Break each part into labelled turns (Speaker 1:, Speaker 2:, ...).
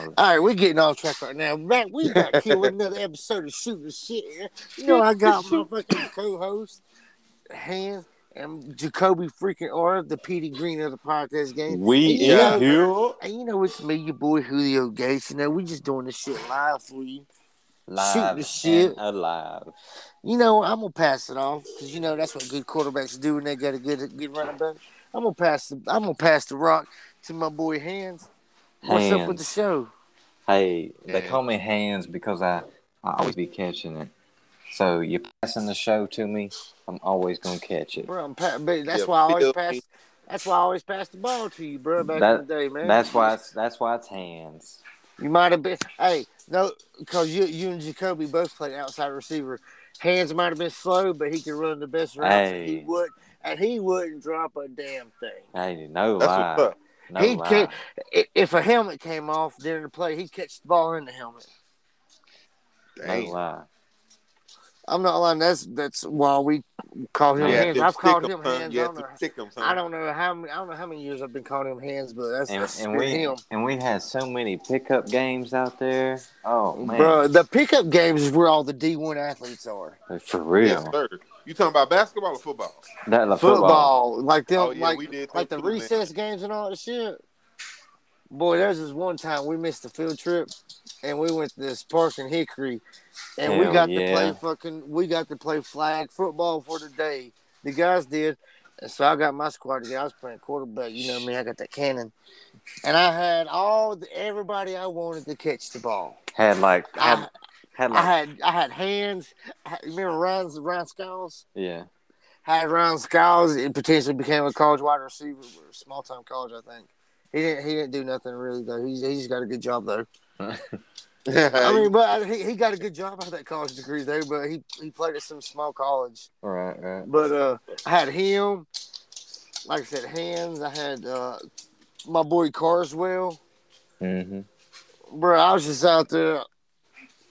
Speaker 1: All right, we're getting off track right now. Matt, we back here with another episode of Shooting Shit. You know, I got my fucking co host, Han, and Jacoby freaking R, the Petey Green of the podcast game.
Speaker 2: We
Speaker 1: Yeah.
Speaker 2: in here
Speaker 1: And you know, it's me, your boy Julio Gates. You know, we just doing this shit live for you.
Speaker 2: live
Speaker 1: shit.
Speaker 2: and alive.
Speaker 1: You know, I'm gonna pass it off because you know that's what good quarterbacks do when they got a good good running back. I'm gonna pass the I'm gonna pass the rock to my boy Hands. What's up with the
Speaker 2: Hands.
Speaker 1: show?
Speaker 2: Hey, they
Speaker 1: Yeah.
Speaker 2: call me hands because I, I always be catching it. So you're passing the show to me, I'm always gonna catch it.
Speaker 1: Bro, I'm pa- ba- that's
Speaker 3: Yeah,
Speaker 1: why I always
Speaker 3: feel
Speaker 1: pass
Speaker 3: me.
Speaker 1: that's why I always pass the ball to you, bro, back in
Speaker 2: That-
Speaker 1: the day, man.
Speaker 2: That's why it's that's why it's hands.
Speaker 1: you might have been hey, no because you you and Jacoby both played outside receiver. Hands might have been slow, but he could run the best routes. and He
Speaker 2: Hey.
Speaker 1: would and he wouldn't drop a damn thing.
Speaker 2: Hey, no
Speaker 3: That's
Speaker 2: lie,
Speaker 3: what's up.
Speaker 2: no
Speaker 1: He
Speaker 2: lie.
Speaker 1: can't- I- If a helmet came off during the play, he'd catch the ball in the helmet.
Speaker 2: no
Speaker 3: Dang.
Speaker 2: lie.
Speaker 1: I'm not lying. That's that's why we call him
Speaker 2: Yeah,
Speaker 1: hands.
Speaker 3: them
Speaker 1: I've called
Speaker 3: stick 'em,
Speaker 1: him
Speaker 3: huh?
Speaker 1: hands.
Speaker 3: Yeah,
Speaker 1: I, don't
Speaker 3: them
Speaker 1: know,
Speaker 3: stick 'em, huh?
Speaker 1: I don't know how many, I don't know how many years I've been calling him hands, but that's,
Speaker 2: And,
Speaker 1: that's
Speaker 2: and
Speaker 1: been
Speaker 2: we
Speaker 1: him.
Speaker 2: and we had so many pickup games out there. Oh man,
Speaker 1: Bro, the pickup games is where all the D1 athletes are.
Speaker 2: for
Speaker 3: Yes,
Speaker 2: real.
Speaker 3: sir. You talking about basketball or football?
Speaker 2: That la
Speaker 1: Football,
Speaker 2: Uh, football.
Speaker 1: like them,
Speaker 3: Oh, yeah,
Speaker 1: like
Speaker 3: we did
Speaker 1: like the
Speaker 3: too, man.
Speaker 1: recess games and all that shit. Boy, there's this one time we missed the field trip, and we went to this park in Hickory, and we
Speaker 2: Hell
Speaker 1: got to
Speaker 2: yeah.
Speaker 1: play fucking, we got to play flag football for the day. The guys did, and so I got my squad together. I was playing quarterback, you know me. I got that cannon, and I had all the, everybody I wanted to catch the ball.
Speaker 2: Had like had,
Speaker 1: I,
Speaker 2: had
Speaker 1: I
Speaker 2: like
Speaker 1: had I had hands. I had, remember Ryan's Ryan Scowls?
Speaker 2: yeah.
Speaker 1: had Ron Skiles and potentially became a college wide receiver, or small time college, I think. He didn't. He didn't do nothing really though. He's he's got a good job though. I mean, but he, he got a good job out of that college degree though. But he he played at some small college.
Speaker 2: Right, right.
Speaker 1: But uh, I had him. Like I said, hands. I had uh, my boy Carswell.
Speaker 2: Mm-hmm.
Speaker 1: Bro, I was just out there.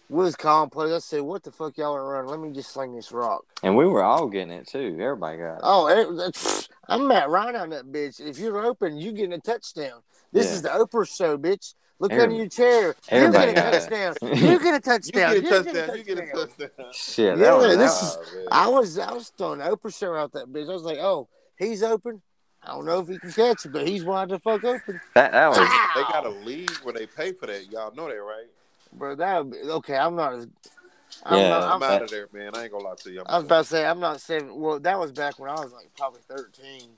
Speaker 1: We was calling plays. I said, "What the fuck y'all are running? Let me just sling this rock."
Speaker 2: And we were all getting it too. Everybody got it.
Speaker 1: Oh, it, that's- I'm Matt Ryan on that bitch. If you're open, you getting a touchdown. This
Speaker 2: Yeah.
Speaker 1: is the Oprah show, bitch. Look
Speaker 2: Every-
Speaker 1: under your chair. You
Speaker 2: everybody
Speaker 1: get a
Speaker 2: got it.
Speaker 1: touchdown. You get a
Speaker 3: you
Speaker 1: touchdown.
Speaker 3: get a touchdown. You get a touchdown. Oh,
Speaker 2: Shit,
Speaker 1: Yeah,
Speaker 2: that was,
Speaker 1: this
Speaker 2: that was-
Speaker 1: I was I was throwing the Oprah show out that bitch. I was like, oh, he's open. I don't know if he can catch it, but he's wide the fuck open.
Speaker 2: that, that was
Speaker 3: They
Speaker 1: Pow!
Speaker 3: got a league where they pay for that. Y'all know that, right?
Speaker 1: Bro, that would be, okay. I'm not as I'm
Speaker 2: Yeah.
Speaker 1: not,
Speaker 3: I'm,
Speaker 1: I'm,
Speaker 2: But-
Speaker 3: out of there, man. I ain't gonna lie to you. I'm
Speaker 1: I was about to say I'm not seven. Well, that was back when I was like probably thirteen.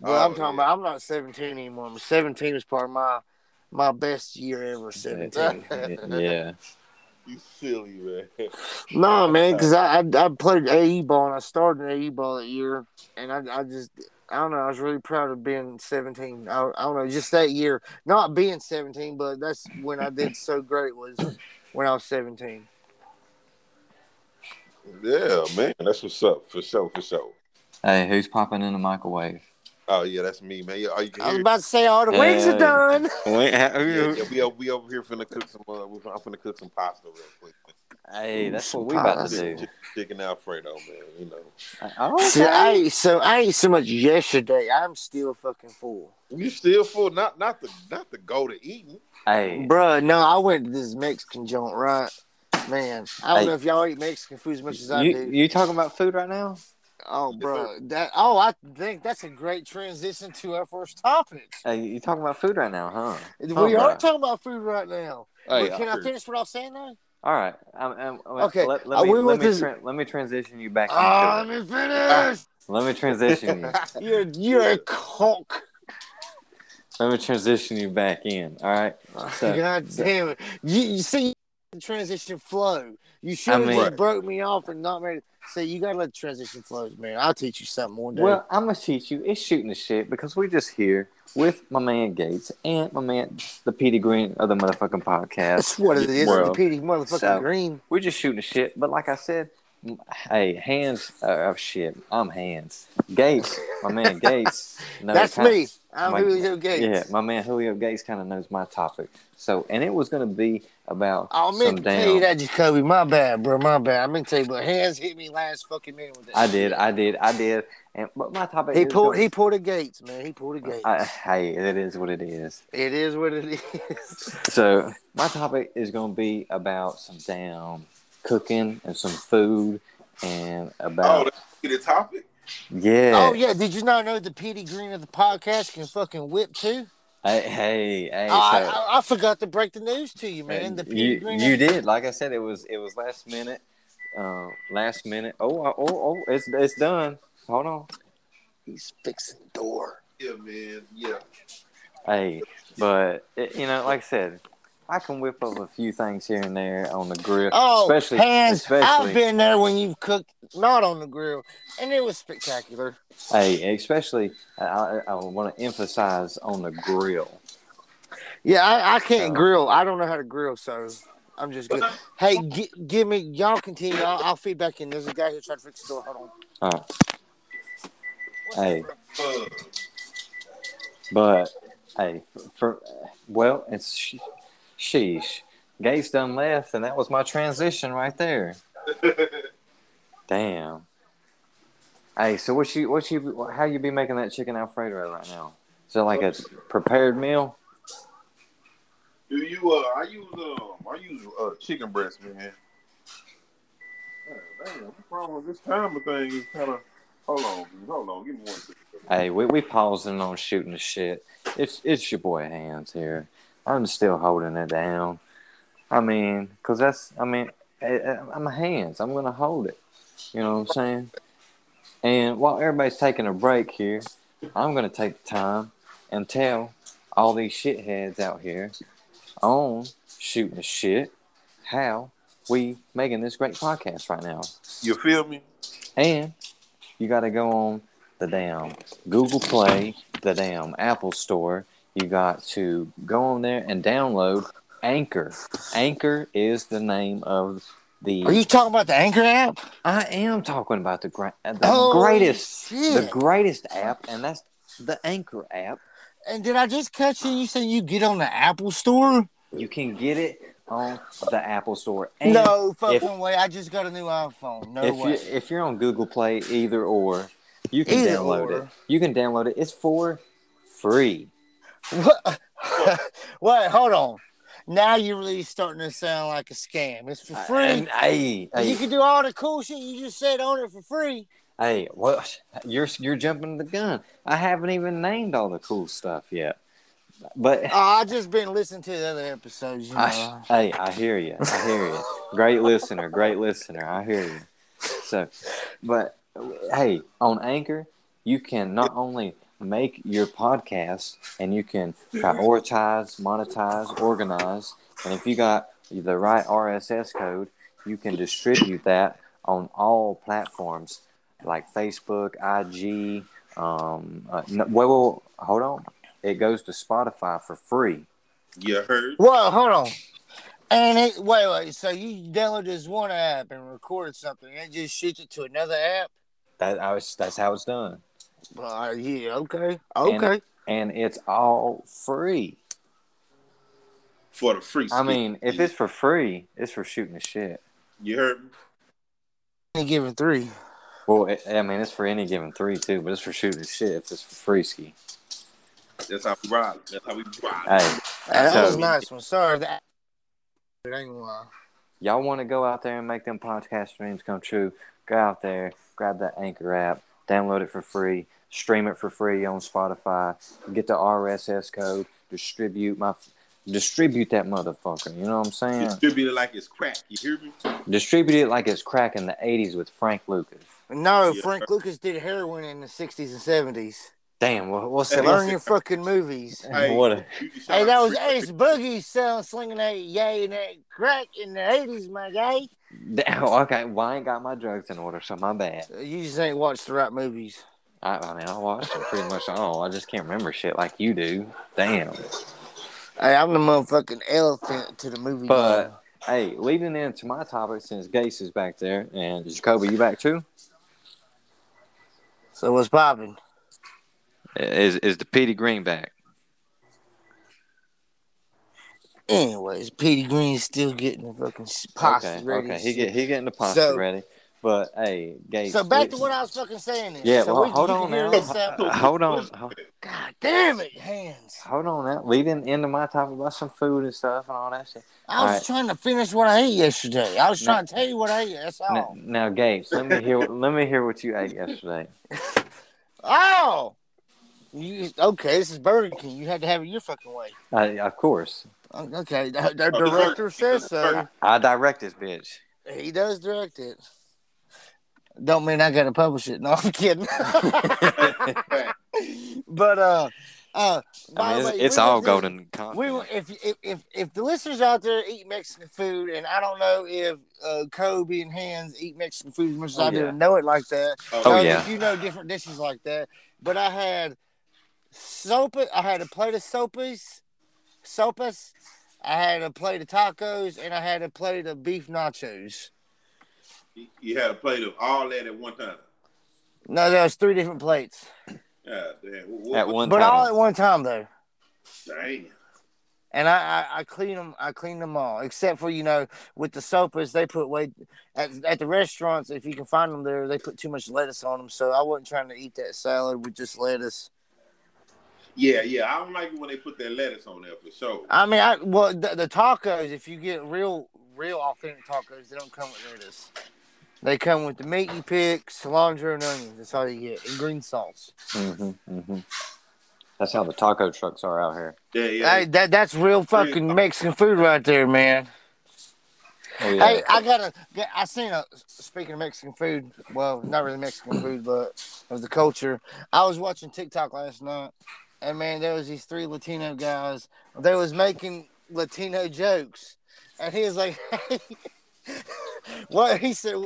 Speaker 1: But
Speaker 3: Oh,
Speaker 1: I'm talking
Speaker 3: yeah.
Speaker 1: about I'm not seventeen anymore. Seventeen was part of my my best year ever. Seventeen.
Speaker 2: yeah.
Speaker 3: you silly, man.
Speaker 1: no man, because I, I I played AE ball and I started in AE ball that year, and I I just. I don't know. I was really proud of being 17. I, I don't know, just that year, not being 17, but that's when I did so great was when I was 17.
Speaker 3: yeah, man. That's what's up for sure, for sure.
Speaker 2: Hey, who's popping in the microwave?
Speaker 3: Oh yeah, that's me, man. Yeah, oh, you can
Speaker 1: I was
Speaker 3: hear.
Speaker 1: about to say all the wings are
Speaker 2: Hey.
Speaker 1: done.
Speaker 3: Yeah, yeah, we over, we over here finna cook some. Uh, we- I'm finna cook some pasta real quick.
Speaker 2: Hey, that's what we about to do.
Speaker 3: Chicken Alfredo, man. You know.
Speaker 1: See, I
Speaker 2: Oh,
Speaker 1: ate so I ate so much yesterday. I'm still fucking full,
Speaker 3: You still full? Not not the not the go to eating.
Speaker 2: hey,
Speaker 1: Bruh, No, I went to this Mexican joint, right? Man, I don't
Speaker 2: Hey.
Speaker 1: know if y'all eat Mexican food as much as I
Speaker 2: you,
Speaker 1: do.
Speaker 2: you talking about food right now?
Speaker 1: oh, bro, that oh, I think that's a great transition to our first topic.
Speaker 2: Hey, you talking about food right now, huh?
Speaker 1: We
Speaker 2: Oh,
Speaker 1: are
Speaker 2: bruh.
Speaker 1: talking about food right now.
Speaker 2: Hey,
Speaker 1: but can I
Speaker 3: sure.
Speaker 1: finish what I was saying though?
Speaker 2: all right. I'm, I'm, I'm-
Speaker 1: Okay,
Speaker 2: Let,
Speaker 1: uh,
Speaker 2: let me,
Speaker 1: we
Speaker 2: let,
Speaker 1: went
Speaker 2: me
Speaker 1: to-
Speaker 2: tran- let me transition you back.
Speaker 1: Ah,
Speaker 2: Into
Speaker 1: let me finish.
Speaker 2: it. Let me transition you.
Speaker 1: You're you're a conk.
Speaker 2: let me transition you back in. All right. So-
Speaker 1: God damn it! You, you see the transition flow. You should have
Speaker 2: mean-
Speaker 1: just broke me off and not made. So you gotta let the transition flows, man. I'll teach you something one day.
Speaker 2: Well, I'm gonna teach you. It's shooting the shit because we're just here with my man Gates and my man the Petey Green of the motherfucking podcast.
Speaker 1: That's what it is.
Speaker 2: World.
Speaker 1: The PD motherfucking
Speaker 2: So-
Speaker 1: green.
Speaker 2: We're just shooting the shit, but like I said, Hey, hands. Oh, shit. I'm hands. Gates, my man Gates. knows
Speaker 1: That's
Speaker 2: kinda-
Speaker 1: me. I'm
Speaker 2: my-
Speaker 1: Julio Gates.
Speaker 2: Yeah, my man Julio Gates kind of knows my topic. So, and it was going to be about
Speaker 1: I meant
Speaker 2: some
Speaker 1: to
Speaker 2: damn.
Speaker 1: Oh, tell you that, Jacoby. My bad, bro. My bad. I meant to tell you, but hands hit me last fucking minute with that.
Speaker 2: I did, I did, I did. And but my topic.
Speaker 1: He
Speaker 2: is
Speaker 1: pulled.
Speaker 2: gonna-
Speaker 1: He pulled a Gates, man. He pulled a Gates.
Speaker 2: I, hey, it is what it is.
Speaker 1: it is what it is.
Speaker 2: So my topic is going to be about some damn cooking and some food and
Speaker 3: Oh,
Speaker 2: about
Speaker 3: that's the topic.
Speaker 2: yeah.
Speaker 1: Oh yeah, did you not know the Petey Green of the podcast can fucking whip too?
Speaker 2: Hey, hey, hey,
Speaker 1: Oh, I,
Speaker 2: so-
Speaker 1: I, I forgot to break the news to you, man. The Petey
Speaker 2: you,
Speaker 1: Green.
Speaker 2: you did. Like I said, it was it was last minute. Uh, last minute. Oh, oh, oh, it's it's done. Hold on.
Speaker 1: he's fixing the door.
Speaker 3: Yeah, man. Yeah.
Speaker 2: Hey, but it, you know, like I said, I can whip up a few things here and there on the grill.
Speaker 1: Oh,
Speaker 2: especially,
Speaker 1: hands!
Speaker 2: especially,
Speaker 1: I've been there when you've cooked not on the grill, and it was spectacular.
Speaker 2: hey, especially I, I, I want to emphasize on the grill.
Speaker 1: Yeah, I, I can't
Speaker 2: So-
Speaker 1: grill. I don't know how to grill, so I'm just good. Hey, gi- give me y'all continue. I'll, I'll feed back in. There's a guy here trying to fix the door. Hold on.
Speaker 2: All right. Hey,
Speaker 3: Uh,
Speaker 2: but hey, for well, it's sh- sheesh. Gates done left, and that was my transition right there.
Speaker 3: Uh,
Speaker 2: Damn. Hey, so what you what you how you be making that chicken alfredo right now? Is it like a prepared meal?
Speaker 3: do you? Uh, I use um, I use uh, chicken breast, man. God Damn, the problem with this timer thing is kind of. Hold on, dude, hold on. Give me one second.
Speaker 2: Hey, we we pausing on shooting the shit. It's it's your boy Hands here. I'm still holding it down. I mean, cause that's I mean, I, I- I'm Hands. I'm gonna hold it. You know what I'm saying? And while everybody's taking a break here, I'm gonna take the time and tell all these shitheads out here on shooting the shit how we making this great podcast right now.
Speaker 3: You feel me?
Speaker 2: And you got to go on the damn Google Play, the damn Apple Store. You got to go on there and download Anchor. Anchor is the name of the.
Speaker 1: Are you talking about the Anchor app?
Speaker 2: I am talking about the, gra- the
Speaker 1: Holy
Speaker 2: greatest, the
Speaker 1: Oh, shit.
Speaker 2: greatest app, and that's the Anchor app.
Speaker 1: And did I just catch you? You said you get on the Apple Store?
Speaker 2: You can get it on the Apple Store. And
Speaker 1: no
Speaker 2: if-
Speaker 1: fucking way. I just got a new iPhone. No
Speaker 2: if
Speaker 1: way.
Speaker 2: you if you're on Google Play, either or, you can
Speaker 1: Either
Speaker 2: download
Speaker 1: or.
Speaker 2: it. You can download it. It's for free.
Speaker 1: What? Wait, hold on. Now you're really starting to sound like a scam. It's for free.
Speaker 2: And, hey,
Speaker 1: You
Speaker 2: hey,
Speaker 1: can do all the cool shit you just said on it for free.
Speaker 2: hey, what? You're you're jumping the gun. I haven't even named all the cool stuff yet. But
Speaker 1: Oh, I just been listening to the other episodes. You know.
Speaker 2: I, hey, I hear you. I hear you. Great listener. Great listener. I hear you. So, but hey, on Anchor, you can not only make your podcast and you can prioritize, monetize, organize, and if you got the right RSS code, you can distribute that on all platforms like Facebook, IG. Um, uh, no, well, well, hold on. It goes to Spotify for free.
Speaker 3: You heard?
Speaker 1: Well, hold on. And it wait, wait. So you download this one app and recorded something, and it just shoots it to another app.
Speaker 2: That I was, that's how it's done,
Speaker 1: Uh, yeah. Okay. Okay.
Speaker 2: and it's all free.
Speaker 3: For the free.
Speaker 2: I
Speaker 3: speech.
Speaker 2: mean, if it's for free, it's for shooting the shit.
Speaker 3: you heard me.
Speaker 1: And, given three.
Speaker 2: Well, it, I mean, it's for any given three too, but it's for shooting the shit. If it's for free ski,
Speaker 3: That's how we ride. That's how we ride.
Speaker 2: hey,
Speaker 1: That
Speaker 2: So-
Speaker 1: was a nice one. Sorry. That, it ain't gonna lie.
Speaker 2: y'all want to go out there and make them podcast dreams come true? Go out there, grab that Anchor app, download it for free, stream it for free on Spotify, get the RSS code, distribute my, distribute that motherfucker. You know what I'm saying?
Speaker 3: Distributed like it's crack. You hear me?
Speaker 2: Distribute it like it's crack in the '80s with Frank Lucas.
Speaker 1: No,
Speaker 3: Yeah.
Speaker 1: Frank Lucas did heroin in the '60s and '70s.
Speaker 2: Damn, what, what's that?
Speaker 1: Learn your fucking movies.
Speaker 3: Hey,
Speaker 2: what a
Speaker 3: you can shout
Speaker 1: Hey,
Speaker 3: out
Speaker 1: that
Speaker 3: to
Speaker 1: was
Speaker 3: Rick-
Speaker 1: Ace Boogie selling, slinging that yay and that crack in the '80s, my guy.
Speaker 2: Damn, okay. Well, I ain't got my drugs in order, so my bad.
Speaker 1: You just ain't watched the right movies.
Speaker 2: I, I mean, I watched it pretty much all. I just can't remember shit like you do. Damn.
Speaker 1: Hey, I'm the motherfucking elephant to the movie.
Speaker 2: But
Speaker 1: game.
Speaker 2: Hey, leading into my topic since Gase is back there and Jacoby, you back too?
Speaker 1: So what's popping?
Speaker 2: Is is the Petey Green back?
Speaker 1: Anyways, Petey Green's still getting the fucking posse
Speaker 2: okay,
Speaker 1: ready.
Speaker 2: okay, he get he getting the pasta
Speaker 1: So-
Speaker 2: ready. But hey, Gase.
Speaker 1: so back to
Speaker 2: we-
Speaker 1: what I was fucking saying. Then.
Speaker 2: Yeah,
Speaker 1: so
Speaker 2: well,
Speaker 1: we-
Speaker 2: hold
Speaker 1: you
Speaker 2: on
Speaker 1: can hear
Speaker 2: now.
Speaker 1: this out.
Speaker 2: Uh, Hold on, ho-
Speaker 1: God damn it, hands!
Speaker 2: hold on now. Leading into my topic about some food and stuff and all that shit.
Speaker 1: I was
Speaker 2: Alright.
Speaker 1: trying to finish what I ate yesterday. I was
Speaker 2: No.
Speaker 1: trying to tell you what I ate. That's all.
Speaker 2: Now, now Gase, let me hear let me hear what you ate yesterday.
Speaker 1: Oh, you, okay. This is Burger King. You had to have it your fucking way.
Speaker 2: I, of course,
Speaker 1: O- Okay, the, the director says so.
Speaker 2: I direct this bitch.
Speaker 1: He does direct it. Don't mean I gotta publish it. No, I'm kidding. but uh, uh, by the
Speaker 2: I mean, it's,
Speaker 1: way,
Speaker 2: it's
Speaker 1: we
Speaker 2: all
Speaker 1: went through-
Speaker 2: golden. confidence.
Speaker 1: We were- if, if if if the listeners out there eat Mexican food, and I don't know if uh, Kobe and Hands eat Mexican food as much as
Speaker 2: Oh,
Speaker 1: I
Speaker 2: yeah.
Speaker 1: do and know it like that.
Speaker 2: Oh,
Speaker 1: Kobe,
Speaker 2: yeah.
Speaker 1: you know different dishes like that. But I had soap. I had a plate of sopas, sopas. I had a plate of tacos, and I had a plate of beef nachos.
Speaker 3: He, he had a plate of all that at one time.
Speaker 1: No, that was three different plates,
Speaker 3: God damn. What,
Speaker 2: at one
Speaker 1: but
Speaker 2: time.
Speaker 1: all at one time though.
Speaker 3: Damn.
Speaker 1: And I, I, I clean them. I clean them all, except for you know, with the sopas, they put way at, at the restaurants. If you can find them there, they put too much lettuce on them. So I wasn't trying to eat that salad with just lettuce.
Speaker 3: Yeah, yeah. I don't like it when they put that lettuce on there for sure.
Speaker 1: I mean, I well the, the tacos. If you get real, real authentic tacos, they don't come with lettuce. They come with the meat you pick, cilantro and onions. That's all you get, and green sauce.
Speaker 2: hmm hmm That's how the taco trucks are out here.
Speaker 3: Yeah, yeah.
Speaker 1: Hey, that that's real fucking Mexican food right there, man.
Speaker 2: Oh, yeah.
Speaker 1: Hey, I got a. I seen a. Speaking of Mexican food, well, not really Mexican food, but of the culture. I was watching TikTok last night, and man, there was these three Latino guys. They was making Latino jokes, and he was like, "What?" He said.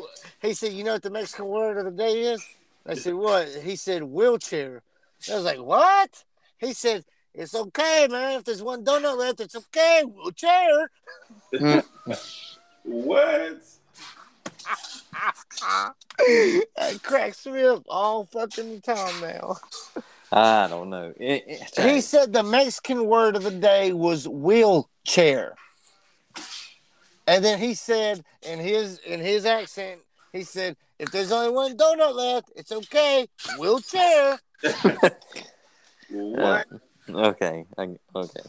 Speaker 1: He said, "You know what the Mexican word of the day is?" I said, "What?" He said, "Wheelchair." I was like, "What?" He said. It's okay, man. If there's one donut left, it's okay. Wheelchair.
Speaker 3: What?
Speaker 1: that cracks me up all fucking time now.
Speaker 2: I don't know. It, it-
Speaker 1: He said the Mexican word of the day was wheelchair. And then he said in his in his accent, he said, if there's only one donut left, it's okay. Wheelchair.
Speaker 3: What?
Speaker 2: okay, I, okay,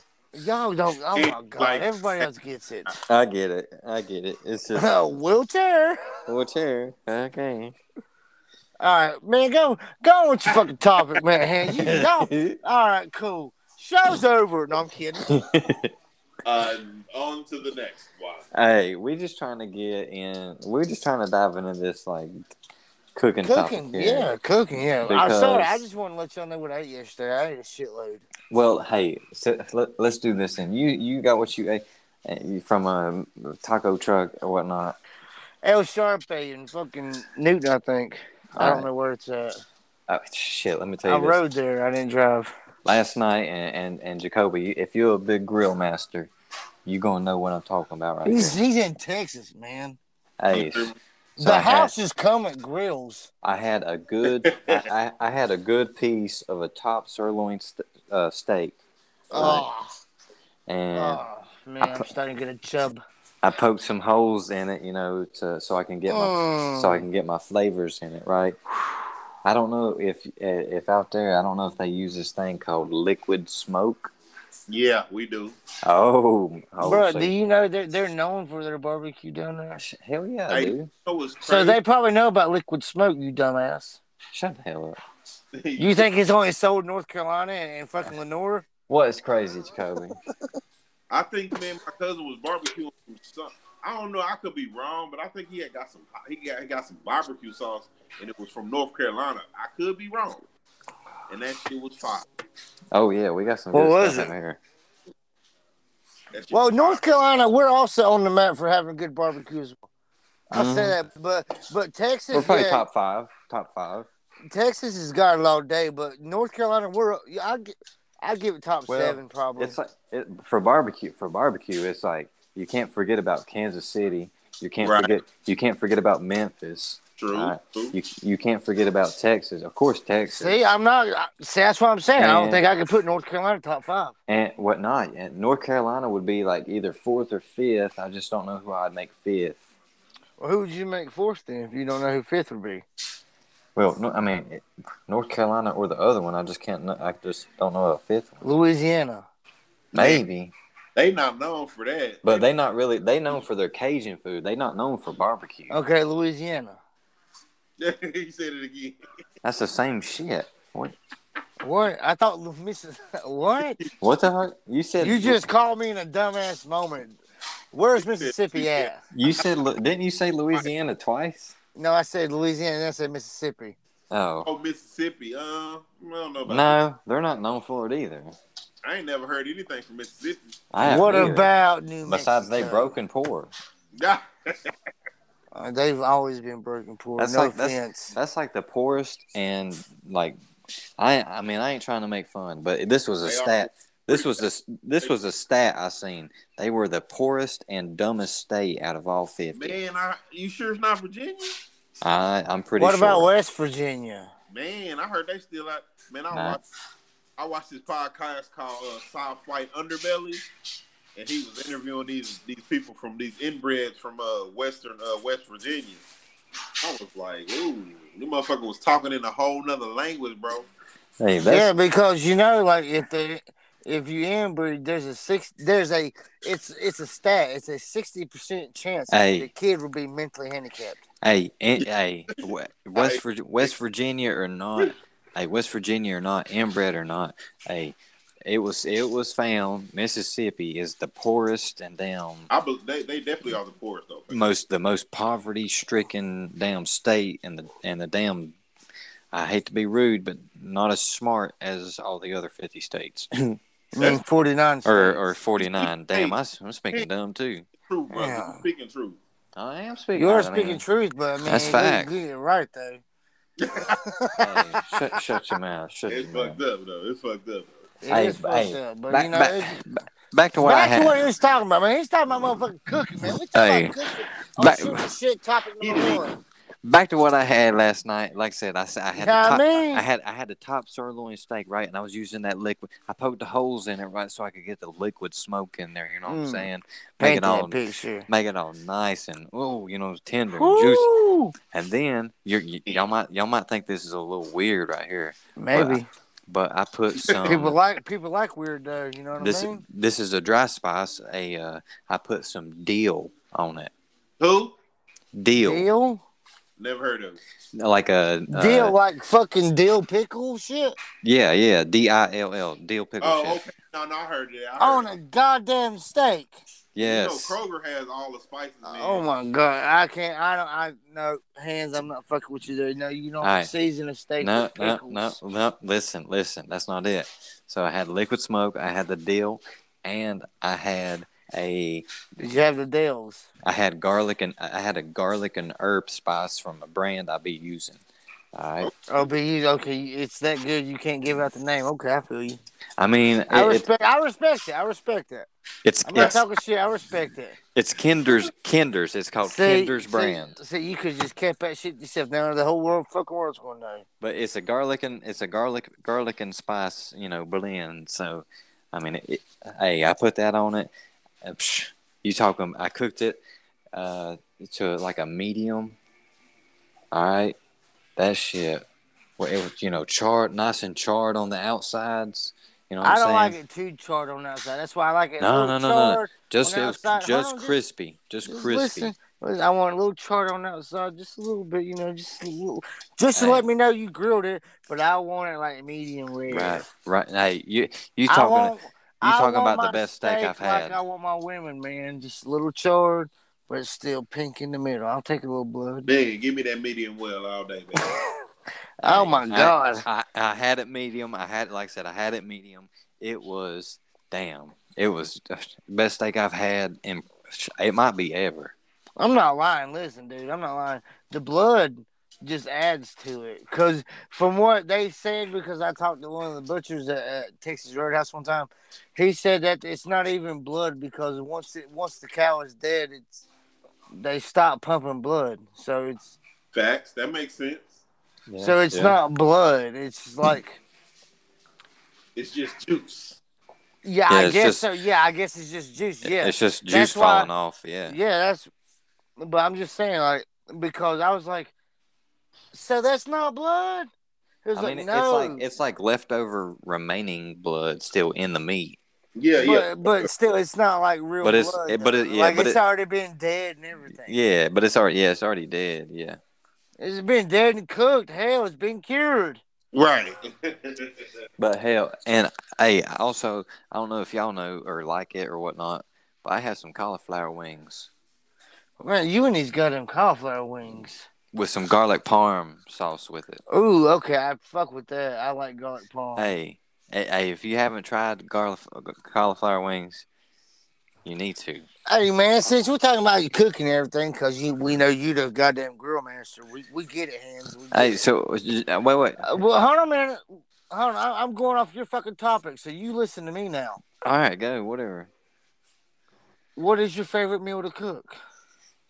Speaker 1: Y'all don't oh my god,
Speaker 3: Like-
Speaker 1: everybody else gets it.
Speaker 2: I get it. I get it. It's just
Speaker 1: Oh, wheelchair.
Speaker 2: wheelchair. Okay.
Speaker 1: All right, man, go go on with your fucking topic, man. You, y'all, all right, cool. Show's over. No, I'm kidding.
Speaker 3: Uh, on to the next one.
Speaker 2: hey, we're just trying to get in. We're just trying to dive into this like cooking,
Speaker 1: Cooking,
Speaker 2: topic. here.
Speaker 1: yeah, cooking, yeah. I'm sorry, I
Speaker 2: Because-
Speaker 1: just want to let y'all know what I ate yesterday. I ate a shitload.
Speaker 2: Well, hey, so let, let's do this. And you, you got what you ate uh, you- from a taco truck or whatnot.
Speaker 1: El Sharpe and fucking Newton, I think. I don't
Speaker 2: Alright.
Speaker 1: know where it's at.
Speaker 2: Oh, shit, let me tell you.
Speaker 1: I
Speaker 2: this.
Speaker 1: rode there. I didn't drive.
Speaker 2: last night and, and, and Jacoby, if you're a big grill master, you gonna know what I'm talking about right
Speaker 1: He's
Speaker 2: here.
Speaker 1: he's in Texas, man.
Speaker 2: Hey, so
Speaker 1: the
Speaker 2: I had-
Speaker 1: houses come at grills.
Speaker 2: I had a good I, I, I had a good piece of a top sirloin st- uh, steak
Speaker 1: Oh,
Speaker 2: and
Speaker 1: oh, man, I'm starting to get a chub.
Speaker 2: I poked some holes in it, you know, to so I can get my so I
Speaker 1: Mm.
Speaker 2: can get my flavors in it, right? I don't know if if out there, I don't know if they use this thing called liquid smoke.
Speaker 3: Yeah, we do.
Speaker 2: Oh, oh
Speaker 1: Bro,
Speaker 2: so-
Speaker 1: do you know they're, they're known for their barbecue down there?
Speaker 2: hell yeah,
Speaker 3: Hey.
Speaker 2: dude!
Speaker 3: So was crazy.
Speaker 1: So they probably know about liquid smoke, you dumbass.
Speaker 2: Shut the hell up.
Speaker 1: You think it's only sold in North Carolina and, and fucking Lenore?
Speaker 2: What is crazy, Jacoby?
Speaker 3: I think man, my cousin was barbecuing some stuff. I don't know. I could be wrong, but I think he had got some. He got, he got some barbecue sauce, and it was from North Carolina. I could be wrong, and that shit was fire.
Speaker 2: Oh yeah, we got some
Speaker 1: What
Speaker 2: good
Speaker 1: was
Speaker 2: stuff
Speaker 1: it?
Speaker 2: out here.
Speaker 3: That shit
Speaker 1: Well,
Speaker 3: was
Speaker 1: North
Speaker 3: fire.
Speaker 1: Carolina, we're also on the map for having good barbecue as well. I'll say
Speaker 2: Mhm.
Speaker 1: that, but but Texas,
Speaker 2: We're probably
Speaker 1: yeah,
Speaker 2: top five, top five.
Speaker 1: Texas has got it all day, but North Carolina, we're I I give it top
Speaker 2: Well,
Speaker 1: seven probably.
Speaker 2: It's like it, for barbecue. For barbecue, it's like You can't forget about Kansas City. You can't
Speaker 3: Right.
Speaker 2: forget. You can't forget about Memphis.
Speaker 3: True.
Speaker 2: All right.
Speaker 3: true.
Speaker 2: You you can't forget about Texas. Of course, Texas.
Speaker 1: See, I'm not. I- See, that's what I'm saying. I don't
Speaker 2: Man.
Speaker 1: think I could put North Carolina top five.
Speaker 2: and whatnot. And North Carolina would be like either fourth or fifth. I just don't know who I'd make fifth.
Speaker 1: Well, who would you make fourth then if you don't know who fifth would be?
Speaker 2: Well, no, I mean it- North Carolina or the other one. I just can't. kn- I just don't know a fifth one.
Speaker 1: Louisiana.
Speaker 2: Maybe,
Speaker 3: they not known for that.
Speaker 2: but they not really. They known for their Cajun food. They not known for barbecue.
Speaker 1: Okay, Louisiana.
Speaker 3: he said it again.
Speaker 2: That's the same shit. What?
Speaker 1: What? I thought Lu- Mrs. What?
Speaker 2: What the heck? You said
Speaker 1: You just called me in a dumbass moment. Where's Mississippi at?
Speaker 2: You said Lu- didn't you say Louisiana twice?
Speaker 1: No, I said Louisiana. And I said Mississippi.
Speaker 2: Oh
Speaker 3: Oh, Mississippi. Uh, I don't know about. that.
Speaker 2: no, they're not known for it either.
Speaker 3: I ain't never heard anything from Mississippi.
Speaker 2: I haven't
Speaker 1: what
Speaker 2: either.
Speaker 1: about New Mexico?
Speaker 2: Besides, they broke and poor.
Speaker 1: Uh, they've always been broken poor.
Speaker 2: That's
Speaker 1: no
Speaker 2: like- that's-
Speaker 1: offense.
Speaker 2: That's like the poorest and like I I mean I ain't trying to make fun, but this was a
Speaker 3: They are.
Speaker 2: stat. This was a this was a stat I seen. They were the poorest and dumbest state out of all fifty.
Speaker 3: Man, I, you sure it's not Virginia?
Speaker 2: I I'm pretty
Speaker 1: What
Speaker 2: sure.
Speaker 1: about West Virginia?
Speaker 3: Man, I heard they still out. Man, I
Speaker 2: Nah.
Speaker 3: watched I watched this podcast called uh, South Flight Underbelly, and he was interviewing these these people from these inbreds from uh, Western uh, West Virginia. I was like, ooh, this motherfucker was talking in a whole nother language, bro.
Speaker 2: Hey, that's,
Speaker 1: yeah, because you know, like if they if you inbreed, there's a six. There's a it's it's a stat. It's a sixty percent chance
Speaker 2: Hey.
Speaker 1: the kid will be mentally handicapped.
Speaker 2: Hey, in, hey, West Virg- West Virginia or not, hey, West Virginia or not, inbred or not, hey, it was it was found Mississippi is the poorest and damn
Speaker 3: I be, they they definitely are the poorest though.
Speaker 2: most the most poverty stricken damn state and the and the damn I hate to be rude, but not as smart as all the other fifty states
Speaker 1: I mean, forty nine.
Speaker 2: or or forty nine. Damn, I, am speaking dumb too.
Speaker 3: True, bro.
Speaker 1: Yeah.
Speaker 3: Speaking truth.
Speaker 2: I am speaking.
Speaker 1: you are
Speaker 2: I mean,
Speaker 1: speaking truth, but I mean,
Speaker 2: That's
Speaker 1: you
Speaker 2: fact.
Speaker 1: Get it right though.
Speaker 2: hey, shut, shut your mouth. Shut
Speaker 3: It's
Speaker 2: your mouth.
Speaker 3: fucked up though. It's fucked up.
Speaker 1: It is
Speaker 2: Hey,
Speaker 1: fucked
Speaker 2: hey,
Speaker 1: up, but
Speaker 2: Back,
Speaker 1: you know,
Speaker 2: back,
Speaker 1: it's-
Speaker 2: back to what I
Speaker 1: back
Speaker 2: had.
Speaker 1: to what he was talking about, man. He's talking about motherfucking cooking, man. We talking
Speaker 2: Hey,
Speaker 1: about cooking. Oh,
Speaker 2: back-
Speaker 1: shit, shit, topic number one.
Speaker 2: back to what I had last night. Like I said, I, s- I had
Speaker 1: Yeah,
Speaker 2: the top,
Speaker 1: man.
Speaker 2: I had I had the top sirloin steak right, and I was using that liquid. I poked the holes in it right so I could get the liquid smoke in there. You know what I'm
Speaker 1: Mm.
Speaker 2: saying? Make
Speaker 1: Paint
Speaker 2: it
Speaker 1: that
Speaker 2: all
Speaker 1: picture.
Speaker 2: make it all nice and oh, you know, tender and juicy.
Speaker 1: Ooh,
Speaker 2: And then you're, you y'all might y'all might think this is a little weird right here,
Speaker 1: maybe
Speaker 2: but I put some
Speaker 1: people like people like weird though. You know what
Speaker 2: um, this
Speaker 1: I mean?
Speaker 2: this is a dry spice. A uh, I put some deal on it.
Speaker 3: Who?
Speaker 2: Deal,
Speaker 1: Deal,
Speaker 3: Never heard of. It.
Speaker 2: like a uh,
Speaker 1: deal like fucking dill pickle shit
Speaker 2: Yeah, yeah, D I L L deal pickle
Speaker 3: Oh,
Speaker 2: shit.
Speaker 3: okay. No, no, I heard it. I heard
Speaker 1: on
Speaker 3: it.
Speaker 1: a goddamn steak.
Speaker 2: Yes.
Speaker 3: You know, Kroger has all the spices. Man.
Speaker 1: Oh my god, I can't. I don't. I no hands. I'm not fucking with you there. No, you don't
Speaker 2: Alright.
Speaker 1: season a steak
Speaker 2: no,
Speaker 1: with
Speaker 2: no,
Speaker 1: pickles.
Speaker 2: no, no. Listen, listen. That's not it. So I had liquid smoke. I had the dill, and I had a
Speaker 1: Did you have the dills?
Speaker 2: I had garlic and I had a garlic and herb spice from a brand I be using. All right.
Speaker 1: Oh, but you okay? It's that good. You can't give out the name. Okay, I feel you.
Speaker 2: I mean, it,
Speaker 1: I
Speaker 2: it,
Speaker 1: respect. I respect it. I respect it.
Speaker 2: it's
Speaker 1: I'm not
Speaker 2: it's,
Speaker 1: talking shit. I respect it.
Speaker 2: it's Kinder's Kinder's. It's called Kinder's brand,
Speaker 1: See, you could just kept that shit yourself. Now the whole world, fucking world's gonna know.
Speaker 2: but it's a garlic and it's a garlic garlic and spice you know blend. So, I mean, it, hey, I put that on it. Uh, psh, you talking? I cooked it uh, to like a medium. All right, that shit. Well, it was you know charred, nice and charred on the outsides. You know what
Speaker 1: I
Speaker 2: I'm
Speaker 1: don't
Speaker 2: saying?
Speaker 1: like it too charred on the outside. That's why I like it. a
Speaker 2: No,
Speaker 1: little
Speaker 2: no, no, no.
Speaker 1: charred.
Speaker 2: Just
Speaker 1: on the
Speaker 2: it was
Speaker 1: outside. Hold
Speaker 2: just
Speaker 1: on, just-
Speaker 2: crispy, just,
Speaker 1: Just
Speaker 2: crispy.
Speaker 1: listen. Listen, I want a little chart on the outside, just a little bit, you know, just a little, just to
Speaker 2: Hey.
Speaker 1: let me know you grilled it. But I want it like medium rare.
Speaker 2: Right, right. Hey, you you
Speaker 1: I
Speaker 2: talking?
Speaker 1: want,
Speaker 2: you
Speaker 1: I
Speaker 2: talking
Speaker 1: want
Speaker 2: about the
Speaker 1: my
Speaker 2: best steak I've
Speaker 1: like
Speaker 2: had.
Speaker 1: I want my women, man, just a little charred, but it's still pink in the middle. I'll take a little blood.
Speaker 3: Man, give me that medium well all day, man.
Speaker 1: Oh my
Speaker 2: I-
Speaker 1: god.
Speaker 2: I, I had it medium. I had, like I said, I had it medium. It was damn. It was the best steak I've had, and it might be ever.
Speaker 1: I'm not lying. Listen, dude, I'm not lying. The blood just adds to it. Because from what they said, because I talked to one of the butchers at, at Texas Roadhouse one time, he said that it's not even blood because once it once the cow is dead, it's they stop pumping blood. So it's
Speaker 3: Facts. That makes sense.
Speaker 2: Yeah,
Speaker 1: so it's
Speaker 2: yeah.
Speaker 1: not blood. It's like
Speaker 3: It's just juice.
Speaker 1: yeah,
Speaker 2: Yeah,
Speaker 1: I
Speaker 2: it's
Speaker 1: guess
Speaker 2: just-
Speaker 1: so. Yeah, I guess it's just juice. Yeah,
Speaker 2: It's just
Speaker 1: That's
Speaker 2: juice
Speaker 1: why-
Speaker 2: falling off. Yeah.
Speaker 1: Yeah, that's. But I'm just saying, like, because I was like, so that's not blood. It was
Speaker 2: I
Speaker 1: like,
Speaker 2: mean,
Speaker 1: no,
Speaker 2: it's like it's like leftover remaining blood still in the meat.
Speaker 3: Yeah,
Speaker 1: but,
Speaker 3: yeah.
Speaker 1: but still, it's not like real.
Speaker 2: But it's-
Speaker 1: blood,
Speaker 2: it- but it-
Speaker 1: though.
Speaker 2: yeah,
Speaker 1: like
Speaker 2: but
Speaker 1: it's
Speaker 2: it-
Speaker 1: already been dead and everything.
Speaker 2: Yeah, but it's already yeah, it's already dead. Yeah.
Speaker 1: it's been dead and cooked. Hell, it's been cured.
Speaker 3: Right.
Speaker 2: But hell, and hey, I also I don't know if y'all know or like it or whatnot, but I have some cauliflower wings
Speaker 1: Man, you and these goddamn cauliflower wings.
Speaker 2: with some garlic parm sauce with it.
Speaker 1: Ooh, okay, I fuck with that. I like garlic palm.
Speaker 2: Hey, hey, hey, if you haven't tried garlic cauliflower wings, you need to.
Speaker 1: Hey man, since we're talking about you cooking and everything, cause you we know you the goddamn grill master. We we get it, hands. We get
Speaker 2: Hey,
Speaker 1: it.
Speaker 2: so wait, wait.
Speaker 1: Uh, well, hold on a minute. Hold on. I- I'm going off your fucking topic, so you listen to me now.
Speaker 2: All right, go. Whatever.
Speaker 1: What is your favorite meal to cook?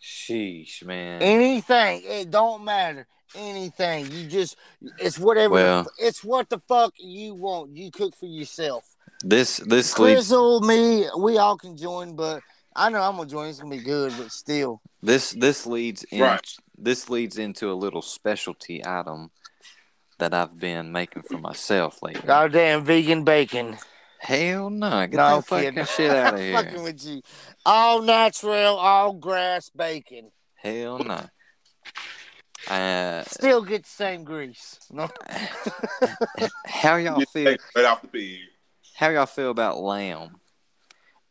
Speaker 2: Sheesh, man.
Speaker 1: Anything. It don't matter. Anything. You just it's whatever.
Speaker 2: Well-
Speaker 1: it's what the fuck you want. You cook for yourself.
Speaker 2: This this leads
Speaker 1: Crystal, me, we all can join, but I know I'm gonna join. It's gonna be good, but still.
Speaker 2: this this leads in,
Speaker 3: Right.
Speaker 2: this leads into a little specialty item that I've been making for myself lately.
Speaker 1: Goddamn vegan bacon.
Speaker 2: Hell no! Get
Speaker 1: No,
Speaker 2: that
Speaker 1: I'm
Speaker 2: fucking
Speaker 1: kidding.
Speaker 2: shit out of
Speaker 1: Fucking
Speaker 2: here.
Speaker 1: with you. All natural, all grass bacon.
Speaker 2: Hell no! Uh,
Speaker 1: Still get the same grease. No.
Speaker 2: how y'all
Speaker 3: You
Speaker 2: feel?
Speaker 3: take right off the pig.
Speaker 2: How y'all feel about lamb?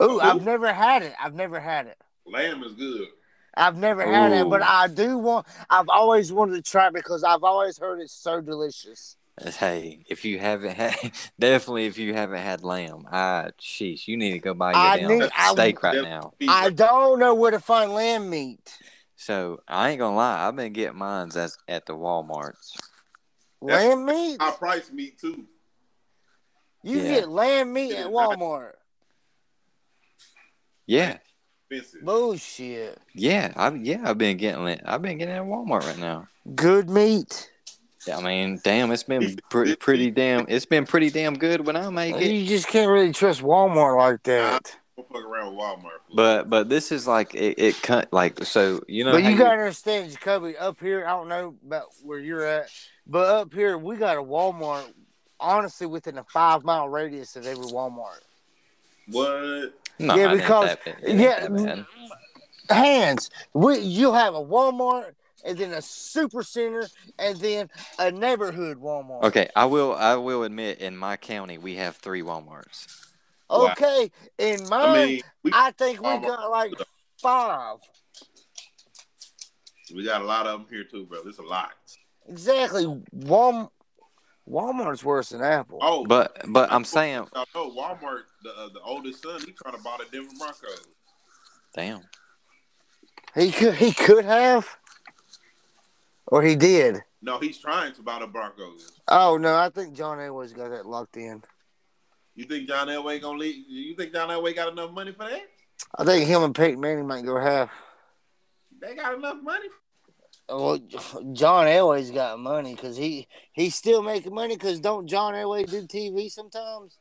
Speaker 1: Ooh, I've
Speaker 3: Ooh.
Speaker 1: never had it. I've never had it.
Speaker 3: Lamb is good.
Speaker 1: I've never had it, but
Speaker 2: Ooh.
Speaker 1: I do want. I've always wanted to try it because I've always heard it's so delicious.
Speaker 2: Uh, Hey, if you haven't had, definitely if you haven't had lamb, I sheesh, you need to go buy
Speaker 1: I
Speaker 2: your
Speaker 1: need- I-
Speaker 2: damn steak right
Speaker 3: Yep.
Speaker 2: now.
Speaker 3: Feet.
Speaker 1: I don't know where to find lamb meat.
Speaker 2: So I ain't gonna lie, I've been getting mines at at the WalMarts.
Speaker 3: That's-
Speaker 1: lamb meat?
Speaker 3: high price meat too.
Speaker 1: You
Speaker 2: Uh, Yeah.
Speaker 1: get lamb meat at
Speaker 3: Yeah.
Speaker 1: Walmart.
Speaker 2: Yeah,
Speaker 3: Expensive.
Speaker 1: Bullshit.
Speaker 2: Yeah, I yeah, I've been getting it. I've been getting it at Walmart right now.
Speaker 1: Good meat.
Speaker 2: Yeah, I mean, damn, it's been pretty, pretty damn. It's been pretty damn good when I make it. Uh,
Speaker 1: You just can't really trust Walmart like that.
Speaker 3: Don't fuck around with Walmart.
Speaker 2: But but this is like it, it cut like so you know.
Speaker 1: But
Speaker 2: how
Speaker 1: you gotta understand, Jacoby, up here, I don't know about where you're at, but up here, we got a Walmart, honestly, within a five mile radius of every Walmart.
Speaker 3: what?
Speaker 2: No,
Speaker 1: yeah,
Speaker 2: it ain't
Speaker 1: because-
Speaker 2: that bad. It ain't
Speaker 1: yeah, mm,
Speaker 2: that bad.
Speaker 1: hands. We you have a Walmart and then a super center and then a neighborhood Walmart.
Speaker 2: Okay, I will I will admit in my county we have three WalMarts.
Speaker 3: Wow.
Speaker 1: Okay. In mine,
Speaker 3: I
Speaker 1: I,
Speaker 3: mean, we,
Speaker 1: think we
Speaker 3: Walmart.
Speaker 1: got like five.
Speaker 3: we got a lot of them here too, bro. It's a lot.
Speaker 1: Exactly. Walm- Walmart's worse than Apple.
Speaker 3: Oh,
Speaker 2: But but I'm saying,
Speaker 3: y'all know Walmart. The uh, the oldest son, he trying to buy the Denver Broncos.
Speaker 2: damn,
Speaker 1: He could he could have. Or he did.
Speaker 3: No, he's trying to buy the Broncos.
Speaker 1: Oh no, I think John Elway's got that locked in.
Speaker 3: You think John Elway gonna leave? You think John Elway got enough money for that?
Speaker 1: I think him and Peyton Manning might go half.
Speaker 3: They got enough money.
Speaker 1: Well, John Elway's got money because he he's still making money because don't John Elway do TV sometimes?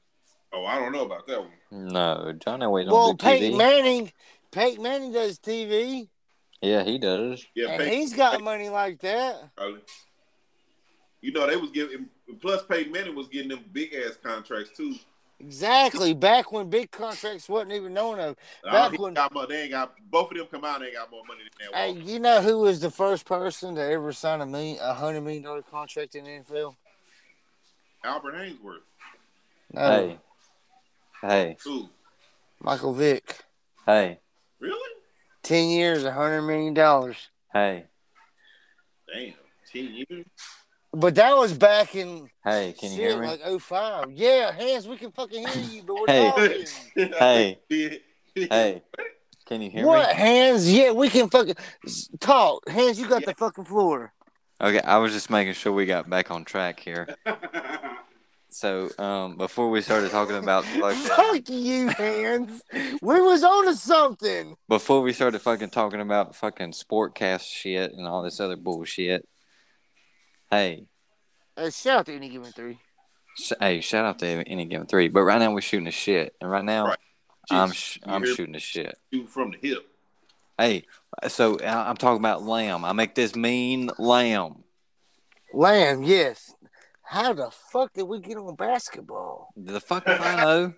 Speaker 3: Oh, I don't know about that one.
Speaker 2: no, John Elway don't
Speaker 1: well,
Speaker 2: do TV.
Speaker 1: Peyton Manning, Peyton Manning does TV,
Speaker 2: Yeah, he does.
Speaker 3: Yeah,
Speaker 1: and
Speaker 3: Peyton,
Speaker 1: he's got money like that.
Speaker 3: probably. You know they was giving. Plus, Peyton Manning was getting them big ass contracts too.
Speaker 1: Exactly. Back when big contracts wasn't even known of.
Speaker 3: Uh,
Speaker 1: Back
Speaker 3: he
Speaker 1: when-
Speaker 3: got more, they ain't got both of them come out. They ain't got more money than that.
Speaker 1: Hey,
Speaker 3: Walmart.
Speaker 1: you know who was the first person to ever sign a million, a hundred million dollar contract in the NFL?
Speaker 3: Albert Hainsworth.
Speaker 1: No,
Speaker 2: Hey, hey,
Speaker 3: Ooh,
Speaker 1: Michael Vick.
Speaker 2: hey,
Speaker 3: really?
Speaker 1: Ten years, a hundred million dollars.
Speaker 2: hey,
Speaker 3: Damn, ten years.
Speaker 1: But that was back in
Speaker 2: hey. Can you
Speaker 1: Shit,
Speaker 2: hear me?
Speaker 1: Like 05. Yeah, hands, we can fucking hear you, but we're
Speaker 2: Hey.
Speaker 1: talking.
Speaker 2: Hey. Hey, can you hear
Speaker 1: What,
Speaker 2: me?
Speaker 1: hands? Yeah, we can fucking talk. Hands, you got
Speaker 3: Yeah.
Speaker 1: the fucking floor.
Speaker 2: Okay, I was just making sure we got back on track here. So, um, before we started talking about fucking,
Speaker 1: Fuck you, hands. We was on to something.
Speaker 2: before we started fucking talking about fucking sportcast shit and all this other bullshit, hey,
Speaker 1: Hey, shout out to any given three.
Speaker 2: sh- hey, shout out to any given three. But right now we're shooting the shit, and right now
Speaker 3: Right.
Speaker 2: I'm
Speaker 3: Just
Speaker 2: sh- I'm
Speaker 3: here.
Speaker 2: shooting the shit.
Speaker 3: shoot from the hip.
Speaker 2: Hey, so I- I'm talking about lamb. I make this mean lamb.
Speaker 1: Lamb, yes. How the fuck did we get on basketball?
Speaker 2: The fuck if I know.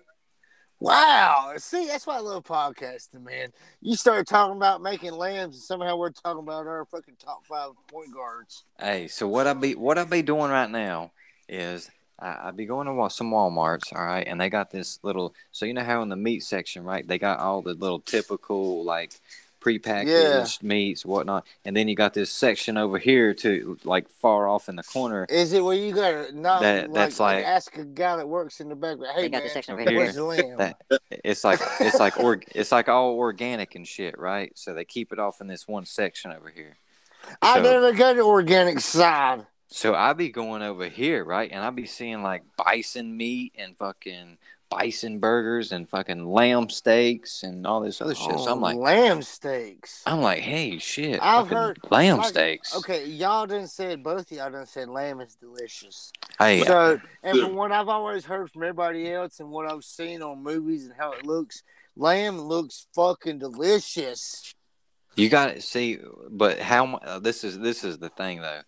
Speaker 1: Wow. See, that's why I love podcasting, man. You started talking about making lambs, and somehow we're talking about our fucking top five point guards.
Speaker 2: Hey, so what I be what I be doing right now is I, I be going to Wa- some WalMarts, all right, and they got this little. So you know how in the meat section, right? They got all the little typical like prepackaged meats, whatnot, and then you got this section over here to like far off in the corner.
Speaker 1: Is it where you gotta not
Speaker 2: That-
Speaker 1: like,
Speaker 2: that's like-
Speaker 1: ask a guy that works in the background? Hey,
Speaker 4: They got
Speaker 1: man,
Speaker 4: the section over
Speaker 2: Over
Speaker 4: here.
Speaker 2: here.
Speaker 1: where's the lamb?
Speaker 2: That- It's like it's like org, it's like all organic and shit, right? So they keep it off in this one section over here.
Speaker 1: I
Speaker 2: So-
Speaker 1: never go to organic side.
Speaker 2: So I be going over here, right? And I be seeing like bison meat and fucking bison burgers and fucking lamb steaks and all this other shit. so I'm like,
Speaker 1: lamb steaks.
Speaker 2: I'm like, hey, shit,
Speaker 1: Oh. I've
Speaker 2: fucking
Speaker 1: heard-
Speaker 2: lamb
Speaker 1: like-
Speaker 2: steaks.
Speaker 1: Okay, y'all done said both of y'all done said lamb is delicious.
Speaker 2: Hey,
Speaker 1: So, and from what I've always heard from everybody else, and what I've seen on movies and how it looks, lamb looks fucking delicious.
Speaker 2: you got to see, but how? mu- Uh, this is this is the thing though.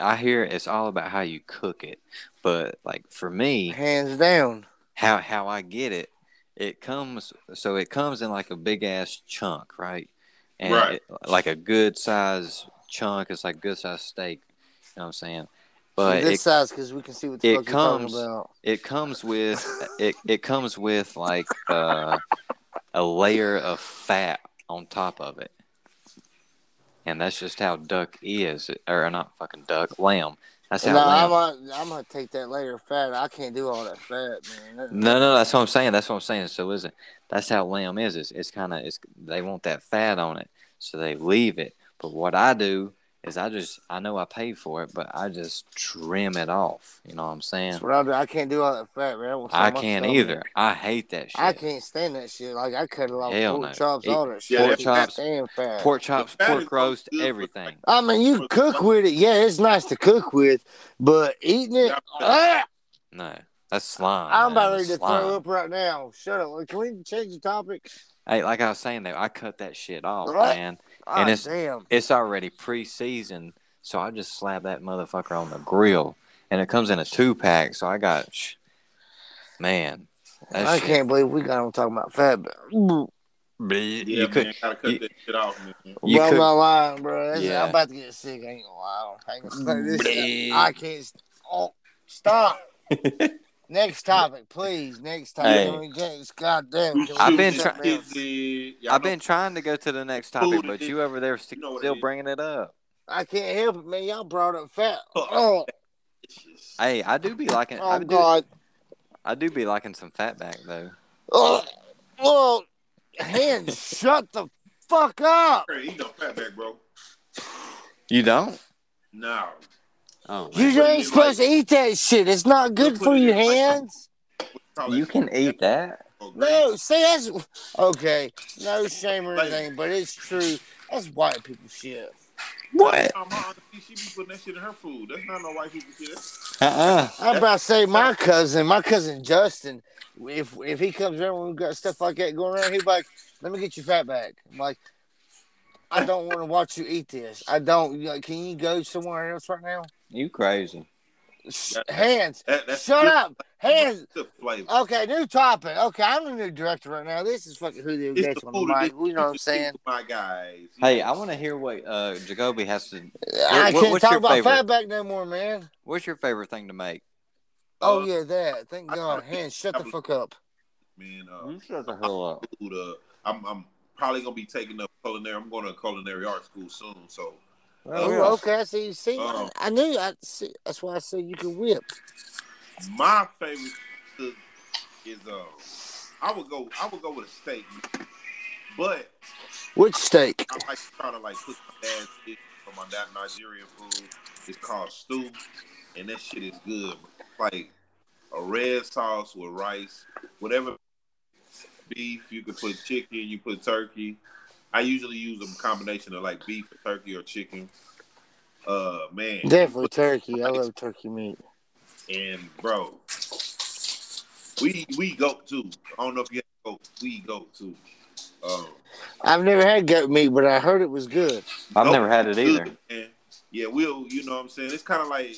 Speaker 2: I hear it's all about how you cook it, but like for me,
Speaker 1: Hands down.
Speaker 2: how how I get it, it comes so it comes in like a big ass chunk, right? And
Speaker 3: Right.
Speaker 2: it- like a good size chunk, it's like good size steak. You know what I'm saying? But
Speaker 1: this
Speaker 2: it,
Speaker 1: size because we can see what the
Speaker 2: it
Speaker 1: fuck you're talking
Speaker 2: comes-
Speaker 1: about.
Speaker 2: it comes with it it comes with like uh, a layer of fat on top of it. And that's just how duck is, or not fucking duck, lamb. That's how
Speaker 1: No,
Speaker 2: lamb.
Speaker 1: I'm gonna, I'm gonna take that later. Fat. I can't do all that fat, man. That-
Speaker 2: No, no, that's what I'm saying. That's what I'm saying. So is it? That's how lamb is. It's, it's kind of it's they want that fat on it, so they leave it. But what I do is I just I know I pay for it, but I just trim it off. You know what I'm saying?
Speaker 1: That's what I do. I can't do all that fat, man. That will
Speaker 2: I
Speaker 1: throw my
Speaker 2: can't
Speaker 1: stomach.
Speaker 2: either. I hate that shit.
Speaker 1: I can't stand that shit. Like I cut it off
Speaker 2: Hell
Speaker 1: pork
Speaker 2: no.
Speaker 1: chops,
Speaker 2: Eat
Speaker 1: all that shit.
Speaker 3: pork
Speaker 1: I can't
Speaker 2: chops,
Speaker 1: stand fat.
Speaker 2: Pork chops,
Speaker 3: fat is
Speaker 2: pork
Speaker 3: so
Speaker 2: roast,
Speaker 3: good for
Speaker 2: everything.
Speaker 1: I mean, you cook with it. Yeah, it's nice to cook with, but eating it,
Speaker 3: Yeah.
Speaker 1: Ah!
Speaker 2: No, that's slime.
Speaker 1: I'm
Speaker 2: Oh, man.
Speaker 1: about ready to
Speaker 2: Slime.
Speaker 1: throw up right now. Shut up. Can we change the topic?
Speaker 2: Hey, like I was saying though, I cut that shit off,
Speaker 1: Right.
Speaker 2: man.
Speaker 1: Ah,
Speaker 2: And it's-
Speaker 1: damn.
Speaker 2: it's already pre-seasoned, so I just slab that motherfucker on the grill, and it comes in a two-pack. So I got, sh- man, that
Speaker 1: I
Speaker 2: shit-
Speaker 1: can't believe we got on talking about fat. But, Ooh.
Speaker 2: Bleh.
Speaker 3: Yeah,
Speaker 2: you could,
Speaker 3: man, gotta cut
Speaker 2: you-
Speaker 3: that shit off, man.
Speaker 2: you
Speaker 1: bro, I'm
Speaker 2: could,
Speaker 1: not lying, bro. That's-
Speaker 2: Yeah.
Speaker 1: I'm about to get sick. I ain't gonna lie. I ain't gonna say this.
Speaker 2: Bleh.
Speaker 1: I can't. st- Oh, stop. next topic, please. Next topic.
Speaker 2: Hey.
Speaker 1: Can we change- God damn. can we
Speaker 2: I've
Speaker 1: do
Speaker 2: been
Speaker 1: something
Speaker 2: try-
Speaker 1: else?
Speaker 3: Yeah,
Speaker 2: I've been trying to go to the next topic, but you over there st-
Speaker 3: You know what it
Speaker 2: still
Speaker 3: is.
Speaker 2: bringing it up.
Speaker 1: I can't help it, man. Y'all brought up fat. Oh,
Speaker 2: Hey, I do be liking, I,
Speaker 1: oh
Speaker 2: do,
Speaker 1: God.
Speaker 2: I do be liking some fatback though.
Speaker 1: Oh, oh, hands, shut the fuck up.
Speaker 3: He don't fatback, bro.
Speaker 2: You don't?
Speaker 3: No.
Speaker 2: Oh,
Speaker 1: You
Speaker 3: what do
Speaker 1: ain't
Speaker 3: you
Speaker 1: supposed
Speaker 3: like?
Speaker 1: to eat that shit. It's not good
Speaker 3: Put
Speaker 1: for
Speaker 3: it
Speaker 1: your
Speaker 3: in like-
Speaker 1: hands.
Speaker 2: you can eat that.
Speaker 1: No, see, that's okay. No shame or anything, but it's true. That's white people shit.
Speaker 2: What?
Speaker 3: My mom, she be putting that shit in her food. That's not no white people shit.
Speaker 2: Uh-uh.
Speaker 1: I'm about to say my cousin, my cousin Justin. If if he comes around when we've got stuff like that going around, he's like, "Let me get your fat back." I'm like, "I don't want to watch you eat this. I don't. You're like, Can you go somewhere else right now?"
Speaker 2: You crazy?
Speaker 1: Sh- Hands,
Speaker 3: That, that's
Speaker 1: shut up, hands.
Speaker 3: The flavor.
Speaker 1: Okay, new topic. Okay, I'm the new director right now. This is fucking Julio
Speaker 3: It's the
Speaker 1: Gates on the
Speaker 3: food that
Speaker 1: mic. You know what I'm
Speaker 3: it's the food
Speaker 1: saying?
Speaker 3: for My guys.
Speaker 2: Hey, I want to hear what uh, Jacoby has to.
Speaker 1: I
Speaker 2: what-
Speaker 1: can't
Speaker 2: what's
Speaker 1: talk
Speaker 2: your
Speaker 1: about
Speaker 2: favorite?
Speaker 1: fat back no more, man.
Speaker 2: What's your favorite thing to make?
Speaker 1: Oh
Speaker 3: Uh,
Speaker 1: yeah, that. Thank
Speaker 3: I-
Speaker 1: God. Hands, shut the fuck up.
Speaker 3: man. Uh,
Speaker 1: Hmm?
Speaker 2: You shut the hell up.
Speaker 3: food, uh, I'm, I'm probably gonna be taking up culinary. I'm going to culinary art school soon, so
Speaker 1: Oh,
Speaker 3: yeah.
Speaker 1: okay. I see. See, I,
Speaker 3: Uh-oh.
Speaker 1: I knew. I see. That's why I said you can whip.
Speaker 3: my favorite cook is uh, I would go I would go with a steak, but
Speaker 1: Which steak?
Speaker 3: I like to try to like cook my dad's dish or from my Ni- Nigerian food. It's called stew, and that shit is good. Like a red sauce with rice, whatever beef you could put chicken, you put turkey. I usually use a combination of like beef, or turkey, or chicken. Uh, man,
Speaker 1: Definitely turkey. I love turkey meat.
Speaker 3: and bro, we we goat too. I don't know if you have goat. We goat too. Um,
Speaker 1: I've never had goat meat, but I heard it was good.
Speaker 2: I've
Speaker 3: Nope.
Speaker 2: never had it either.
Speaker 3: good, man. Yeah, we'll. You know what I'm saying? It's kind of like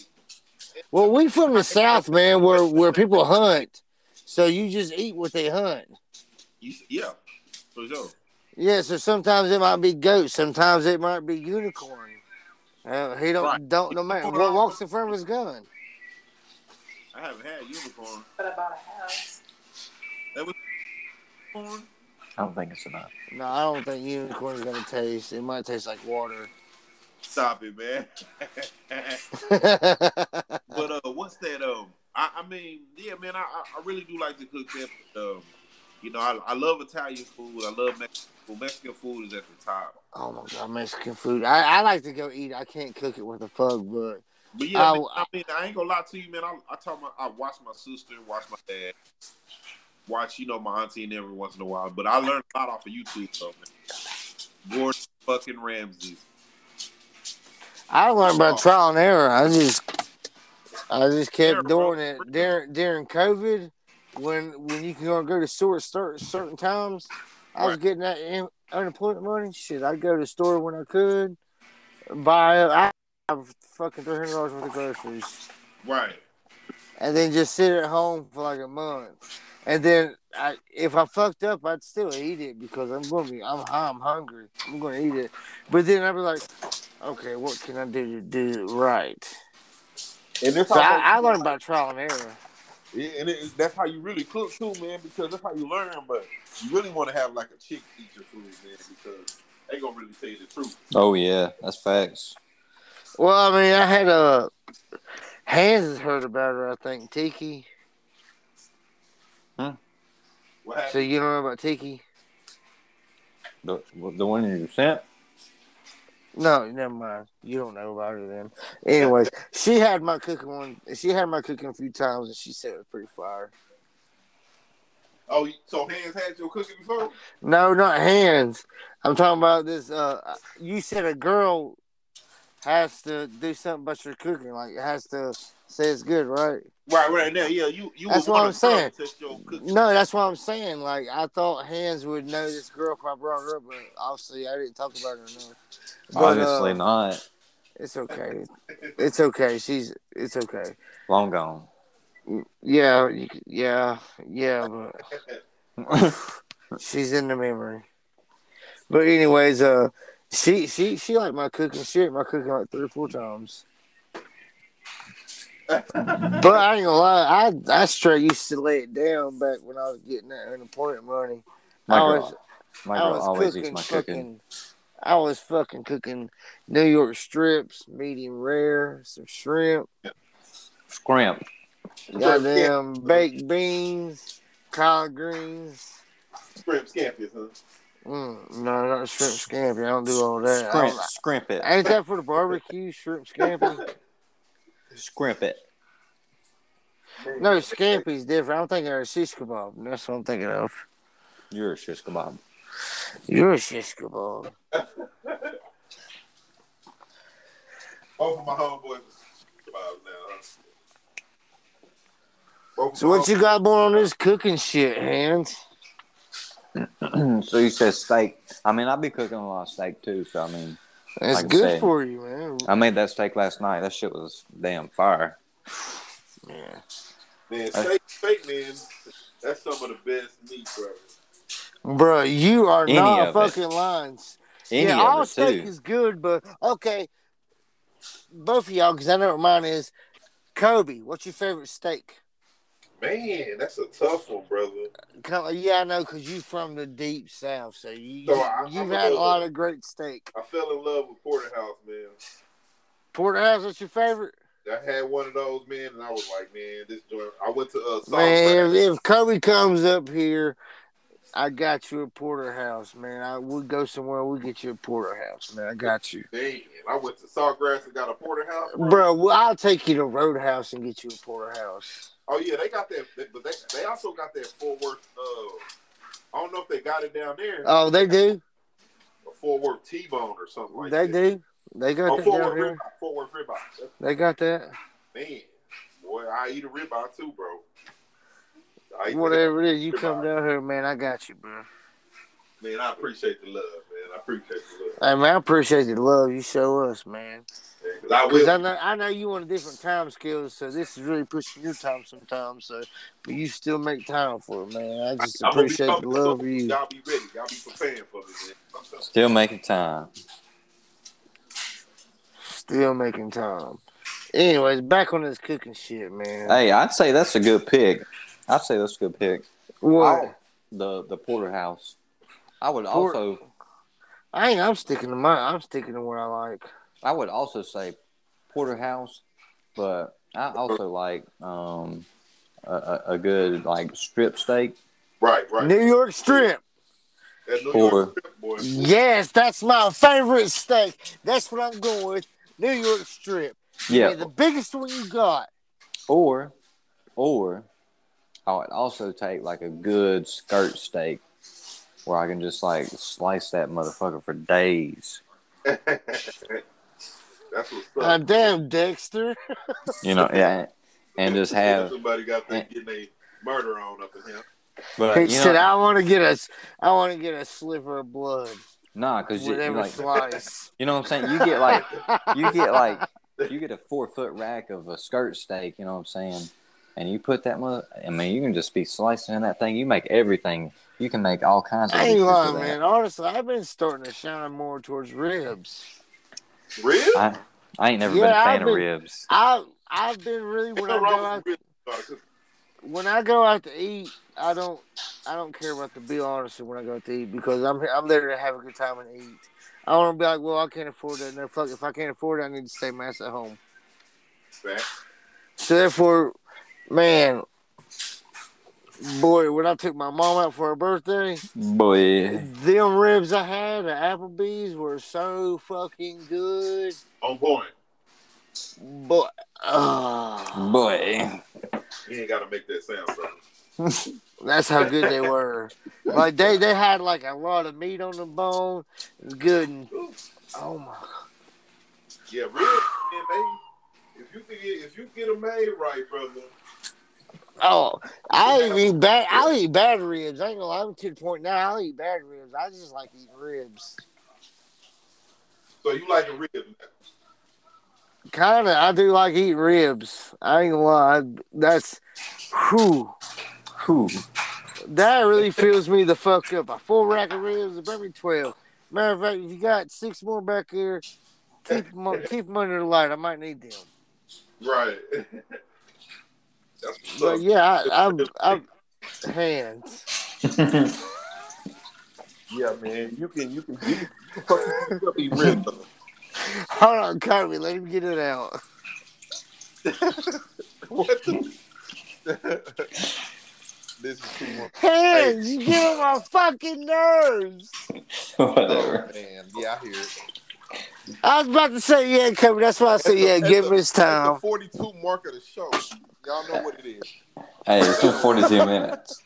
Speaker 1: Well, we from the south, man, where where people hunt, so you just eat what they hunt.
Speaker 3: you, yeah, for sure.
Speaker 1: Yeah, so sometimes it might be goat, sometimes it might be unicorn. Uh, he don't
Speaker 3: Right.
Speaker 1: don't no matter what walks in front of his gun.
Speaker 3: I haven't had unicorn.
Speaker 4: But I bought a house.
Speaker 3: Corn?
Speaker 2: I don't think it's enough.
Speaker 1: No, I don't think unicorn's gonna taste. It might taste like water.
Speaker 3: Stop it, man. but uh, what's that? Um, I, I mean, yeah, man, I, I- I really do like to cook that. but, Um, you know, I, I love Italian food. I love Mexican food. Mexican food is at the top.
Speaker 1: oh my god, Mexican food. I, I like to go eat. I can't cook it with a fuck, but
Speaker 3: But yeah,
Speaker 1: Oh,
Speaker 3: man, I mean, I ain't gonna lie to you, man. I, I talk my, I watch my sister, watch my dad, watch you know my auntie and every once in a while. But I learned a lot off of YouTube, though, man. Gordon fucking Ramsay.
Speaker 1: I learned by trial and error. I just I just kept
Speaker 3: Error, bro.
Speaker 1: doing it during during COVID when when you can go to store certain certain times. I was
Speaker 3: Right.
Speaker 1: getting that in, unemployment money. Shit, I'd go to the store when I could. Buy I have fucking three hundred dollars worth of groceries,
Speaker 3: Right.
Speaker 1: and then just sit at home for like a month. And then I, if I fucked up, I'd still eat it because I'm gonna be I'm I'm hungry. I'm gonna eat it, but then I'd be like, okay, what can I do to do it right?
Speaker 3: And that's
Speaker 1: So I, I learned by trial and error.
Speaker 3: Yeah, and it, that's how you really cook too, man, because that's how you learn. But you really want to have like a chick eat your food, man, because they gonna really tell you the truth.
Speaker 2: Oh yeah, that's facts.
Speaker 1: Well, I mean, I had a Hans has heard about her, I think. Tiki.
Speaker 3: What
Speaker 1: So
Speaker 3: happened?
Speaker 1: you don't know about Tiki?
Speaker 2: The the one you sent.
Speaker 1: No, never mind. You don't know about her then. Anyways, she had my cooking one. She had my cooking a few times, and she said it was pretty fire.
Speaker 3: Oh, so hands had your cooking before?
Speaker 1: No, not hands. I'm talking about this. Uh, you said a girl has to do something about your cooking, like it has to say it's good, right?
Speaker 3: Right, right now, yeah. You, you.
Speaker 1: That's
Speaker 3: would
Speaker 1: what
Speaker 3: wanna
Speaker 1: I'm saying.
Speaker 3: test your cooking.
Speaker 1: No, that's what I'm saying. Like I thought Hands would know this girl if I brought her up, but obviously I didn't talk about her enough. But,
Speaker 2: Obviously
Speaker 1: uh,
Speaker 2: not.
Speaker 1: It's okay. It's okay. She's it's okay.
Speaker 2: Long gone.
Speaker 1: Yeah, you c- yeah, yeah, but she's in the memory. But anyways, uh she she she liked my cooking. She ate my cooking like three or four times. but I ain't gonna lie, I I straight used to lay it down back when I was getting that unemployment money.
Speaker 2: My
Speaker 1: I
Speaker 2: girl,
Speaker 1: was-
Speaker 2: my
Speaker 1: I
Speaker 2: girl
Speaker 1: was
Speaker 2: always
Speaker 1: oh, cooking
Speaker 2: eats my
Speaker 1: fucking,
Speaker 2: cooking.
Speaker 1: I was fucking cooking New York strips, medium rare, some shrimp,
Speaker 2: Scrimp.
Speaker 1: goddamn baked beans, collard greens.
Speaker 3: Scrimp scampi, huh?
Speaker 1: Mm, no, not shrimp scampi. I don't do all that. I
Speaker 2: Scrimp.
Speaker 1: don't-
Speaker 2: Scrimp it.
Speaker 1: Ain't that for the barbecue shrimp scampi?
Speaker 2: Scrimp it.
Speaker 1: No, scampi's different. I'm thinking of shish kebab. That's what I'm thinking of.
Speaker 2: You're a shish kebab.
Speaker 1: You're a shish kebab.
Speaker 3: Both of my homeboys about now. huh? Both of
Speaker 1: So
Speaker 3: my
Speaker 1: what you got going on this cooking shit, hands?
Speaker 2: so you said steak. I mean, I've been cooking a lot of steak too. So I mean,
Speaker 1: That's
Speaker 2: Like I
Speaker 1: good
Speaker 2: said.
Speaker 1: for you, man.
Speaker 2: I made that steak last night. That shit was damn fire.
Speaker 1: Yeah.
Speaker 3: Man, steak, steak, man, that's some of the best meat, bro.
Speaker 1: Bro, you are
Speaker 2: Any
Speaker 1: not
Speaker 2: of it.
Speaker 1: fucking lying.
Speaker 2: Any
Speaker 1: yeah, all
Speaker 2: of it
Speaker 1: steak
Speaker 2: too.
Speaker 1: is good, but okay. Both of y'all, because I know what mine is. Kobe, what's your favorite steak?
Speaker 3: Man, that's a tough one, brother.
Speaker 1: Co- Yeah, I know, because you from the deep south, so you,
Speaker 3: So I-
Speaker 1: you've
Speaker 3: I'm
Speaker 1: had a
Speaker 3: gonna-
Speaker 1: lot of great steak.
Speaker 3: I fell in love with porterhouse, man.
Speaker 1: Porterhouse, what's your favorite?
Speaker 3: I had one of those, man, and I was like, man, this joint. I went to uh, Salt
Speaker 1: Man, if, if Kobe comes up here, I got you a porterhouse, man. I we'll go somewhere. We'll get you a porterhouse, man. I got you,
Speaker 3: Damn, I went to Sawgrass and got a porterhouse.
Speaker 1: bro. Well, I'll take you to Roadhouse and get you a porterhouse.
Speaker 3: Oh yeah, they got that, they- but they they also got that Fort Worth. Uh, I don't know if they got it down there.
Speaker 1: Oh, they do.
Speaker 3: a Fort Worth T-bone or something like
Speaker 1: They
Speaker 3: that.
Speaker 1: do. They got
Speaker 3: Oh,
Speaker 1: that
Speaker 3: Fort
Speaker 1: down
Speaker 3: Worth
Speaker 1: here.
Speaker 3: ribeye. Fort Worth ribeye. That's-
Speaker 1: They got that.
Speaker 3: Man, boy, I eat a ribeye too, bro. I eat
Speaker 1: Whatever it is, you
Speaker 3: Goodbye.
Speaker 1: come down here, man. I got you, bro.
Speaker 3: Man, I appreciate the love, man. I appreciate the love.
Speaker 1: Hey, man, I appreciate the love you show us, man.
Speaker 3: man, 'cause I
Speaker 1: Because
Speaker 3: will.
Speaker 1: I know, I know you on a different time scale, so this is really pushing your time sometimes. So, but you still make time for it, man. I just
Speaker 3: I'm gonna be
Speaker 1: appreciate the
Speaker 3: talking to
Speaker 1: love
Speaker 3: some-
Speaker 1: you.
Speaker 3: Y'all be ready. Y'all be preparing for this. Man. I'm telling
Speaker 2: Still making time.
Speaker 1: Still making time. Anyways, back on this cooking shit, man.
Speaker 2: Hey, I'd say that's a good pick. I'd say that's a good pick.
Speaker 1: what?
Speaker 2: I'll- the the porterhouse. I would
Speaker 1: Port-
Speaker 2: also
Speaker 1: I ain't. I'm sticking to my. I'm sticking to what I like.
Speaker 2: I would also say porterhouse, but I also like um a, a, a good like strip steak.
Speaker 3: you. Right, right.
Speaker 1: New York strip.
Speaker 3: That New
Speaker 2: Or-
Speaker 3: York strip, boy.
Speaker 1: Yes, that's my favorite steak. That's what I'm going with. New York strip.
Speaker 2: Yeah,
Speaker 1: the biggest one you got.
Speaker 2: or or I would also take like a good skirt steak where I can just like slice that motherfucker for days.
Speaker 3: That's what's
Speaker 1: Uh,
Speaker 3: up.
Speaker 1: damn, Dexter.
Speaker 2: You know, yeah, and just have.
Speaker 3: somebody got that getting a murder on up in here.
Speaker 2: But
Speaker 1: He
Speaker 2: you
Speaker 1: said,
Speaker 2: know,
Speaker 1: "I want to get a, I want to get a sliver of blood
Speaker 2: nah, because you,
Speaker 1: with
Speaker 2: you
Speaker 1: every
Speaker 2: like,
Speaker 1: slice."
Speaker 2: you know what I'm saying. You get like you get like you get a four foot rack of a skirt steak, you know what I'm saying? And you put that mother I mean, you can just be slicing in that thing. You make everything. You can make all kinds of
Speaker 1: I ain't
Speaker 2: dishes with
Speaker 1: lying,
Speaker 2: that.
Speaker 1: man. Honestly, I've been starting to shine more towards ribs.
Speaker 3: Real?
Speaker 2: I, I ain't never
Speaker 1: Yeah,
Speaker 2: been a fan
Speaker 1: I've been-
Speaker 2: of ribs.
Speaker 1: I I've been really
Speaker 3: Ain't
Speaker 1: when I
Speaker 3: no
Speaker 1: go
Speaker 3: wrong
Speaker 1: out
Speaker 3: with ribs.
Speaker 1: when I go out to eat, I don't I don't care about the bill honestly when I go out to eat because I'm I'm there to have a good time and eat. I don't want to be like, well, I can't afford that. No, fuck. If I can't afford it, I need to stay mass at home.
Speaker 3: Facts.
Speaker 1: So therefore, man, boy, when I took my mom out for her birthday,
Speaker 2: Boy.
Speaker 1: them ribs I had at Applebee's were so fucking good.
Speaker 3: On point.
Speaker 1: But uh,
Speaker 2: Boy.
Speaker 3: You ain't got to make that sound, bro.
Speaker 1: that's how good they were. Like they they had like a lot of meat on the bone, good. And, oh my.
Speaker 3: Yeah, real. Man, they, if you can get if you get them made right, brother.
Speaker 1: Oh, I eat bad. I eat bad ribs. I ain't gonna lie. I'm to the point now. I'll eat bad ribs. I just like eating ribs.
Speaker 3: So you like the rib?
Speaker 1: Kinda. I do like eating ribs. I ain't gonna lie. That's whew.
Speaker 2: Whew.
Speaker 1: That really fills me the fuck up. A full rack of ribs, bring me twelve. Matter of fact, if you got six more back here, keep them, keep 'em under the light. I might need them.
Speaker 3: Right. That's what's
Speaker 1: But
Speaker 3: up.
Speaker 1: yeah, I, I'm, I'm hands.
Speaker 3: Yeah, man. You can you can you can, you can fucking you can be real. brother.
Speaker 1: Hold on, Kirby. Let him get it out.
Speaker 3: What the? this is too much.
Speaker 1: Hands, you get on my fucking nerves.
Speaker 2: Whatever.
Speaker 3: Oh, man. Yeah, I hear it.
Speaker 1: I was about to say, yeah, Kobe. That's why I said, yeah,
Speaker 3: That's
Speaker 1: give
Speaker 3: a-
Speaker 1: him his
Speaker 3: That's
Speaker 1: time.
Speaker 3: the 42 mark of the show. Y'all know what it is.
Speaker 2: Hey, it's been 42 minutes.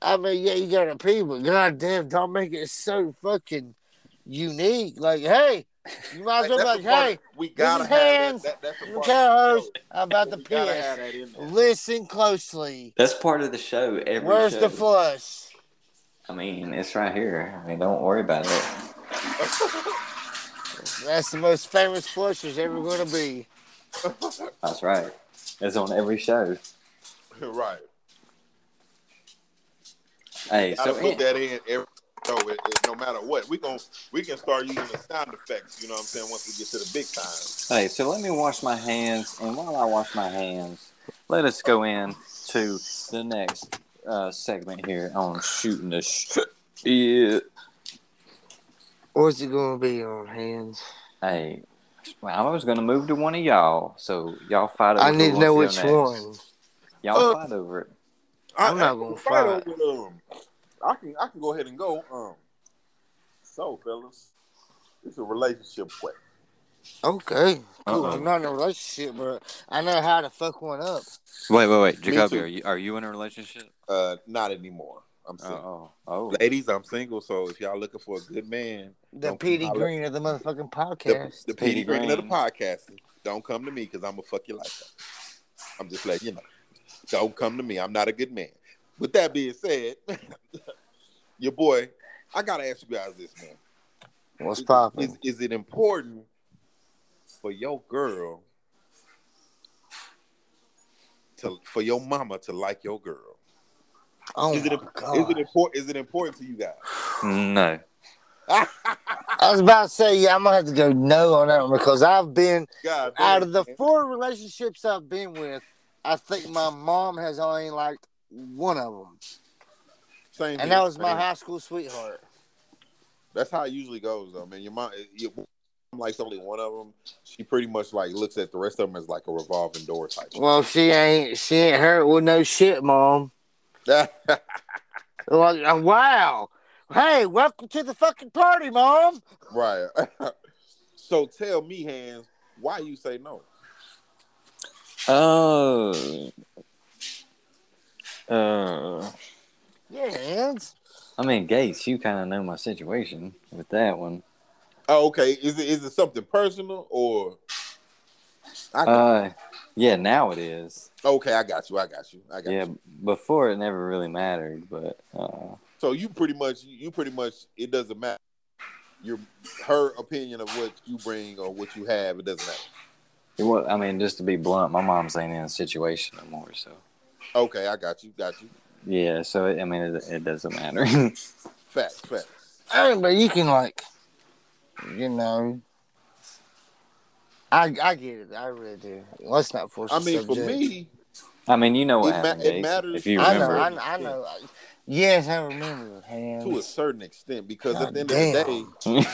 Speaker 1: I mean, yeah, you got to pee, but goddamn, don't make it so fucking unique. Like, hey, you might as well be like,
Speaker 3: That's the part-
Speaker 1: hey,
Speaker 3: we gotta
Speaker 1: is
Speaker 3: have
Speaker 1: hands.
Speaker 3: That, that, that's the
Speaker 1: I'm
Speaker 3: part of
Speaker 1: co-host.
Speaker 3: the
Speaker 1: I'm about
Speaker 3: show.
Speaker 1: to
Speaker 3: We gotta have
Speaker 1: piss.
Speaker 3: that in there.
Speaker 1: Listen closely.
Speaker 2: That's part of the show. Every
Speaker 1: Where's
Speaker 2: show.
Speaker 1: the flush?
Speaker 2: I mean, it's right here. I mean, don't worry about it.
Speaker 1: That's the most famous flush there's ever going to be.
Speaker 2: That's right. It's on every show.
Speaker 3: right.
Speaker 2: Hey,
Speaker 3: gotta
Speaker 2: so
Speaker 3: put that in every show, it, it- no matter what. We gon' we can start using the sound effects. You know what I'm saying? Once we get to the big time,
Speaker 2: Hey, so let me wash my hands, and while I wash my hands, let us go in to the next uh, segment here on shooting the sh- yeah.
Speaker 1: What's it going to be on hands?
Speaker 2: Hey, well, I was gonna move to one of y'all, so y'all fight over.
Speaker 1: I need to
Speaker 2: who
Speaker 1: know
Speaker 2: wants
Speaker 1: which
Speaker 2: to go next.
Speaker 1: one.
Speaker 2: Y'all
Speaker 3: Uh,
Speaker 2: fight over it.
Speaker 1: I'm
Speaker 3: I-
Speaker 1: not
Speaker 3: I-
Speaker 1: gonna
Speaker 3: fight
Speaker 1: fight.
Speaker 3: over them. I can I can go ahead and go. Um, so fellas, it's a relationship way.
Speaker 1: Okay. Cool.
Speaker 3: Uh-uh.
Speaker 2: Uh-oh.
Speaker 1: I'm not in a relationship, but I know how to fuck one up.
Speaker 2: Wait, wait, wait,
Speaker 3: too.
Speaker 2: Jacoby, are you are you in a relationship?
Speaker 3: Uh, not anymore. I'm
Speaker 2: Oh,
Speaker 3: single.
Speaker 2: oh, oh.
Speaker 3: Uh, Ladies, I'm single. So if y'all looking for a good man,
Speaker 1: The
Speaker 3: Don't
Speaker 1: PD
Speaker 3: holler.
Speaker 1: Green of the motherfucking
Speaker 3: the,
Speaker 1: podcast.
Speaker 3: the Petey
Speaker 2: Petey
Speaker 3: Green of the
Speaker 2: Green.
Speaker 3: podcast, don't come to me because I'm gonna fuck your life up. I'm just letting you know. Don't come to me. I'm not a good man. With that being said, your boy, I gotta ask you guys this, man.
Speaker 1: What's
Speaker 3: Is-
Speaker 1: poppin'?
Speaker 3: Is, is it important for your girl to for your mama to like your girl?
Speaker 1: Oh
Speaker 3: Is it,
Speaker 1: my
Speaker 3: imp- is
Speaker 1: God.
Speaker 3: it important? Is it important to you
Speaker 2: oh. No.
Speaker 3: guys?
Speaker 1: I was about to say, yeah, I'm gonna have to go no on that one because I've been
Speaker 3: God,
Speaker 1: out of
Speaker 3: damn,
Speaker 1: the four relationships I've been with, I think my mom has only liked one of them,
Speaker 3: Same
Speaker 1: and
Speaker 3: here,
Speaker 1: that was my
Speaker 3: same here.
Speaker 1: high school sweetheart.
Speaker 3: That's how it usually goes, though, man. Your mom, your mom likes only one of them. She pretty much like looks at the rest of them as like a revolving door type.
Speaker 1: Well, she ain't, she ain't hurt with no shit, mom. Like, uh, wow. Hey, welcome to the fucking party, mom.
Speaker 3: right. so tell me, hands, why you say no?
Speaker 2: Oh. Uh,
Speaker 1: Yeah, hands.
Speaker 2: I mean, Gates, you kind of know my situation with that one.
Speaker 3: Oh, okay. Is it is it something personal or? I got,
Speaker 2: Uh, yeah, now it is.
Speaker 3: okay, I got you. I got you. I got
Speaker 2: Yeah,
Speaker 3: you.
Speaker 2: before it never really mattered, but uh,
Speaker 3: So you pretty much, you pretty much, it doesn't matter. Your her opinion of what you bring or what you have, it doesn't matter.
Speaker 2: it was, I mean, just to be blunt, my mom's ain't in a situation no more, so
Speaker 3: Okay, I got you. Got you.
Speaker 2: yeah. So it, I mean, it, it doesn't matter.
Speaker 3: Facts. Facts.
Speaker 1: Hey, but you can like, you know. I, I get it. I really do. Let's not force.
Speaker 3: I
Speaker 1: the
Speaker 3: mean, for
Speaker 1: subject.
Speaker 3: me,
Speaker 2: I mean, you know what
Speaker 3: It ma-
Speaker 2: happened,
Speaker 3: it
Speaker 2: Gates,
Speaker 3: matters.
Speaker 2: if you
Speaker 1: I
Speaker 2: remember.
Speaker 1: know, I know, I know. Yes, I remember. Hands.
Speaker 3: to a certain extent because at
Speaker 1: God
Speaker 3: the end of the
Speaker 1: damn.
Speaker 3: day,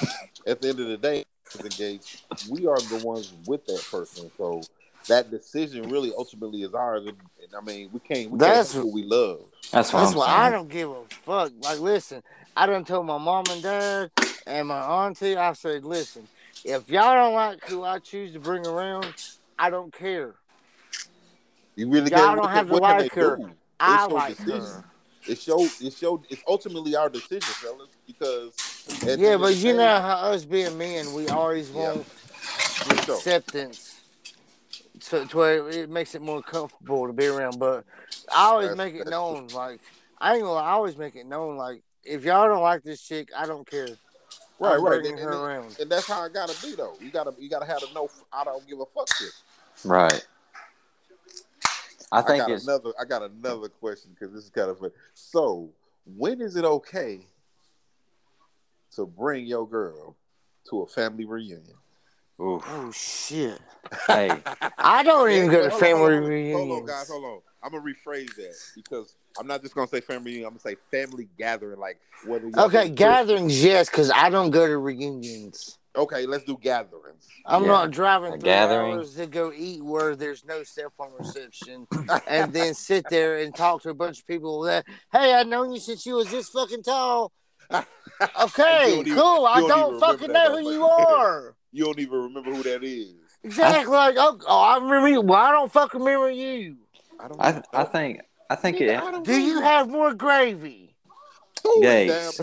Speaker 3: at the end of the day, the gates, we are the ones with that person. So that decision really ultimately is ours. And and I mean, we can't. We
Speaker 1: That's-
Speaker 3: can't what we love.
Speaker 2: That's what
Speaker 1: That's
Speaker 2: I'm
Speaker 1: why I
Speaker 2: saying.
Speaker 1: don't give a fuck. Like, listen, I done told my mom and dad and my auntie, I said, listen, if y'all don't like who I choose to bring around, I don't care.
Speaker 3: You really
Speaker 1: Y'all
Speaker 3: can't.
Speaker 1: don't
Speaker 3: what
Speaker 1: have
Speaker 3: can-
Speaker 1: to
Speaker 3: what can
Speaker 1: like
Speaker 3: they
Speaker 1: her.
Speaker 3: do?
Speaker 1: I
Speaker 3: It's your
Speaker 1: like
Speaker 3: decision.
Speaker 1: her.
Speaker 3: It's your. It's your. It's ultimately our decision, fellas. Because at the end
Speaker 1: Yeah,
Speaker 3: of
Speaker 1: but
Speaker 3: the
Speaker 1: you
Speaker 3: day-
Speaker 1: know how us being men, we always
Speaker 3: Yeah.
Speaker 1: want
Speaker 3: For sure.
Speaker 1: acceptance. So to where it makes it more comfortable to be around. But I always
Speaker 3: That's-
Speaker 1: make it
Speaker 3: that's
Speaker 1: known, like I ain't gonna. lie, I always make it known, like if y'all don't like this chick, I don't care.
Speaker 3: right,
Speaker 1: I'm
Speaker 3: right.
Speaker 1: bringing
Speaker 3: And,
Speaker 1: her
Speaker 3: and-
Speaker 1: around.
Speaker 3: and that's how it gotta be though. You gotta you gotta have to know I don't give a fuck shit.
Speaker 2: Right. I
Speaker 3: I,
Speaker 2: think
Speaker 3: got
Speaker 2: it's
Speaker 3: another. I got another question because this is kind of fun. So, when is it okay to bring your girl to a family reunion?
Speaker 2: oof,
Speaker 1: Oh shit!
Speaker 2: hey,
Speaker 1: I don't even go to
Speaker 3: Hold on, hold
Speaker 1: family
Speaker 3: on, Hold on,
Speaker 1: reunions.
Speaker 3: guys. Hold on. I'm gonna rephrase that because I'm not just gonna say family reunion. I'm gonna say family gathering. Like whether y'all
Speaker 1: Okay,
Speaker 3: do-
Speaker 1: gatherings, yes, because I don't go to reunions.
Speaker 3: Okay, let's do gatherings.
Speaker 1: I'm
Speaker 2: Yeah.
Speaker 1: not driving
Speaker 2: A
Speaker 1: three
Speaker 2: gathering.
Speaker 1: hours to go eat where there's no cell phone reception, and then sit there and talk to a bunch of people that, hey, I've known you since you was this fucking tall. Okay,
Speaker 3: don't even-
Speaker 1: cool. I
Speaker 3: you don't even
Speaker 1: don't
Speaker 3: remember
Speaker 1: fucking
Speaker 3: that
Speaker 1: know who you
Speaker 3: motherfucker.
Speaker 1: are.
Speaker 3: You don't even remember who that is.
Speaker 1: Exactly. like, oh, oh, I remember you. Well, I don't fucking remember you.
Speaker 3: I don't.
Speaker 2: I I think I think it
Speaker 1: Do
Speaker 3: Mm-hmm.
Speaker 1: you have more gravy?
Speaker 2: Gates.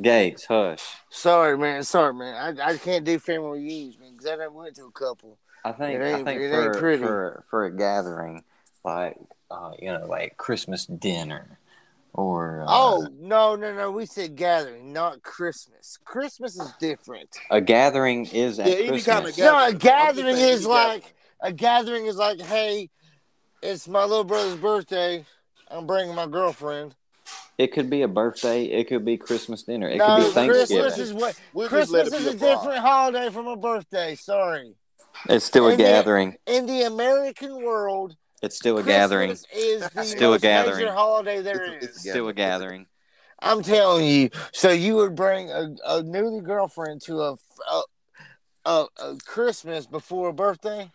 Speaker 2: Gates hush.
Speaker 1: Sorry, man. Sorry, man. I, I can't do family reunions, man, because I done went to a couple.
Speaker 2: I think
Speaker 1: It
Speaker 2: I
Speaker 1: ain't-
Speaker 2: think
Speaker 1: it
Speaker 2: for,
Speaker 1: ain't pretty.
Speaker 2: for for a gathering like uh, you know like Christmas dinner or uh,
Speaker 1: oh no, no, no. We said gathering, not Christmas. Christmas is different.
Speaker 2: a gathering is at
Speaker 3: Yeah, any
Speaker 2: Christmas.
Speaker 3: kind of
Speaker 1: No, a
Speaker 3: gathering. I'm just saying
Speaker 1: gathering
Speaker 3: any
Speaker 1: is like- A gathering is like, hey, it's my little brother's birthday. I'm bringing my girlfriend.
Speaker 2: It could be a birthday. It could be Christmas dinner. It
Speaker 1: no,
Speaker 2: could be Thanksgiving.
Speaker 1: Christmas is what
Speaker 3: We'll just let
Speaker 1: Christmas
Speaker 3: it
Speaker 1: is
Speaker 3: be
Speaker 1: a
Speaker 3: broad.
Speaker 1: different holiday from a birthday. Sorry.
Speaker 2: It's still a
Speaker 1: And then-
Speaker 2: gathering.
Speaker 1: In the American world,
Speaker 2: It's still a
Speaker 1: Christmas
Speaker 2: gathering.
Speaker 1: is the
Speaker 2: Still a
Speaker 1: most
Speaker 2: gathering.
Speaker 1: major holiday there
Speaker 3: It's-
Speaker 1: is.
Speaker 3: it's-
Speaker 2: It's still a gathering.
Speaker 1: I'm telling you. So you would bring a, a newly girlfriend to a, a, a, a Christmas before a birthday?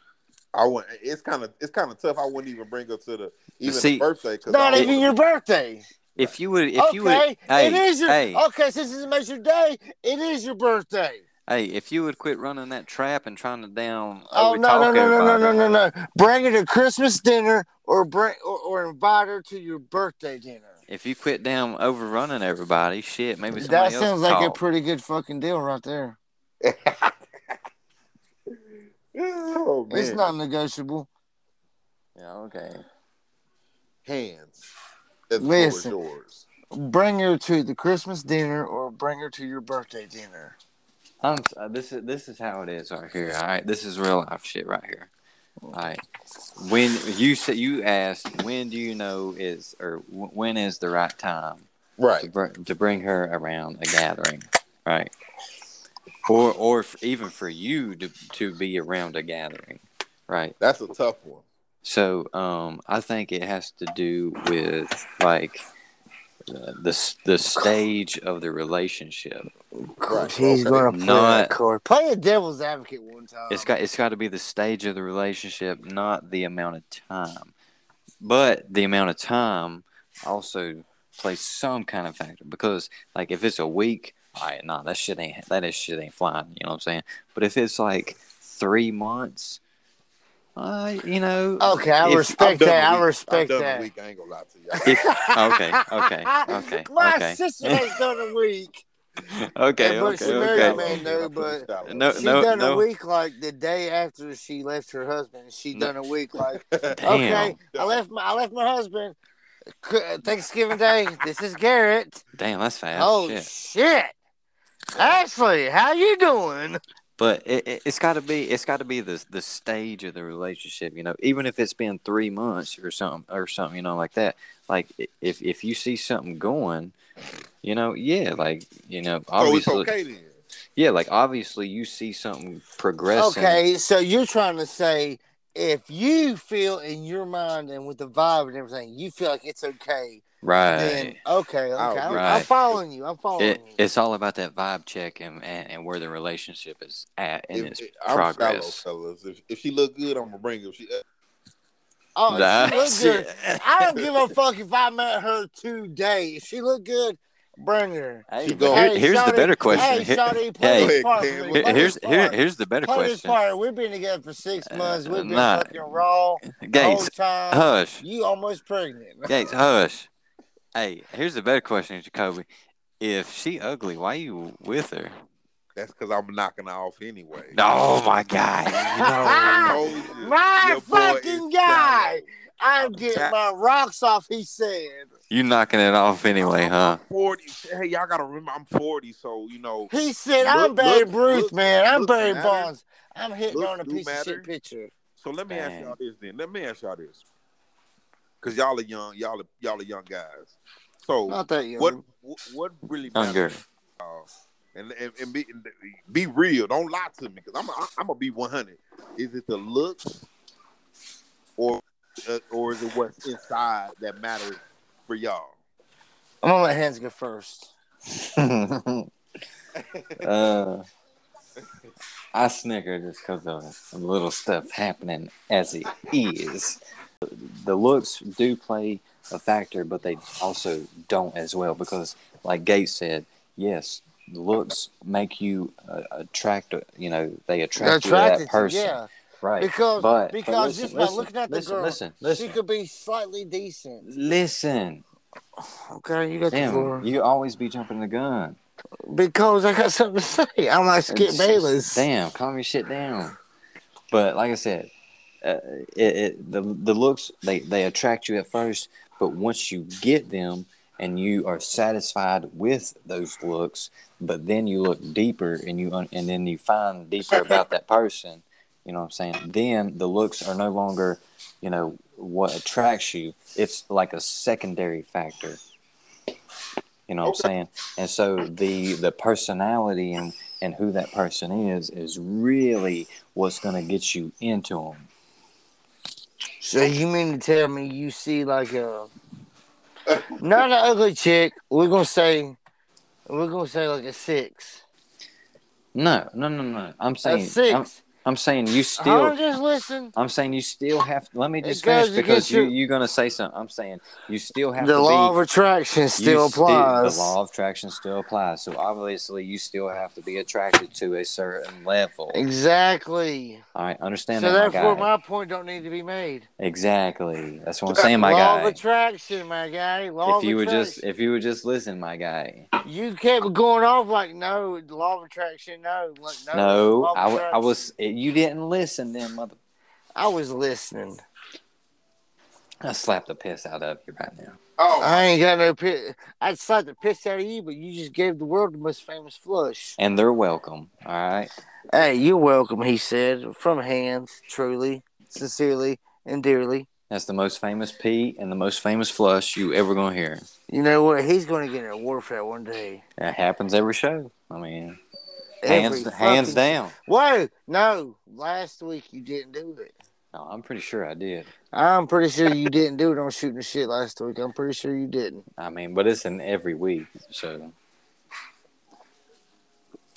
Speaker 3: I went. It's kind of it's kind of tough. I wouldn't even bring her to the even
Speaker 2: See-
Speaker 3: the birthday because
Speaker 1: Not even your birthday.
Speaker 2: If you would, if you would,
Speaker 1: okay,
Speaker 2: hey,
Speaker 1: it is your
Speaker 2: hey,
Speaker 1: okay. Since it makes your day, it is your birthday.
Speaker 2: hey, if you would quit running that trap and trying to down. uh,
Speaker 1: Oh no no
Speaker 2: overtalk
Speaker 1: no no no no no
Speaker 2: everybody.
Speaker 1: no! Bring her to Christmas dinner or bring or, or invite her to your birthday dinner.
Speaker 2: If you quit down overrunning everybody, shit, maybe
Speaker 1: That
Speaker 2: somebody else
Speaker 1: sounds
Speaker 2: will
Speaker 1: like a
Speaker 2: call.
Speaker 1: pretty good fucking deal right there.
Speaker 3: Oh,
Speaker 1: It's not negotiable.
Speaker 2: Yeah, okay.
Speaker 3: hands. That's
Speaker 1: Listen.
Speaker 3: yours.
Speaker 1: Bring her to the Christmas dinner or bring her to your birthday dinner.
Speaker 2: I'm s- uh, this is this is how it is right here. All right, this is real life shit right here. All right, when you said you asked, when do you know is or wh- when is the right time to,
Speaker 3: Right.
Speaker 2: br- to bring her around a gathering, right? Or or f- even for you to to be around a gathering, right?
Speaker 3: That's a tough one.
Speaker 2: So um, I think it has to do with like uh, the s- the stage of the relationship.
Speaker 3: Right,
Speaker 1: He's
Speaker 3: okay.
Speaker 1: gonna play that
Speaker 2: Not-
Speaker 1: card. Play a devil's advocate one time.
Speaker 2: It's got it's got to be the stage of the relationship, not the amount of time. But the amount of time also plays some kind of factor because, like, if it's a week, all right, nah, that shit ain't that is shit ain't flying. You know what I'm saying? But if it's like three months, uh, you know,
Speaker 1: okay. I
Speaker 2: if-
Speaker 1: respect
Speaker 3: done
Speaker 1: that.
Speaker 3: the
Speaker 1: I
Speaker 3: week.
Speaker 1: respect
Speaker 3: I've done
Speaker 1: that.
Speaker 3: the week. I ain't gonna lie to you.
Speaker 2: if- Oh, okay, okay, okay,
Speaker 1: My
Speaker 2: okay.
Speaker 1: sister has done a week.
Speaker 2: okay,
Speaker 1: Yeah, but
Speaker 2: okay,
Speaker 1: she married a
Speaker 2: okay.
Speaker 1: man, no, but-
Speaker 2: No,
Speaker 1: She
Speaker 2: no,
Speaker 1: done
Speaker 2: no.
Speaker 1: a week like the day after she left her husband. She
Speaker 2: No.
Speaker 1: done a week like
Speaker 2: Damn,
Speaker 1: okay. I left my I left my husband. C- uh, Thanksgiving Day. this is Garrett.
Speaker 2: damn, that's fast.
Speaker 1: oh
Speaker 2: shit.
Speaker 1: shit. Ashley, how you doing?
Speaker 2: But it, it, it's got to be it's got to be the the stage of the relationship, you know. Even if it's been three months or something or something, you know, like that. Like i- if if you see something going, you know, yeah, like you know,
Speaker 3: oh, it's
Speaker 2: obviously,
Speaker 3: okay then.
Speaker 2: yeah, like obviously you see something progressing.
Speaker 1: Okay, so you're trying to say if you feel in your mind and with the vibe and everything, you feel like it's okay. Then oh.
Speaker 2: right?
Speaker 1: okay, okay, I'm, I'm
Speaker 2: Right.
Speaker 1: following you. I'm following
Speaker 2: It,
Speaker 1: you.
Speaker 2: it's all about that vibe check and, and, and where the relationship is at in
Speaker 3: If-
Speaker 2: its
Speaker 3: if-
Speaker 2: progress.
Speaker 3: I'm shallow, fellas. If, if she look good, I'm gonna bring her. If she,
Speaker 1: oh, you look
Speaker 2: That's
Speaker 1: good.
Speaker 2: it.
Speaker 1: I don't give a fuck if I met her today. If she look good, bring her.
Speaker 2: Hey,
Speaker 3: She
Speaker 2: but
Speaker 3: go-
Speaker 2: here-
Speaker 1: Hey,
Speaker 2: here's the
Speaker 1: shawty-
Speaker 2: better question.
Speaker 1: Hey,
Speaker 2: Here-
Speaker 1: Shawty, play
Speaker 2: hey,
Speaker 1: this part for
Speaker 3: here-
Speaker 1: me.
Speaker 2: here-
Speaker 1: Play
Speaker 2: here's
Speaker 1: this
Speaker 2: here,
Speaker 1: part.
Speaker 2: here's the better
Speaker 1: play this
Speaker 2: question.
Speaker 1: part. We've been together for six
Speaker 2: Uh,
Speaker 1: months. We've been
Speaker 2: nah.
Speaker 1: fucking raw the whole
Speaker 2: Gates,
Speaker 1: time.
Speaker 2: hush.
Speaker 1: You almost pregnant.
Speaker 2: Gates, hush. Hey, here's the better question, Jacoby. If she ugly, why you with her?
Speaker 3: that's because I'm knocking her off anyway.
Speaker 2: Oh my god.
Speaker 3: I
Speaker 2: No.
Speaker 3: told you,
Speaker 1: My
Speaker 3: your boy is
Speaker 1: fucking
Speaker 3: shallow.
Speaker 1: guy. I'm getting my rocks off. He said.
Speaker 2: you knocking it off anyway, huh?
Speaker 3: Forty. Hey, y'all gotta remember, I'm forty, so you know.
Speaker 1: He said,
Speaker 3: Look-
Speaker 1: "I'm Barry
Speaker 3: look-
Speaker 1: Bruce,
Speaker 3: look-
Speaker 1: man. I'm
Speaker 3: look
Speaker 1: Barry
Speaker 3: matter.
Speaker 1: Bonds. I'm hitting
Speaker 3: Look
Speaker 1: on a
Speaker 3: do
Speaker 1: piece
Speaker 3: matter.
Speaker 1: of shit picture."
Speaker 3: So let me ask
Speaker 2: Dang.
Speaker 3: y'all this then. Let me ask y'all this, because y'all are young. Y'all are y'all are young guys. So
Speaker 1: Not that young.
Speaker 3: what what, what really
Speaker 2: Younger.
Speaker 3: matters? And, and, and be and be real. Don't lie to me, because I'm a, I'm gonna be 100. Is it the looks, or uh, or is it what's inside that matters for y'all?
Speaker 1: I'm gonna let hands go first.
Speaker 2: uh, I snicker just because of some little stuff happening as it is. The looks do play a factor, but they also don't as well because, like Gates said, yes, looks make you uh, attract. You know, they attract you to
Speaker 1: Attracted
Speaker 2: that
Speaker 1: to-
Speaker 2: person,
Speaker 1: yeah,
Speaker 2: right?
Speaker 1: because
Speaker 2: But- but
Speaker 1: because
Speaker 2: listen,
Speaker 1: just
Speaker 2: listen,
Speaker 1: by looking at the
Speaker 2: listen,
Speaker 1: girl,
Speaker 2: listen,
Speaker 1: she
Speaker 2: listen.
Speaker 1: could be slightly decent.
Speaker 2: Listen,
Speaker 1: Okay, you got the floor.
Speaker 2: damn, you always be jumping the gun.
Speaker 1: Because I got something to say. I'm like Skip
Speaker 2: It's-
Speaker 1: Bayless.
Speaker 2: Damn, calm your shit down. But like I said, uh, it, it, the the looks they they attract you at first, but once you get them and you are satisfied with those looks, but then you look deeper and you un- and then you find deeper about that person. You know what I'm saying? Then the looks are no longer, you know, what attracts you. It's like a secondary factor. You know what
Speaker 3: Okay.
Speaker 2: I'm saying? And so the the personality and and who that person is is really what's going to get you into them.
Speaker 1: So you mean to tell me you see like a not an ugly chick? We're gonna say we're gonna say like a six.
Speaker 2: No, no, no, no. I'm
Speaker 1: A
Speaker 2: saying I'm,
Speaker 1: six.
Speaker 2: I'm saying you
Speaker 1: Hold on,
Speaker 2: still.
Speaker 1: just listen.
Speaker 2: I'm saying you still have. Let me just
Speaker 1: goes
Speaker 2: finish because
Speaker 1: against
Speaker 2: you
Speaker 1: your-
Speaker 2: you're gonna say something. I'm saying you still have
Speaker 1: The
Speaker 2: to
Speaker 1: law of
Speaker 2: be.
Speaker 1: attraction
Speaker 2: you
Speaker 1: still applies.
Speaker 2: the law of attraction still applies. So obviously, you still have to be attracted to a certain level.
Speaker 1: Exactly.
Speaker 2: All right, understand
Speaker 1: so
Speaker 2: that,
Speaker 1: therefore,
Speaker 2: my guy.
Speaker 1: my point don't need to be made.
Speaker 2: Exactly. That's what I'm saying, my
Speaker 1: law
Speaker 2: guy.
Speaker 1: of attraction, my guy. Law
Speaker 2: if
Speaker 1: of
Speaker 2: you would
Speaker 1: attraction.
Speaker 2: just, if you would just listen, my guy.
Speaker 1: You kept going off like, no, the law of attraction, no. Like, no,
Speaker 2: No,
Speaker 1: law of
Speaker 2: I, w- I
Speaker 1: attraction.
Speaker 2: was. eh, You didn't listen, then mother.
Speaker 1: I was listening.
Speaker 2: I slapped the piss out of you right now.
Speaker 3: Oh,
Speaker 1: I ain't got no piss. I'd slap the piss out of you, but you just gave the world the most famous flush.
Speaker 2: And they're welcome. All right.
Speaker 1: Hey, you're welcome, he said, from hands, truly, sincerely, and dearly.
Speaker 2: That's the most famous pee and the most famous flush you ever gonna hear.
Speaker 1: You know what? He's going to get an award for that one day.
Speaker 2: It happens every show. I mean, hands
Speaker 1: Every
Speaker 2: hands
Speaker 1: fucking-
Speaker 2: down.
Speaker 1: Whoa, no. Last week you didn't do it.
Speaker 2: No, I'm pretty sure I did.
Speaker 1: I'm pretty sure you didn't do it on shooting the shit last week. I'm pretty sure you didn't.
Speaker 2: I mean, but it's in every week. So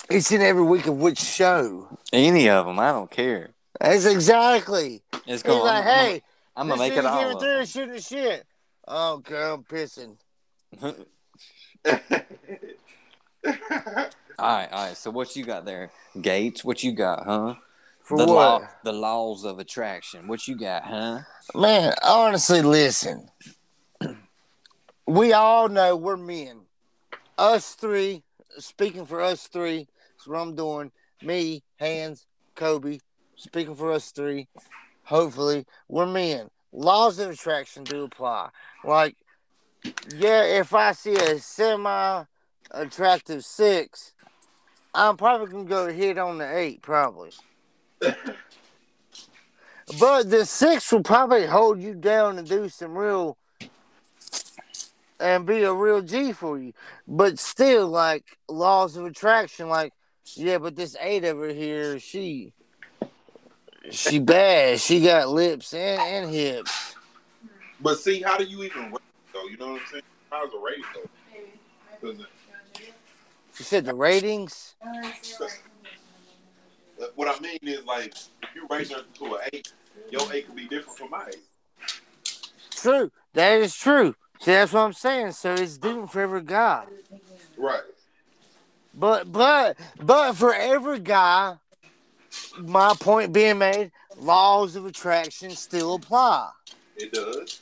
Speaker 1: It's in every week of which show.
Speaker 2: any of them, I don't care.
Speaker 1: That's exactly.
Speaker 2: It's
Speaker 1: He's
Speaker 2: going.
Speaker 1: like, hey,
Speaker 2: I'm
Speaker 1: this
Speaker 2: gonna make
Speaker 1: dude
Speaker 2: it all.
Speaker 1: came through and
Speaker 2: Of
Speaker 1: shooting the shit. Oh, girl, I'm pissing.
Speaker 2: them.
Speaker 3: I
Speaker 2: all right, all right. So what you got there, Gates? What you got, huh?
Speaker 1: For
Speaker 2: the
Speaker 1: what?
Speaker 2: law, the laws of attraction. What you got, huh?
Speaker 1: Man, honestly, listen. We all know we're men. Us three, speaking for us three, that's what I'm doing. Me, Hands, Kobe, speaking for us three. Hopefully, we're men. Laws of attraction do apply. Like, yeah, if I see a semi attractive six, I'm probably gonna go hit on the eight, probably. But the six will probably hold you down and do some real and be a real G for you. But still, like laws of attraction, like yeah, but this eight over here, she she bad. She got lips and, and hips.
Speaker 3: But see, how do you even rate it, though? You know what I'm saying? How's a rating though? 'Cause,
Speaker 1: You said the ratings.
Speaker 3: uh, What I mean is, like, if you rate her to an eight, your eight could be different from my eight.
Speaker 1: True, that is true. See, that's what I'm saying. So it's different for every guy.
Speaker 3: Right.
Speaker 1: But but but for every guy, my point being made, laws of attraction still apply.
Speaker 3: It does.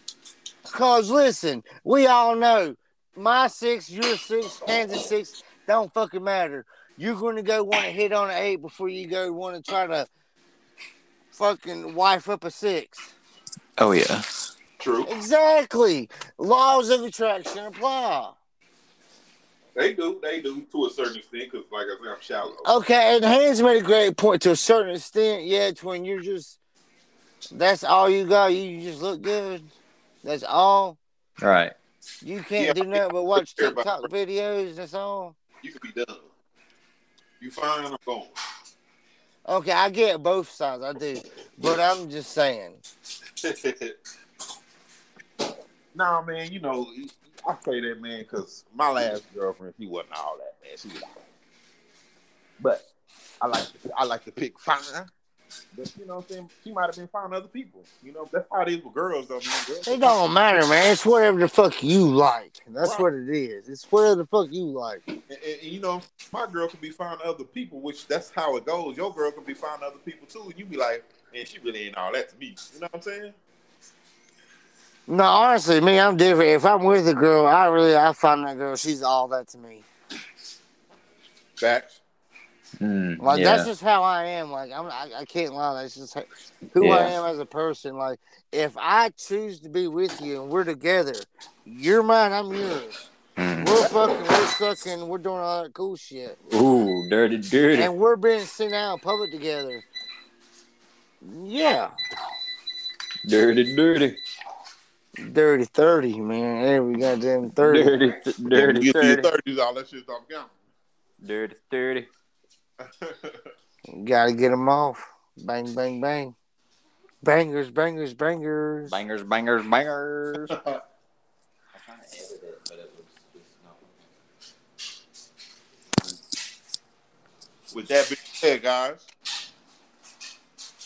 Speaker 1: Cause listen, we all know my six, your six, Kansas six, don't fucking matter. You're gonna go want to hit on an eight before you go want to try to fucking wife up a six.
Speaker 2: Oh yeah.
Speaker 3: True.
Speaker 1: Exactly. Laws of attraction apply.
Speaker 3: They do. They do to a certain extent because, like I said, I'm shallow.
Speaker 1: Okay, and Haynes made a great point to a certain extent. Yeah, it's when you're just that's all you got. You you just look good. That's all.
Speaker 2: Right.
Speaker 1: You can't
Speaker 3: Yeah,
Speaker 1: do nothing but watch
Speaker 3: care about-
Speaker 1: TikTok videos. That's all.
Speaker 3: You could be done. You fine? I'm going.
Speaker 1: Okay, I get both sides. I do, but I'm just saying.
Speaker 3: nah, man. You know, I say that, man, because my last girlfriend, she wasn't all that, man. She was. But I like, I like to pick fine. But you know, what I'm saying she might have been fine to other people. You know, that's how it is with girls, though. Man. Girls
Speaker 1: It don't matter, man. It's whatever the fuck you like. That's what it is. It's whatever the fuck you like.
Speaker 3: And, and, and, you know, my girl can be fine to other people, which that's how it goes. Your girl can be fine to other people too, and you be like, man, she really ain't all that to me. You know what I'm saying?
Speaker 1: No, honestly, me, I'm different. If I'm with a girl, I really, I find that girl, she's all that to me.
Speaker 3: Facts.
Speaker 2: Mm,
Speaker 1: Like
Speaker 2: yeah.
Speaker 1: that's just how I am. Like I'm, I, I can't lie. That's just who I
Speaker 2: Yeah.
Speaker 1: am as a person. Like if I choose to be with you and we're together, you're mine. I'm yours.
Speaker 2: Mm.
Speaker 1: We're fucking. We're sucking. We're doing all that cool shit,
Speaker 2: Ooh, dirty, dirty.
Speaker 1: and we're being seen out in public together. Yeah,
Speaker 2: Dirty, dirty,
Speaker 1: dirty thirty, man. Every goddamn thirty.
Speaker 2: dirty, dirty,
Speaker 3: you get to
Speaker 2: dirty,
Speaker 3: your 30s, all that shit's off camera.
Speaker 2: dirty, dirty.
Speaker 1: Gotta get them off. Bang, bang, bang. Bangers, bangers, bangers.
Speaker 2: Bangers, bangers, bangers.
Speaker 3: With that being said, guys,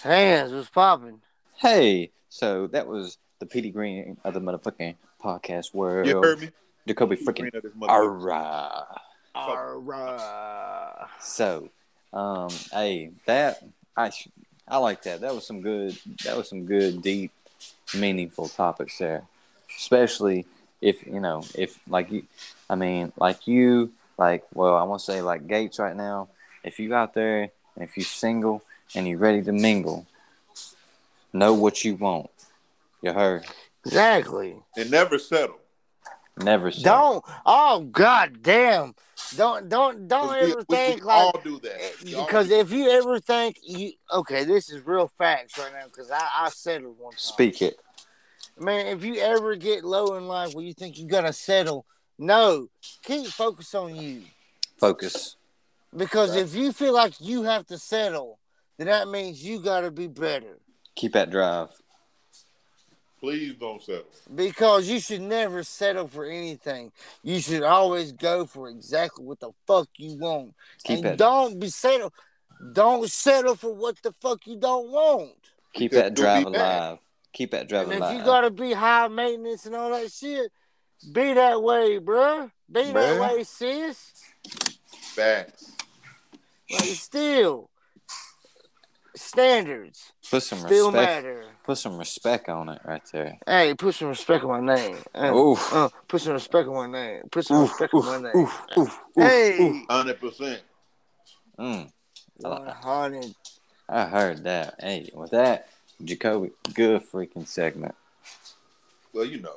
Speaker 1: Hands was popping.
Speaker 2: Hey, so that was the Petey Green of the motherfucking podcast world.
Speaker 3: You heard me?
Speaker 2: Jacoby
Speaker 3: He's
Speaker 2: freaking
Speaker 3: green of this mother-
Speaker 2: Alright.
Speaker 1: All right.
Speaker 2: So, um, hey, that I sh- I like that. That was some good. That was some good, deep, meaningful topics there. Especially if you know, if like you, I mean, like you, like well, I want to say like Gates right now. If you out there and if you single and you ready to mingle, know what you want. You heard?
Speaker 1: Exactly.
Speaker 3: And never settle.
Speaker 2: Never say.
Speaker 1: Don't. Oh God damn. Don't don't don't
Speaker 3: 'Cause we-
Speaker 1: ever
Speaker 3: we,
Speaker 1: think
Speaker 3: we
Speaker 1: like eh,
Speaker 3: all do that. We all
Speaker 1: because
Speaker 3: do
Speaker 1: if you ever think you okay, this is real facts right now because I I settled one time.
Speaker 2: Speak it.
Speaker 1: man. If you ever get low in life where you think you're gonna settle, no, keep focus on you
Speaker 2: Focus.
Speaker 1: because
Speaker 3: Right.
Speaker 1: if you feel like you have to settle, then that means you gotta be better
Speaker 2: Keep that drive.
Speaker 3: please don't settle.
Speaker 1: because you should never settle for anything. You should always go for exactly what the fuck you want.
Speaker 2: Keep
Speaker 1: and
Speaker 2: that.
Speaker 1: don't be settle. Don't settle for what the fuck you don't want.
Speaker 2: Keep
Speaker 3: Because
Speaker 2: that
Speaker 3: you'll
Speaker 2: drive
Speaker 3: be back.
Speaker 2: alive. Keep that drive
Speaker 1: And if
Speaker 2: alive.
Speaker 1: you gotta be high maintenance and all that shit, be that way, bruh. Be that
Speaker 2: Bruh.
Speaker 1: way, sis.
Speaker 3: Facts.
Speaker 1: Like, still, standards
Speaker 2: Put some
Speaker 1: still
Speaker 2: respect.
Speaker 1: matter.
Speaker 2: Put some respect on it right there.
Speaker 1: Hey, put some respect on my name. Uh,
Speaker 2: Oof.
Speaker 1: uh, put some respect on my name. Put some
Speaker 2: Oof,
Speaker 1: respect
Speaker 2: oof,
Speaker 1: on Oh, my name.
Speaker 2: oof, oof,
Speaker 1: Hey,
Speaker 2: oof.
Speaker 3: Hundred percent.
Speaker 2: Mm,
Speaker 1: one hundred.
Speaker 2: I heard that. Hey, with that, Jacoby, good freaking segment.
Speaker 3: Well, you know.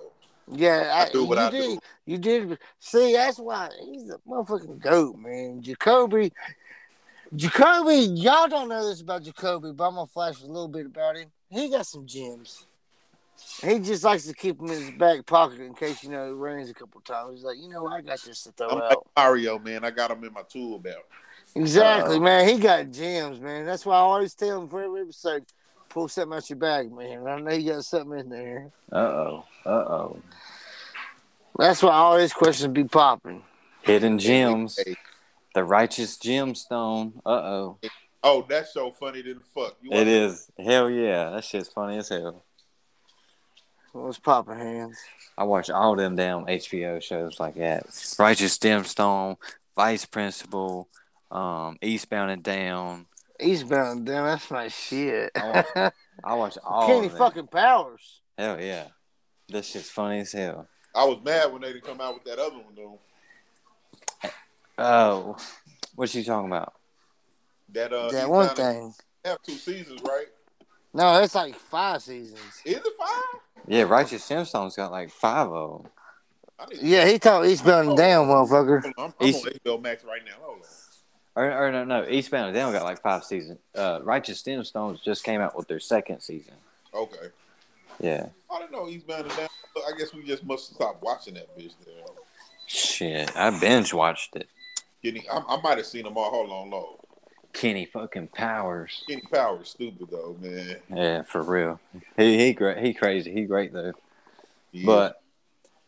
Speaker 1: Yeah, I,
Speaker 3: I do what
Speaker 1: you
Speaker 3: I
Speaker 1: did,
Speaker 3: do.
Speaker 1: You did. See, that's why he's a motherfucking goat, man. Jacoby, Jacoby, y'all don't know this about Jacoby, but I'm gonna flash a little bit about him. He got some gems. He just likes to keep them in his back pocket in case you know it rains a couple times. He's like, you know, I got this to throw
Speaker 3: I'm like
Speaker 1: out.
Speaker 3: Mario, man. I got him in my tool belt.
Speaker 1: Exactly,
Speaker 3: Uh-huh.
Speaker 2: Uh,
Speaker 1: man. He got gems, man. That's why I always tell him for every episode, pull something out your bag, man. I know you got something in there.
Speaker 2: Uh oh. Uh oh.
Speaker 1: That's why all these questions be popping.
Speaker 2: Hidden gems.
Speaker 3: Hey,
Speaker 2: The righteous gemstone. Uh oh.
Speaker 3: Oh, that's so funny than fuck. You
Speaker 2: It is. Hell yeah. That shit's funny as hell.
Speaker 1: What's popping hands?
Speaker 2: I watch all them damn HBO shows like that. Righteous Gemstone, Vice Principal, um, Eastbound and Down.
Speaker 1: Eastbound, damn, that's my shit.
Speaker 2: I
Speaker 1: Kenny
Speaker 2: I watch all. Of them.
Speaker 1: fucking Powers.
Speaker 2: Hell yeah. This shit's funny as hell.
Speaker 3: I was mad when they didn't come out with that other one though.
Speaker 2: Oh, what's she talking about?
Speaker 3: That uh,
Speaker 1: that
Speaker 3: Eastbound
Speaker 1: one
Speaker 3: and-
Speaker 1: thing.
Speaker 3: Have two seasons, right?
Speaker 1: No, it's like five seasons.
Speaker 3: Is it five?
Speaker 2: Yeah, Righteous Gemstone's got like five of them.
Speaker 3: I need
Speaker 1: Yeah, he talked
Speaker 2: Oh.
Speaker 1: Eastbound and down, motherfucker.
Speaker 3: I'm, I'm on
Speaker 2: East-
Speaker 3: HBO Max right now. Hold on.
Speaker 2: Or, or no, no, Eastbound and Down got like five seasons. Uh, Righteous Gemstones just came out with their second season.
Speaker 3: Okay.
Speaker 2: Yeah.
Speaker 3: I don't know. Eastbound and Down. Look, I guess we just must stop watching that bitch. There.
Speaker 2: Shit, I binge watched it.
Speaker 3: Kenny, I, I might have seen them all. Hold on, low.
Speaker 2: Kenny fucking Powers.
Speaker 3: Kenny Power is stupid though, man.
Speaker 2: Yeah, for real. He he great. He crazy. He great though.
Speaker 3: Yeah.
Speaker 2: But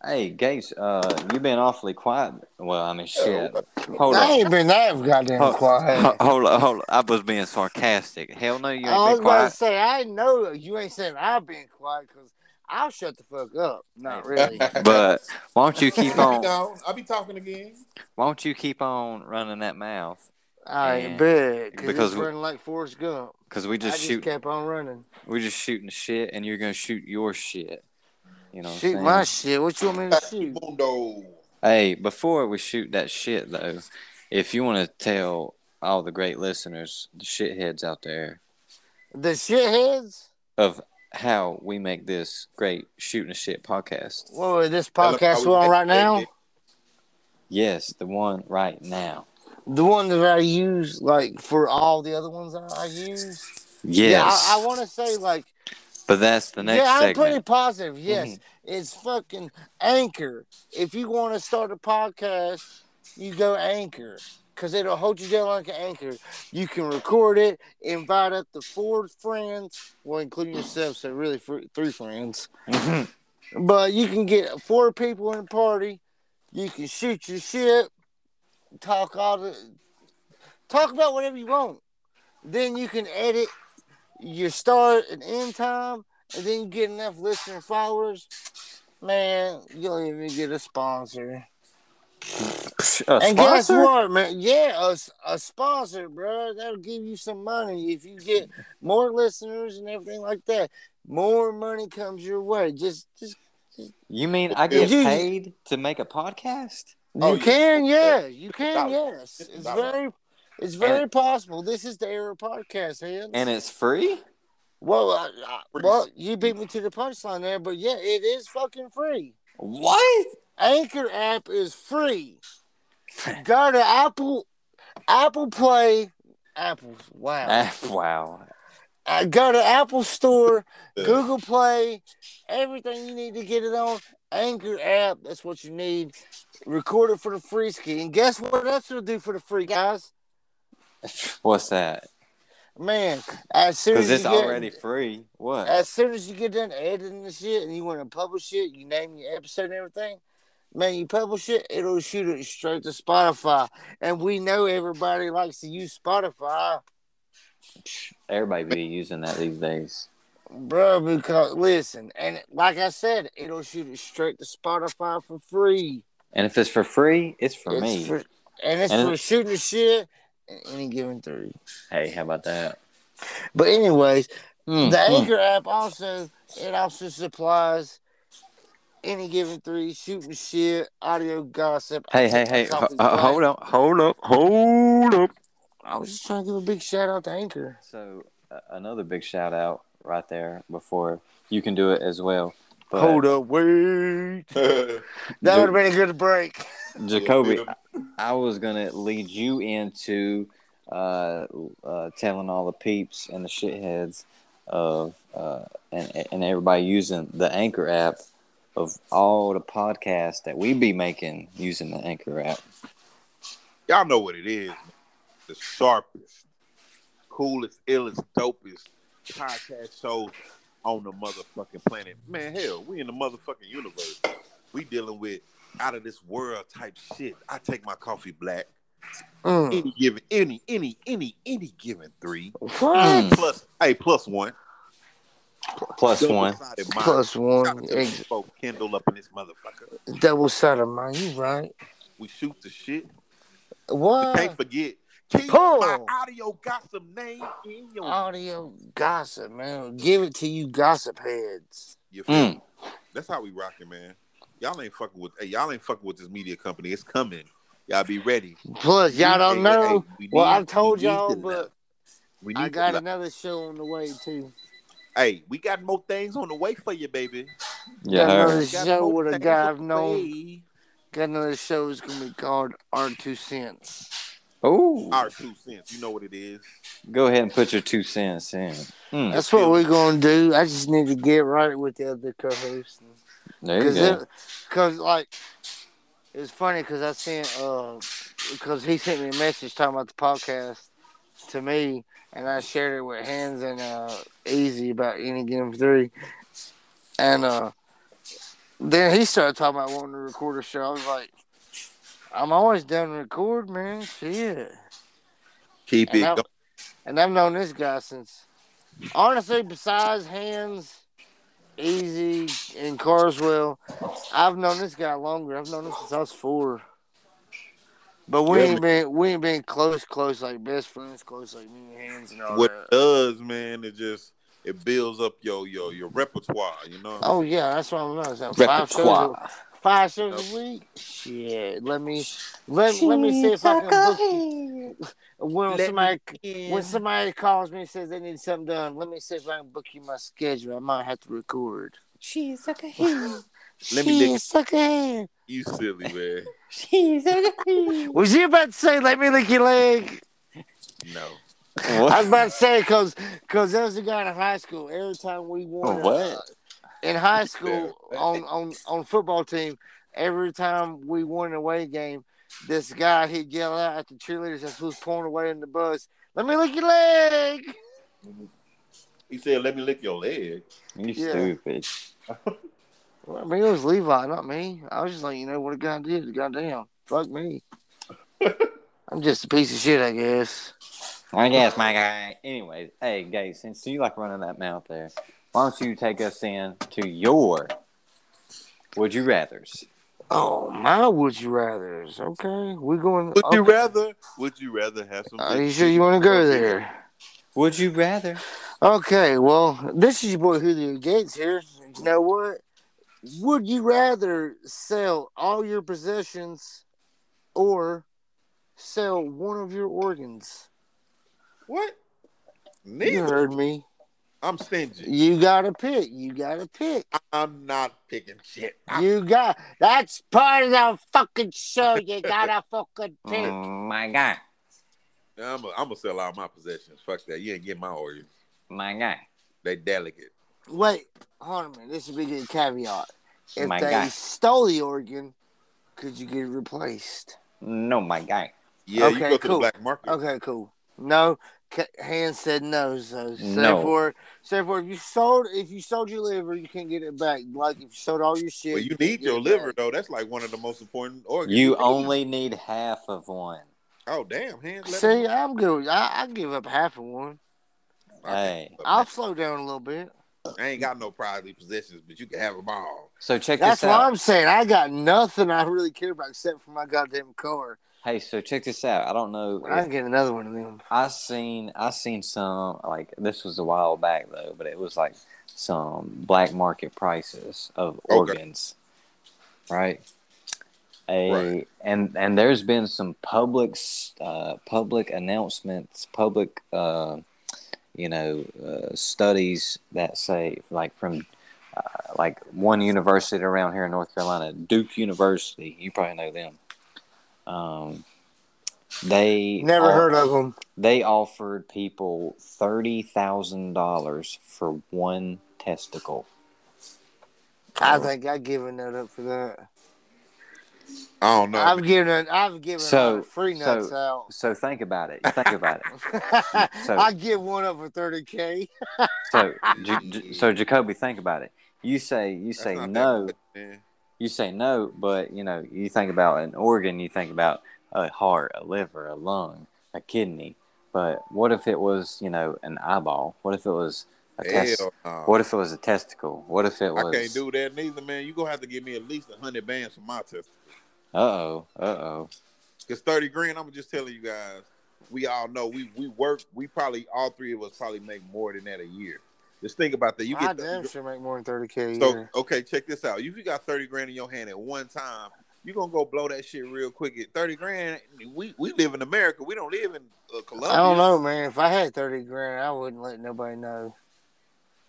Speaker 2: hey, Gates, uh, you've been awfully quiet. Well, I mean,
Speaker 1: Oh,
Speaker 2: shit. Hold
Speaker 1: I
Speaker 2: on.
Speaker 1: ain't been that goddamn
Speaker 2: Hold,
Speaker 1: quiet.
Speaker 2: hold, hold on, hold on. I was being sarcastic. Hell no, you ain't
Speaker 1: I was
Speaker 2: been
Speaker 1: about to
Speaker 2: quiet.
Speaker 1: say, I know you ain't saying I've been quiet because I'll shut the fuck up. Not really.
Speaker 2: But why don't you keep
Speaker 3: I'll
Speaker 2: on?
Speaker 3: be gone. I'll be talking again.
Speaker 2: Why don't you keep on running that mouth?
Speaker 1: I
Speaker 2: Yeah.
Speaker 1: ain't big because
Speaker 2: Because
Speaker 1: it's
Speaker 2: we-
Speaker 1: running like Forrest Gump.
Speaker 2: Cause we
Speaker 1: I
Speaker 2: just
Speaker 1: just
Speaker 2: shoot,
Speaker 1: kept on running.
Speaker 2: we just shooting shit, and you're gonna shoot your shit. You know, what I'm
Speaker 1: shoot
Speaker 2: saying?
Speaker 1: my shit. What you want me to shoot?
Speaker 3: Mundo.
Speaker 2: Hey, before we shoot that shit though, if you want to tell all the great listeners, the shitheads out there,
Speaker 1: The shitheads?
Speaker 2: of how we make this great shooting shit podcast.
Speaker 1: Whoa, this podcast we're on right now?
Speaker 2: Yes, the one right now.
Speaker 1: The one that I use, like for all the other ones that I use.
Speaker 2: Yes,
Speaker 1: Yeah, I, I want to say like,
Speaker 2: but that's the next
Speaker 1: yeah, I'm
Speaker 2: segment.
Speaker 1: pretty positive. Yes,
Speaker 2: Mhm.
Speaker 1: it's fucking Anchor. If you want to start a podcast, you go Anchor because it'll hold you down like an anchor. You can record it, invite up to four friends, well, including yourself. So really, fr- three friends.
Speaker 2: Mhm.
Speaker 1: But you can get four people in a party. You can shoot your shit, talk all the, talk about whatever you want. Then you can edit your start and end time, and then you get enough listener followers, man, you'll even get a sponsor.
Speaker 2: A
Speaker 1: and guess
Speaker 2: sponsor?
Speaker 1: what, man? Yeah, a, s- a sponsor, bro. That'll give you some money if you get more listeners and everything like that. More money comes your way. Just, just
Speaker 2: You mean I get
Speaker 1: You-
Speaker 2: paid to make a podcast?
Speaker 3: Oh,
Speaker 1: you
Speaker 3: yeah.
Speaker 1: can, yeah, you can,
Speaker 3: Dollar.
Speaker 1: yes.
Speaker 3: It's a
Speaker 1: It's
Speaker 3: dollar.
Speaker 1: very, it's very possible. This is the era of podcast, heads.
Speaker 2: And it's free?
Speaker 1: Well, I, I,
Speaker 3: Free.
Speaker 1: well, you beat me to the punchline there, but yeah, it is fucking free.
Speaker 2: What?
Speaker 1: Anchor app is free. Go to Apple, Apple Play, Apple. Wow.
Speaker 2: Ah, wow.
Speaker 1: Uh, go to Apple Store,
Speaker 3: Yeah.
Speaker 1: Google Play, everything you need to get it on. Anchor app, that's what you need. Record it for the free ski. And guess what else it'll do for the free guys?
Speaker 2: What's that?
Speaker 1: Man, as soon
Speaker 2: Because
Speaker 1: as
Speaker 2: it's
Speaker 1: you get-
Speaker 2: already free. What?
Speaker 1: as soon as you get done editing the shit and you want to publish it, you name your episode and everything, man, you publish it, it'll shoot it straight to Spotify. And we know everybody likes to use Spotify,
Speaker 2: Everybody be using that these days.
Speaker 1: bro, because listen, and like I said, it'll shoot it straight to Spotify for free.
Speaker 2: And if it's for free, it's for
Speaker 1: It's
Speaker 2: me.
Speaker 1: for- and it's
Speaker 2: And-
Speaker 1: for shooting the shit at any given three.
Speaker 2: Hey, how about that?
Speaker 1: But anyways,
Speaker 2: Mm,
Speaker 1: The
Speaker 2: mm.
Speaker 1: Anchor app also it also supplies any given three shooting shit, audio gossip.
Speaker 2: Hey, hey, hey! ho- uh, hold up, hold up, hold up.
Speaker 1: I was just trying to give a big shout out to Anchor.
Speaker 2: So uh, another big shout out right there. Before you can do it as well. But
Speaker 1: up, wait. That
Speaker 2: Ja-
Speaker 1: would have been a good break.
Speaker 2: Jacoby. I was gonna lead you into uh, uh, telling all the peeps and the shitheads of uh, and and everybody using the Anchor app of all the podcasts that we be making using the Anchor app.
Speaker 3: Y'all know what it is. man. The sharpest, coolest, illest, dopest podcast shows on the motherfucking planet. Man, hell, we in the motherfucking universe. We dealing with out of this world type shit. I take my coffee black.
Speaker 1: Mm.
Speaker 3: Any given, any, any, any, any given three.
Speaker 1: What?
Speaker 2: Mm.
Speaker 3: Plus, hey, plus one.
Speaker 2: Plus one.
Speaker 3: Double-sided mind.
Speaker 1: Plus
Speaker 3: Shout out
Speaker 1: one,
Speaker 3: to the folk Kindle up in this motherfucker.
Speaker 1: double sided mine. You right?
Speaker 3: We shoot the shit. We can't
Speaker 1: What
Speaker 3: forget. Keep
Speaker 1: Uh. Pull. Uh.
Speaker 3: my audio gossip name in your
Speaker 1: audio gossip, man? Give it to you, gossip heads.
Speaker 3: You feel
Speaker 2: Mm.
Speaker 3: me? That's how we rocking, man. Y'all ain't fucking with hey, y'all ain't fucking with this media company. It's coming. Y'all be ready.
Speaker 1: Plus, y'all
Speaker 3: Hey,
Speaker 1: don't know.
Speaker 3: hey, we
Speaker 1: Well,
Speaker 3: need-
Speaker 1: I've told
Speaker 3: we need
Speaker 1: y'all,
Speaker 3: to
Speaker 1: but
Speaker 3: know. we need
Speaker 1: I
Speaker 3: to
Speaker 1: got
Speaker 3: know.
Speaker 1: another show on the way too.
Speaker 3: Hey, we got more things on the way for you, baby.
Speaker 1: Yeah,
Speaker 2: Yeah.
Speaker 1: brother.
Speaker 3: We
Speaker 2: her.
Speaker 3: got
Speaker 1: Show
Speaker 3: more
Speaker 1: with a
Speaker 3: things
Speaker 1: guy
Speaker 3: on
Speaker 1: I've
Speaker 3: the
Speaker 1: known.
Speaker 3: way.
Speaker 1: Got another show is gonna be called Our Two Cents.
Speaker 2: Ooh.
Speaker 3: Our two cents. You know what it is.
Speaker 2: Go ahead and put your two cents in. Mm,
Speaker 1: That's what we're gonna do. I just need to get right with the other co-hosts
Speaker 2: there you go.
Speaker 1: because, like, it's funny because I sent uh because he sent me a message talking about the podcast to me, and I shared it with Hands and uh Easy about any game three, and uh then he started talking about wanting to record a show. I was like, I'm always down to record, man. Shit.
Speaker 3: Keep
Speaker 1: And
Speaker 3: it
Speaker 1: I've,
Speaker 3: going.
Speaker 1: and I've known this guy since, honestly, besides Hands, Easy, and Carswell, I've known this guy longer. I've known him since I was four. But we
Speaker 3: Yeah,
Speaker 1: ain't been we ain't been close, close like best friends, close like me and Hands and all
Speaker 3: What
Speaker 1: that.
Speaker 3: it does, man, it just it builds up your your your repertoire, you know.
Speaker 1: Oh yeah, that's what I'm know. Is that Five shows,
Speaker 2: Repertoire.
Speaker 1: a, five shows a week. Shit, let me let, let me see if I can book you. When
Speaker 3: Let me
Speaker 1: somebody
Speaker 3: in.
Speaker 1: When somebody calls me and says they need something done, let me see if I can book you my schedule. I might have to record.
Speaker 4: She's like a he.
Speaker 3: Let me lick-
Speaker 1: She's like a hand.
Speaker 3: you silly man.
Speaker 4: She's like a he.
Speaker 1: Was you about to say, let me lick your leg?
Speaker 3: No.
Speaker 1: I
Speaker 2: What?
Speaker 1: was about to say, because cause there was a guy in high school, every time we
Speaker 3: Oh,
Speaker 1: won.
Speaker 2: What?
Speaker 1: in high school, on, on, on football team, every time we won an away game, this guy, he'd yell out at the cheerleaders as who's pulling away in the bus, let me lick your leg.
Speaker 3: He said, "Let me lick your leg."
Speaker 2: You
Speaker 1: Yeah.
Speaker 2: stupid.
Speaker 1: Well, I mean, it was Levi, not me. I was just like, you know what a guy did? Goddamn, fuck me. I'm just a piece of shit, I guess.
Speaker 2: I guess, my guy. Anyways, hey, Gay, since you like running that mouth there, why don't you take us in to your Would You Rathers?
Speaker 1: Oh, my would you rather's. Okay. we going.
Speaker 3: Would
Speaker 1: okay.
Speaker 3: you rather? Would you rather have some?
Speaker 1: Are you sure you want to go there?
Speaker 2: Would you rather?
Speaker 1: Okay, well, this is your boy Julio Gates here. You know what? Would you rather sell all your possessions or sell one of your organs?
Speaker 3: What?
Speaker 1: You
Speaker 3: Neither.
Speaker 1: heard me.
Speaker 3: I'm stingy.
Speaker 1: You got to pick. You got to pick.
Speaker 3: I'm not picking shit. I-
Speaker 1: You got. That's part of the fucking show. You got to fucking
Speaker 3: Oh.
Speaker 1: pick.
Speaker 2: Mm, my guy,
Speaker 3: I'm gonna sell all my possessions. Fuck that. You ain't get my organs.
Speaker 2: my guy,
Speaker 3: They delicate.
Speaker 1: Wait, hold on a minute. This is a big caveat. If
Speaker 2: My
Speaker 1: they
Speaker 2: guy.
Speaker 1: stole the organ, could you get it replaced?
Speaker 2: no, my guy,
Speaker 3: Yeah, you
Speaker 1: Okay,
Speaker 3: go to
Speaker 1: cool.
Speaker 3: the black market.
Speaker 1: Okay, cool. No, Ca- Han said no. So, so
Speaker 2: No.
Speaker 1: for so for if you sold if you sold your liver, you can't get it back. Like if you sold all your shit,
Speaker 3: Well, you need
Speaker 1: can't
Speaker 3: your
Speaker 1: get it
Speaker 3: liver
Speaker 1: back.
Speaker 3: though. That's like one of the most important organs.
Speaker 2: you
Speaker 3: need.
Speaker 2: only need half of one.
Speaker 3: Oh damn, hands. let
Speaker 1: See,
Speaker 3: him-
Speaker 1: I'm good. I, I give up half of one.
Speaker 2: Hey,
Speaker 1: I'll slow down a little bit.
Speaker 3: I ain't got no prizely possessions, but you can have them all.
Speaker 2: so check
Speaker 1: That's
Speaker 2: this
Speaker 1: what
Speaker 2: out.
Speaker 1: I'm saying. I got nothing I really care about except for my goddamn car.
Speaker 2: Hey, so check this out. I don't know.
Speaker 1: I
Speaker 2: If
Speaker 1: can get another one of them.
Speaker 2: I seen I seen some like this was a while back though, but it was like some black market prices of
Speaker 3: Okay.
Speaker 2: organs, right? A
Speaker 3: Right.
Speaker 2: and and there's been some public s- uh, public announcements, public uh, you know uh, studies that say like from uh, like one university around here in North Carolina, Duke University. You probably know them. Um, they
Speaker 1: Never
Speaker 2: are-
Speaker 1: heard of them.
Speaker 2: they offered people thirty thousand dollars for one testicle. Oh.
Speaker 1: I think I've given that up for that.
Speaker 3: I don't know.
Speaker 1: I've given I've given
Speaker 2: So-
Speaker 1: so, free
Speaker 2: so-
Speaker 1: nuts out.
Speaker 2: So think about it. Think about it. so-
Speaker 1: I give one up for thirty k.
Speaker 2: So, J- J- so Jacoby, think about it. You say you
Speaker 3: That's
Speaker 2: say
Speaker 3: not that
Speaker 2: no.
Speaker 3: much, man.
Speaker 2: You say no, but you know you think about an organ. You think about a heart, a liver, a lung, a kidney. But what if it was you know an eyeball? What if it was a test?
Speaker 3: Hell, no.
Speaker 2: What if it was a testicle? What if it was?
Speaker 3: I can't do that neither, man. You gonna have to give me at least a hundred bands for my test.
Speaker 2: Uh oh. Uh oh.
Speaker 3: Cause thirty grand, I'm just telling you guys. We all know we we work. We probably all three of us probably make more than that a year. Just think about that. You
Speaker 1: I
Speaker 3: get
Speaker 1: damn sure make more than thirty k.
Speaker 3: so okay. Check this out. If you got thirty grand in your hand at one time, you gonna go blow that shit real quick. At thirty grand, we we live in America. We don't live in uh, Colombia.
Speaker 1: I don't know, man. If I had thirty grand, I wouldn't let nobody know.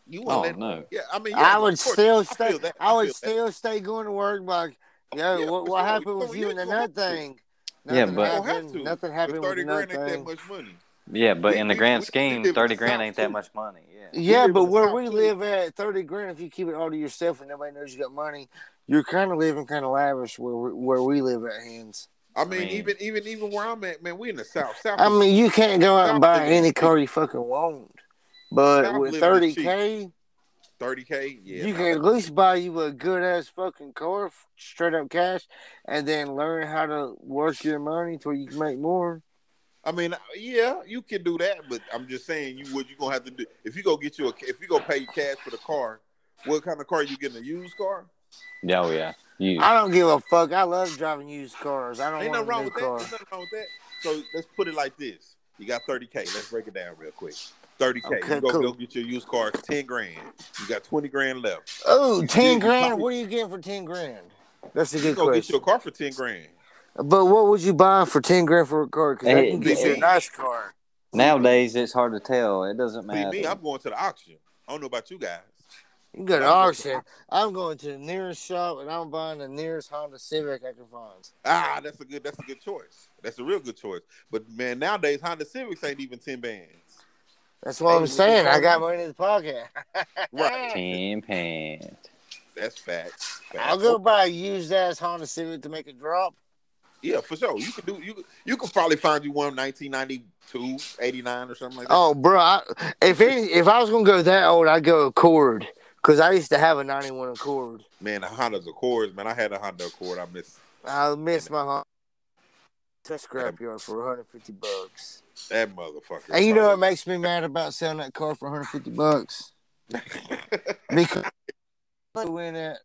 Speaker 3: You
Speaker 2: Oh,
Speaker 3: wouldn't let-
Speaker 2: no.
Speaker 3: Yeah, I mean, yeah,
Speaker 1: I would
Speaker 3: of course.
Speaker 1: still
Speaker 3: feel
Speaker 1: stay.
Speaker 3: that.
Speaker 1: I,
Speaker 3: I
Speaker 1: would
Speaker 3: feel
Speaker 1: still
Speaker 3: that.
Speaker 1: stay going to work. Like, yo,
Speaker 3: Yeah,
Speaker 1: what,
Speaker 3: for
Speaker 1: what
Speaker 3: sure.
Speaker 1: happened with
Speaker 3: You
Speaker 1: you and the
Speaker 3: gonna have
Speaker 1: nut
Speaker 3: to.
Speaker 1: thing?
Speaker 2: Yeah,
Speaker 1: Nothing
Speaker 2: but-
Speaker 3: You gonna have
Speaker 1: happened-
Speaker 3: to.
Speaker 1: nothing
Speaker 3: But
Speaker 1: happened with
Speaker 3: thirty
Speaker 1: the
Speaker 3: grand
Speaker 1: nut
Speaker 3: ain't that
Speaker 1: thing.
Speaker 3: much money.
Speaker 2: Yeah, but
Speaker 3: We-
Speaker 2: in the
Speaker 3: we-
Speaker 2: grand
Speaker 3: we- we
Speaker 2: scheme,
Speaker 3: live in the
Speaker 2: thirty grand
Speaker 3: South,
Speaker 2: ain't that
Speaker 3: too.
Speaker 2: much money. Yeah.
Speaker 1: Yeah,
Speaker 3: live in
Speaker 1: but
Speaker 3: the
Speaker 1: where
Speaker 3: South,
Speaker 1: we
Speaker 3: too.
Speaker 1: live at, thirty grand, if you keep it all to yourself and nobody knows you got money, you're kind of living kind of lavish where we, where we live at hands.
Speaker 3: I mean,
Speaker 2: mean-
Speaker 3: even even even where I'm at, man, we in the South. South.
Speaker 1: I
Speaker 3: is-
Speaker 1: mean, you can't go out and buy
Speaker 3: Stop
Speaker 1: any
Speaker 3: it.
Speaker 1: car you fucking want, but
Speaker 3: Stop
Speaker 1: with
Speaker 3: living
Speaker 1: thirty
Speaker 3: cheap.
Speaker 1: k,
Speaker 3: 30k. Yeah,
Speaker 1: you
Speaker 3: nah,
Speaker 1: can at least buy you a good ass fucking car, f- straight up cash, and then learn how to work your money to where you can make more.
Speaker 3: I mean, yeah, you can do that, but I'm just saying, you what you gonna have to do if you go get you a if you go pay cash for the car. What kind of car you getting? A used car?
Speaker 2: Yeah, Oh yeah. You.
Speaker 1: I don't give a fuck. I love driving used cars. I don't
Speaker 3: Ain't
Speaker 1: want
Speaker 3: nothing
Speaker 1: a
Speaker 3: wrong
Speaker 1: new
Speaker 3: with that.
Speaker 1: car.
Speaker 3: Ain't nothing wrong with that. So let's put it like this: you got 30k. Let's break it down real quick. 30k.
Speaker 1: Okay,
Speaker 3: you go
Speaker 1: cool.
Speaker 3: go get your used car. 10 grand. You got 20 grand left.
Speaker 1: Oh,
Speaker 3: you
Speaker 1: 10 grand.
Speaker 3: probably-
Speaker 1: What are you getting for 10 grand? That's a
Speaker 3: You
Speaker 1: good
Speaker 3: go get
Speaker 1: question.
Speaker 3: you a car for 10 grand.
Speaker 1: But what would you buy for 10 grand for a car? Because I
Speaker 2: Hey,
Speaker 1: can get you a
Speaker 2: hey.
Speaker 1: nice car.
Speaker 2: Nowadays, it's hard to tell. It doesn't
Speaker 3: See
Speaker 2: matter.
Speaker 3: me, I'm going to the auction. I don't know about you guys.
Speaker 1: You can go to auction. I'm going to the nearest shop and I'm buying the nearest Honda Civic I can find.
Speaker 3: Ah, that's a good. That's a good choice. That's a real good choice. But man, nowadays Honda Civics ain't even 10 bands.
Speaker 1: That's what
Speaker 3: Hey,
Speaker 1: I'm saying. I got money in the pocket.
Speaker 3: Right.
Speaker 2: Ten pound.
Speaker 3: That's facts. Facts. Oh,
Speaker 1: I'll go buy a used ass Honda Civic to make a drop.
Speaker 3: Yeah, for sure. You can do. You could- you could probably find you one 1992, 89 or something like that.
Speaker 1: Oh, bro! I, if any, if I was gonna go that old, I'd go Accord because I used to have a '91 Accord.
Speaker 3: Man, the Honda's Accords, man. I had a Honda Accord. I miss.
Speaker 1: I miss my Honda. to a scrapyard for 150 bucks.
Speaker 3: That motherfucker.
Speaker 1: And you know what makes me mad about selling that car for 150 bucks? because in it,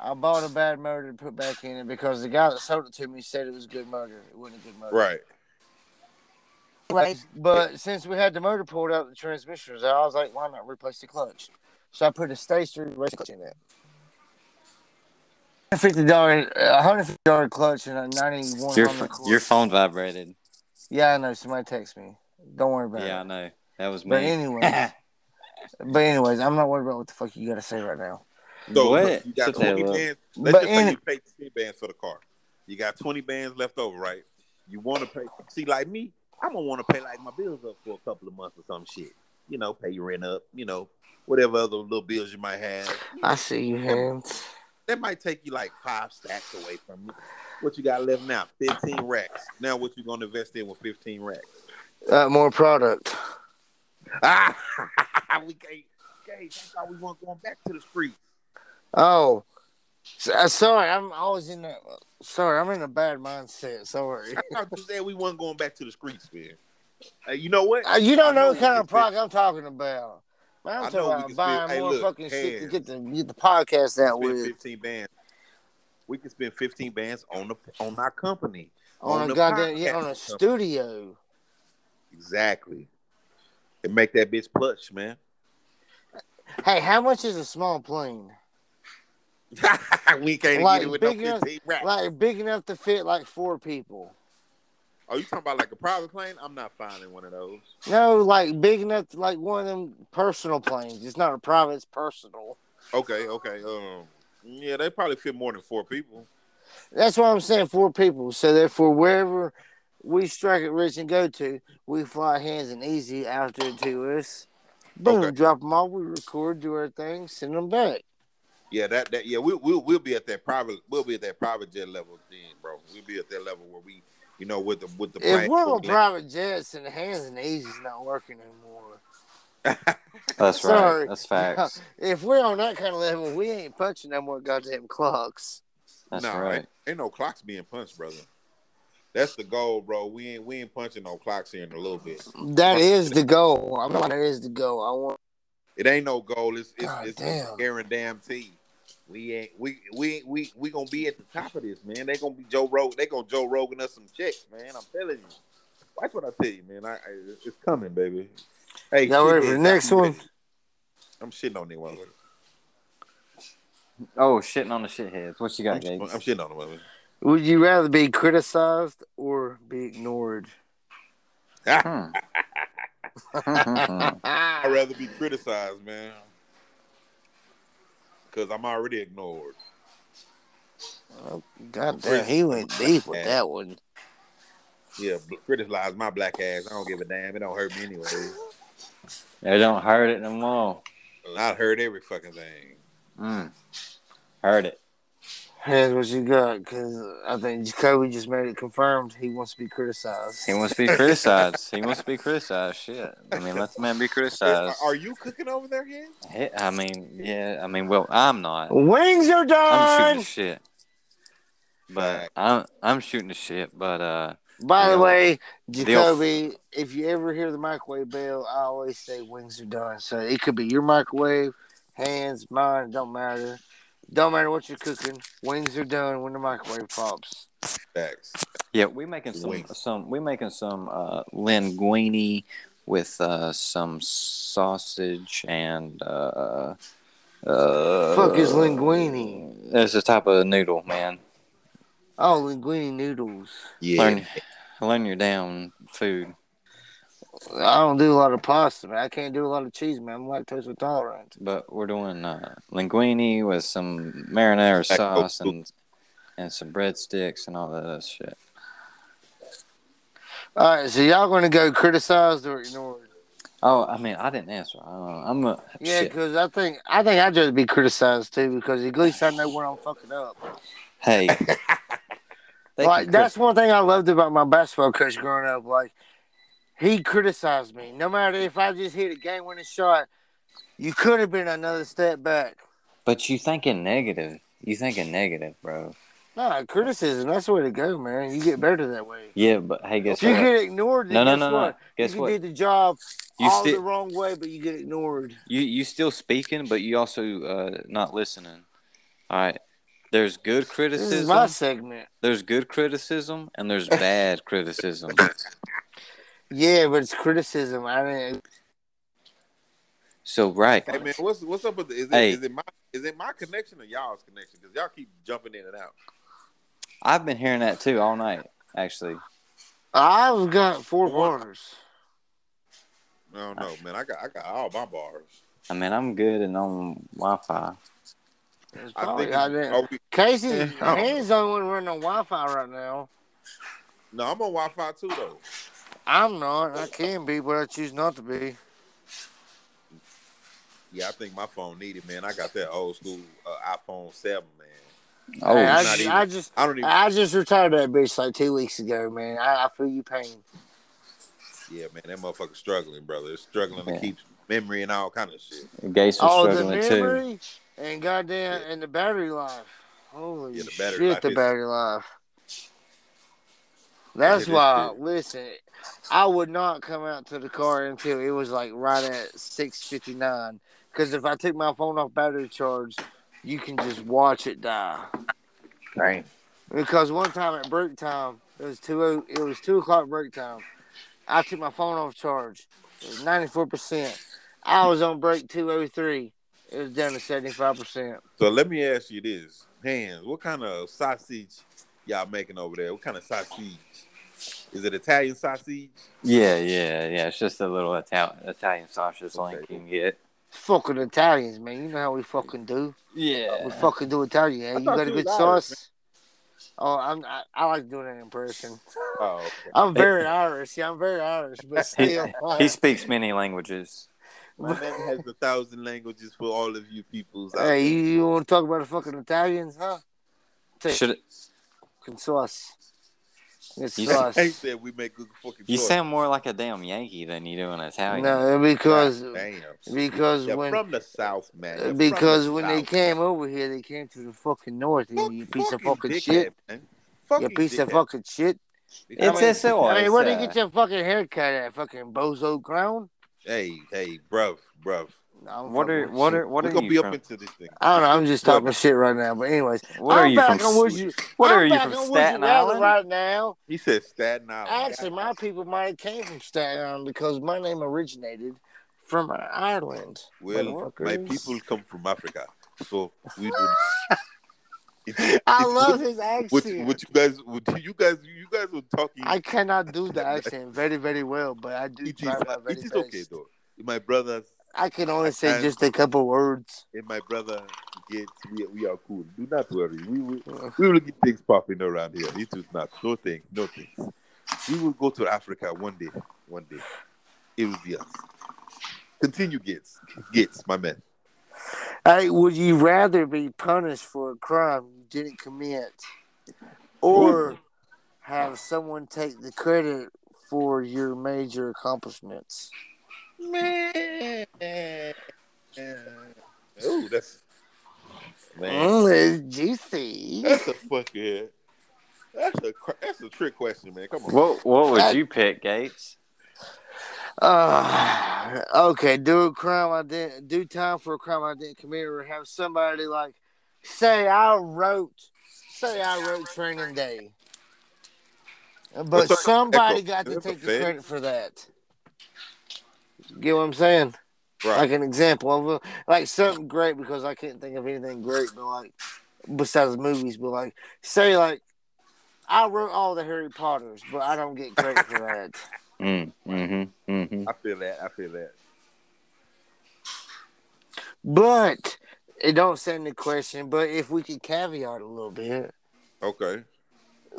Speaker 1: I bought a bad motor to put back in it because the guy that sold it to me said it was a good motor. It wasn't a good motor.
Speaker 3: Right.
Speaker 1: But, but since we had the motor pulled out, the transmission was out. I was like, why not replace the clutch? So I put a stationary race clutch in it. Fifty dollar, hundred fifty dollar clutch, and a ninety one.
Speaker 2: Your
Speaker 1: on the
Speaker 2: ph- your
Speaker 1: clutch.
Speaker 2: phone vibrated.
Speaker 1: Yeah, I know. Somebody text me. Don't worry about
Speaker 2: Yeah, I
Speaker 1: it.
Speaker 2: know. That was
Speaker 1: But
Speaker 2: me.
Speaker 1: anyways, but anyways, I'm not worried about what the fuck you gotta say right now.
Speaker 3: So
Speaker 2: what?
Speaker 3: you got
Speaker 2: Sit there,
Speaker 3: twenty
Speaker 2: look.
Speaker 3: bands. Let's
Speaker 1: But
Speaker 3: just
Speaker 1: any-
Speaker 3: say you paid ten bands for the car. You got twenty bands left over, right? You want to pay? See, like me, I'm gonna want to pay like my bills up for a couple of months or some shit. You know, pay your rent up. You know, whatever other little bills you might have.
Speaker 1: I see you, hands.
Speaker 3: That might take you like five stacks away from you. What you got left now? Fifteen racks. Now, what you gonna invest in with fifteen racks?
Speaker 1: Uh, more product.
Speaker 3: Ah, we can't. can't. That's why we weren't going back to the streets.
Speaker 1: Oh, S- uh, sorry. I'm always in that. Sorry, I'm in a bad mindset. Sorry.
Speaker 3: I thought you said we weren't going back to the streets, man. Hey, you know what?
Speaker 1: Uh, you don't
Speaker 3: I
Speaker 1: know
Speaker 3: know
Speaker 1: what kind
Speaker 3: we
Speaker 1: of
Speaker 3: can
Speaker 1: product I'm talking about. Man,
Speaker 3: I
Speaker 1: I'm
Speaker 3: know
Speaker 1: talking
Speaker 3: we
Speaker 1: about
Speaker 3: can
Speaker 1: buying
Speaker 3: spend- hey,
Speaker 1: more
Speaker 3: look,
Speaker 1: fucking shit to
Speaker 3: hands.
Speaker 1: get the get the podcast out
Speaker 3: spend
Speaker 1: with
Speaker 3: 15 bands. We can spend 15 bands on the on our company.
Speaker 1: on,
Speaker 3: on
Speaker 1: a
Speaker 3: the
Speaker 1: goddamn yeah,
Speaker 3: podcast
Speaker 1: on a
Speaker 3: or
Speaker 1: studio.
Speaker 3: Exactly. And make that bitch plush, man.
Speaker 1: Hey, how much is a small plane?
Speaker 3: we can't
Speaker 1: Like
Speaker 3: get it with no
Speaker 1: big enough-
Speaker 3: 15 racks.
Speaker 1: Like big enough to fit like four people.
Speaker 3: Are you talking about like a private plane? I'm not finding one of those.
Speaker 1: No, like big enough to, like one of them personal planes. It's not a private, it's personal.
Speaker 3: Okay, okay. Um, yeah, they probably fit more than four people.
Speaker 1: That's why I'm saying four people. So therefore wherever we strike it rich and go to, we fly hands and easy after it to us. Boom,
Speaker 3: Okay.
Speaker 1: drop them off, we record, do our thing, send them back.
Speaker 3: Yeah, that that yeah, we we'll we'll be at that private we'll be at that private jet level then, bro. We'll be at that level where we you know with the with the
Speaker 1: If
Speaker 3: plane-
Speaker 1: we're on private jets and the hands and easy's not working anymore.
Speaker 2: That's
Speaker 1: Sorry.
Speaker 2: right. That's facts.
Speaker 1: If we're on that kind of level, we ain't punching no more goddamn clocks.
Speaker 2: That's
Speaker 3: Nah,
Speaker 2: right.
Speaker 3: ain't, ain't no clocks being punched, brother. That's the goal, bro. We ain't we ain't punching no clocks here in a little bit.
Speaker 1: That is the goal. I'm not that is the goal. I want
Speaker 3: It ain't no goal. It's it's,
Speaker 1: God
Speaker 3: it's
Speaker 1: damn.
Speaker 3: Aaron damn T. We ain't we we ain't- we we gonna be at the top of this, man. They gonna be Joe Rogan. They gonna Joe Rogan us some checks, man. I'm telling you. Watch what I tell you, man. I, I it's coming, baby. Hey,
Speaker 1: Y'all ready for
Speaker 3: shitheads,
Speaker 1: the next
Speaker 3: I'm
Speaker 1: one?
Speaker 3: ready. I'm shitting on these motherfuckers.
Speaker 2: Oh, shitting on the shitheads. What you
Speaker 3: I'm,
Speaker 2: got,
Speaker 3: shitting on-
Speaker 2: Gates?
Speaker 3: I'm shitting on them, motherfuckers.
Speaker 1: Would you rather be criticized or be ignored?
Speaker 2: Hmm.
Speaker 3: I'd rather be criticized, man, because I'm already ignored.
Speaker 1: God damn, he went deep with that one.
Speaker 3: Yeah, b- criticize my black ass. I don't give a damn. It don't hurt me anyway.
Speaker 2: they don't hurt it no more.
Speaker 3: I heard every fucking thing.
Speaker 2: Mm. Heard it.
Speaker 1: Here's what you got, because I think Jacoby just made it confirmed he wants to be criticized.
Speaker 2: He wants to be criticized. he wants to be criticized. Shit. I mean, let the man be criticized.
Speaker 3: Are you cooking over there, Hen?
Speaker 2: He- I mean, yeah. I mean, well, I'm not.
Speaker 1: Wings are done.
Speaker 2: I'm shooting the shit. But I'm I'm shooting the shit. But uh,
Speaker 1: By the
Speaker 2: Yeah.
Speaker 1: way,
Speaker 2: old-
Speaker 1: Jacoby, if you ever hear the microwave bell, I always say wings are done. So it could be your microwave, hands, mine, don't matter. Don't matter what you're cooking, wings are done when the microwave pops.
Speaker 3: Facts.
Speaker 2: yeah, we making some
Speaker 3: Wings.
Speaker 2: some we making some uh, linguine with uh, some sausage and uh, uh,
Speaker 1: Fuck is linguine?
Speaker 2: It's a type of noodle, man.
Speaker 1: Oh, linguine noodles.
Speaker 3: Yeah.
Speaker 2: Learn learn your damn food.
Speaker 1: I don't do a lot of pasta, man. I can't do a lot of cheese, man. I'm lactose intolerant.
Speaker 2: But we're doing uh, linguine with some marinara
Speaker 3: Like, oh,
Speaker 2: sauce and and some breadsticks and all that other shit.
Speaker 1: All right, so y'all gonna go criticized or ignored?
Speaker 2: Oh, I mean, I didn't answer. I don't know. I'm a
Speaker 1: Yeah,
Speaker 2: shit.
Speaker 1: because I think I think I'd just be criticized too, because at least I know where I'm fucking up.
Speaker 2: Hey, They
Speaker 1: like
Speaker 2: can
Speaker 1: that's
Speaker 2: crit-
Speaker 1: one thing I loved about my basketball coach growing up. Like he criticized me, no matter if I just hit a game-winning shot. You could have been another step back.
Speaker 2: but you thinking negative. You thinking negative, bro.
Speaker 1: Nah, criticism. That's the way to go, man. You get better that way.
Speaker 2: Yeah, but hey,
Speaker 1: If
Speaker 2: guess
Speaker 1: you
Speaker 2: what?
Speaker 1: get ignored,
Speaker 2: no,
Speaker 1: then
Speaker 2: no,
Speaker 1: guess
Speaker 2: no,
Speaker 1: what?
Speaker 2: no. Guess
Speaker 1: you
Speaker 2: what?
Speaker 1: did the job
Speaker 2: You
Speaker 1: all
Speaker 2: still
Speaker 1: the wrong way, but you get ignored.
Speaker 2: you you still speaking, but you also uh, not listening. All right. There's good
Speaker 1: This
Speaker 2: criticism.
Speaker 1: is my segment.
Speaker 2: There's good criticism and there's bad criticism.
Speaker 1: Yeah, but it's criticism. I mean,
Speaker 2: So right.
Speaker 3: Hey man, what's what's up with the, is it? Is
Speaker 2: Hey.
Speaker 3: it my is it my connection or y'all's connection? Because y'all keep jumping in and out.
Speaker 2: I've been hearing that too all night, actually.
Speaker 1: I've got four
Speaker 3: One.
Speaker 1: corners.
Speaker 3: I don't know, man. I got I got all my bars.
Speaker 2: I mean, I'm good and on Wi-Fi.
Speaker 1: It's
Speaker 3: Oh, I
Speaker 1: probably
Speaker 3: think
Speaker 1: out there.
Speaker 3: are we,
Speaker 1: Casey,
Speaker 3: Yeah, I don't
Speaker 1: he's the only one running on Wi-Fi right now.
Speaker 3: no, I'm on Wi-Fi too though.
Speaker 1: I'm not. I can be, but I choose not to be.
Speaker 3: Yeah, I think my phone needed, man. I got that old school uh, iPhone seven, man.
Speaker 2: Oh,
Speaker 1: Hey, I,
Speaker 3: not
Speaker 1: ju-
Speaker 3: even-
Speaker 1: I just,
Speaker 3: I don't even.
Speaker 1: I just retired that bitch like two weeks ago, man. I, I feel your pain.
Speaker 3: yeah, man, that motherfucker's struggling, brother. It's struggling
Speaker 2: Yeah.
Speaker 3: to keep memory and all kind of shit.
Speaker 2: Gates was
Speaker 1: Oh, the
Speaker 2: struggling too.
Speaker 1: memory and goddamn and the battery life. Holy
Speaker 3: Yeah, the battery
Speaker 1: shit,
Speaker 3: life
Speaker 1: the
Speaker 3: is-
Speaker 1: battery life. That's
Speaker 3: It is
Speaker 1: why.
Speaker 3: good.
Speaker 1: Listen, I would not come out to the car until it was like right at six fifty nine. Because if I took my phone off battery charge, you can just watch it die.
Speaker 2: Right.
Speaker 1: Because one time at break time, it was two o- it was two o'clock break time. I took my phone off charge. It was ninety four percent. I was on break two oh three. It was down to seventy five percent.
Speaker 3: So let me ask you this, hands. What kind of sausage y'all making over there? What kind of sausage? Is it Italian sausage?
Speaker 2: Yeah, yeah, yeah. It's just a little Italian Italian sausage link
Speaker 3: Okay.
Speaker 2: you can get.
Speaker 1: Fucking Italians, man. You know how we fucking do.
Speaker 2: Yeah.
Speaker 3: Oh,
Speaker 1: We fucking do Italian.
Speaker 3: I
Speaker 1: eh? You
Speaker 3: thought
Speaker 1: got a
Speaker 3: you
Speaker 1: good
Speaker 3: was Irish,
Speaker 1: sauce. Oh, I'm I, I like doing that impression.
Speaker 3: Oh, okay.
Speaker 1: I'm very Irish. Yeah, I'm very Irish, but still.
Speaker 2: He speaks many languages.
Speaker 3: my man has a thousand languages for all of you peoples. out
Speaker 1: hey, you, you want to talk about the fucking Italians, huh? Take
Speaker 2: Should
Speaker 1: fucking sauce. It's
Speaker 2: You-
Speaker 3: there.
Speaker 1: sauce.
Speaker 3: Hey, said we make good fucking.
Speaker 2: you
Speaker 3: choice.
Speaker 2: sound more like a damn Yankee than you do an Italian?
Speaker 1: No, because
Speaker 3: damn.
Speaker 1: because
Speaker 3: You're
Speaker 1: when
Speaker 3: from the south, man. You're from
Speaker 1: because
Speaker 3: the
Speaker 1: when
Speaker 3: South.
Speaker 1: they came over here, they came to the fucking north. And you piece of fucking
Speaker 3: dickhead,
Speaker 1: shit.
Speaker 3: man.
Speaker 1: You
Speaker 3: Fucking
Speaker 1: piece of
Speaker 3: dickhead.
Speaker 1: fucking shit.
Speaker 3: Because
Speaker 2: It's it's
Speaker 1: I mean, where
Speaker 2: always,
Speaker 1: do you
Speaker 2: uh,
Speaker 1: get your fucking haircut at? Fucking bozo ground?
Speaker 3: Hey, hey, bruv, bruv.
Speaker 1: No, I'm
Speaker 2: What
Speaker 1: fucking
Speaker 2: are
Speaker 1: with
Speaker 2: what
Speaker 1: you.
Speaker 2: are what
Speaker 3: We're
Speaker 2: are
Speaker 3: gonna
Speaker 2: you
Speaker 3: be
Speaker 2: from?
Speaker 3: up into this thing.
Speaker 1: I don't know. I'm just talking shit right now. But anyways,
Speaker 2: What
Speaker 1: I'm
Speaker 2: are you
Speaker 1: back
Speaker 2: from?
Speaker 1: on Would
Speaker 2: S-
Speaker 1: You?
Speaker 2: What
Speaker 1: I'm
Speaker 2: are you
Speaker 1: back
Speaker 2: from
Speaker 1: on Would You
Speaker 2: Staten
Speaker 1: Rather
Speaker 2: Island?
Speaker 1: Right now,
Speaker 3: He said Staten Island.
Speaker 1: actually, my people might have came from Staten Island because my name originated from Ireland.
Speaker 3: Well, my
Speaker 1: Motherfuckers.
Speaker 3: people come from Africa, so we do. It's-
Speaker 1: I
Speaker 3: it's
Speaker 1: love
Speaker 3: what,
Speaker 1: his accent.
Speaker 3: what, what you guys. What you guys? You guys were talking.
Speaker 1: I cannot do the accent very, very well, but I do
Speaker 3: it is,
Speaker 1: try my very
Speaker 3: it is
Speaker 1: best.
Speaker 3: okay though. My brothers
Speaker 1: I can only say
Speaker 3: And-
Speaker 1: just a couple words.
Speaker 3: and my brother get we, we are cool. Do not worry. We will we will get things popping around here. It is not no thing, no things. We will go to Africa one day. One day. It will be us. Continue Gates. Gates, my man.
Speaker 1: Hey, would you rather be punished for a crime you didn't commit, or have someone take the credit for your major accomplishments?
Speaker 3: Oh, that's man.
Speaker 1: Mm, it's juicy.
Speaker 3: That's a fucking that's a cr- that's a trick question, man. Come on.
Speaker 2: What what
Speaker 1: I-
Speaker 2: would you pick, Gates?
Speaker 1: Uh, okay, do a crime I didn't do time for a crime I didn't commit, or have somebody like say I wrote, say I wrote Training Day, but
Speaker 3: What's that
Speaker 1: somebody
Speaker 3: echo?
Speaker 1: got to
Speaker 3: Is that
Speaker 1: take
Speaker 3: the
Speaker 1: the
Speaker 3: Fed?
Speaker 1: credit for that. Get what I'm saying? Like
Speaker 3: right.
Speaker 1: an example of a- like something great because I can't think of anything great, but like besides movies, but like say like I wrote all the Harry Potters, but I don't get credit for that.
Speaker 2: Mm, mm-hmm. Mm-hmm.
Speaker 3: I feel that. I feel that.
Speaker 1: But it don't send the question. But if we could caveat a little bit,
Speaker 3: Okay.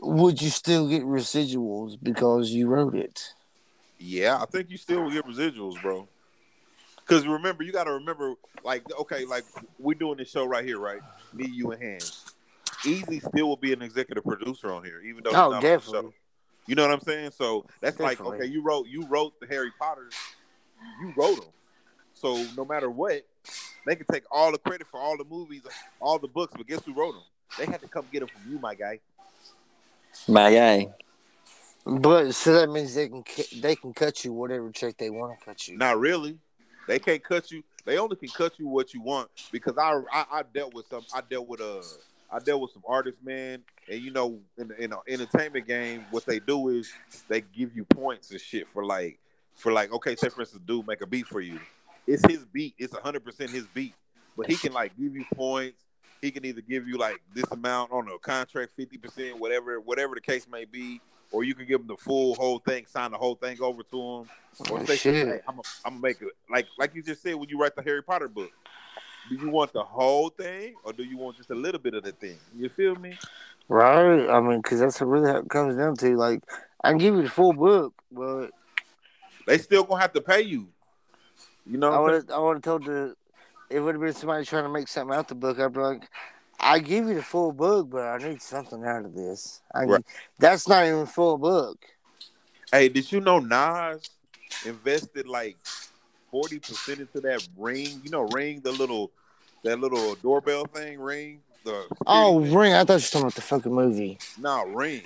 Speaker 1: would you still get residuals because you wrote it?
Speaker 3: Yeah, I think you still will get residuals, bro. Because remember, you got to remember, like, okay, like we're doing this show right here, right? Me, you, and Hands. Easy still will be an executive producer on here, even though he's
Speaker 1: Oh,
Speaker 3: not on the
Speaker 1: definitely.
Speaker 3: show. You know what I'm saying? So that's like,
Speaker 1: Definitely.
Speaker 3: okay, you wrote, you wrote the Harry Potter, you wrote them. So no matter what, they can take all the credit for all the movies, all the books, but guess who wrote them? They had to come get them from you, my guy.
Speaker 2: My guy.
Speaker 1: But so that means they can ca- they can cut you whatever check they want to cut you.
Speaker 3: Not really. They can't cut you. They only can cut you what you want because I I, I dealt with some. I dealt with uh I dealt with some artists, man. And you know, in the, in the entertainment game, what they do is they give you points and shit for like for like okay, say for instance, dude make a beat for you. It's his beat. It's hundred percent his beat, but he can like give you points. He can either give you like this amount on a contract, fifty percent, whatever, whatever the case may be, or you can give him the full whole thing, sign the whole thing over to him. Or
Speaker 1: Oh,
Speaker 3: say,
Speaker 1: shit.
Speaker 3: hey, I'm gonna make it like like you just said when you write the Harry Potter book. Do you want the whole thing, or do you want just a little bit of the thing? You feel me?
Speaker 1: Right. I mean, because that's really how it comes down to. Like, I can give you the full book, but
Speaker 3: They still gonna have to pay you. You know,
Speaker 1: I
Speaker 3: what I'm saying?
Speaker 1: would I would have told the it would have been somebody trying to make something out the book. I'd be like, I give you the full book, but I need something out of this. I
Speaker 3: Right.
Speaker 1: that's not even full book.
Speaker 3: hey, did you know Nas invested like forty percent into that ring? You know, ring the little that little doorbell thing, ring the
Speaker 1: Oh,
Speaker 3: thing.
Speaker 1: ring! I thought you were talking about the fucking movie.
Speaker 3: nah, ring.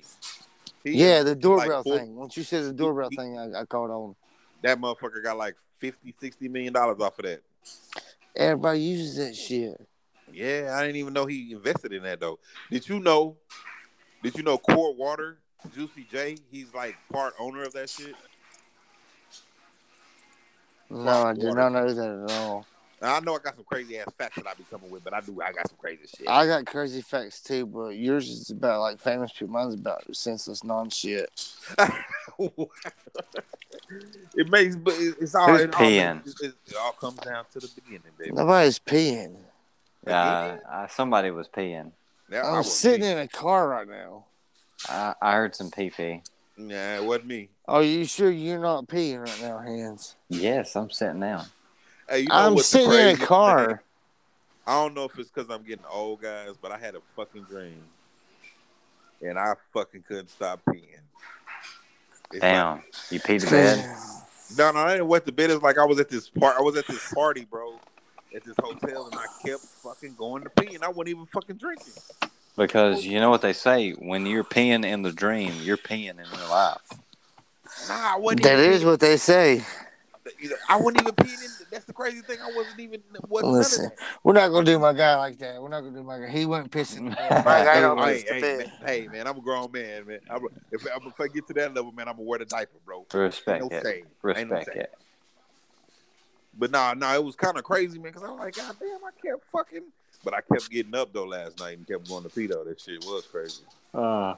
Speaker 3: He-
Speaker 1: Yeah, the doorbell
Speaker 3: full-
Speaker 1: thing. Once you said the doorbell thing, I, I caught on.
Speaker 3: that motherfucker got like 50 60 million dollars off of that.
Speaker 1: Everybody uses that shit.
Speaker 3: Yeah, I didn't even know he invested in that though. Did you know? Did you know Core Water, Juicy J? He's like part owner of that shit.
Speaker 1: No, I did not know that at all.
Speaker 3: Now, I know I got some crazy ass facts that I be coming with, but I do. I got some crazy shit.
Speaker 1: I got crazy facts too, but yours is about like famous people. Mine's about senseless non shit.
Speaker 3: it makes, but it- it's all.
Speaker 2: Who's
Speaker 3: It all,
Speaker 2: peeing?
Speaker 3: it, it, it all comes down to the beginning, baby.
Speaker 1: Nobody's peeing.
Speaker 2: Uh, uh, somebody was peeing.
Speaker 3: Now, I
Speaker 1: I'm
Speaker 3: was
Speaker 1: sitting in a car right now.
Speaker 2: I, I heard some pee pee.
Speaker 3: peeing. Nah, it wasn't me.
Speaker 1: Are you sure you're not peeing right now, hands?
Speaker 2: Yes, I'm sitting down.
Speaker 3: Hey, you know
Speaker 1: I'm
Speaker 3: what's the
Speaker 1: sitting in a
Speaker 3: crazy thing?
Speaker 1: car.
Speaker 3: I don't know if it's because I'm getting old, guys, but I had a fucking dream, and I fucking couldn't stop peeing. It's like-
Speaker 2: Down. You peed the bed?
Speaker 3: no, no, I didn't wet the bed. It's like I was at this part. I was at this party, bro, at this hotel, and I kept fucking going to pee, and I wasn't even fucking drinking.
Speaker 2: Because you know what they say when you're peeing in the dream, you're peeing in real life.
Speaker 3: Nah, I wasn't.
Speaker 1: That
Speaker 3: even
Speaker 1: is what they say.
Speaker 3: peeing. I wasn't even peeing. In, that's the crazy thing. I wasn't even. Wasn't
Speaker 1: Listen,
Speaker 3: Listen,
Speaker 1: We're not gonna do my guy like that. We're not gonna do my guy. He wasn't pissing.
Speaker 2: My guy
Speaker 3: Hey,
Speaker 2: don't
Speaker 3: hey, hey, man, hey, man, I'm a grown man, man. I'm, if, I'm, if I get to that level, man, I'm gonna wear the diaper, bro.
Speaker 2: Respect
Speaker 3: Ain't no
Speaker 2: it.
Speaker 3: shame. Ain't no
Speaker 2: Respect
Speaker 3: shame.
Speaker 2: it.
Speaker 3: But nah, nah, it was kind of crazy, man, because I was like, God damn, I kept fucking. But I kept getting up though last night and kept going to pee though. That shit was crazy.
Speaker 2: Uh,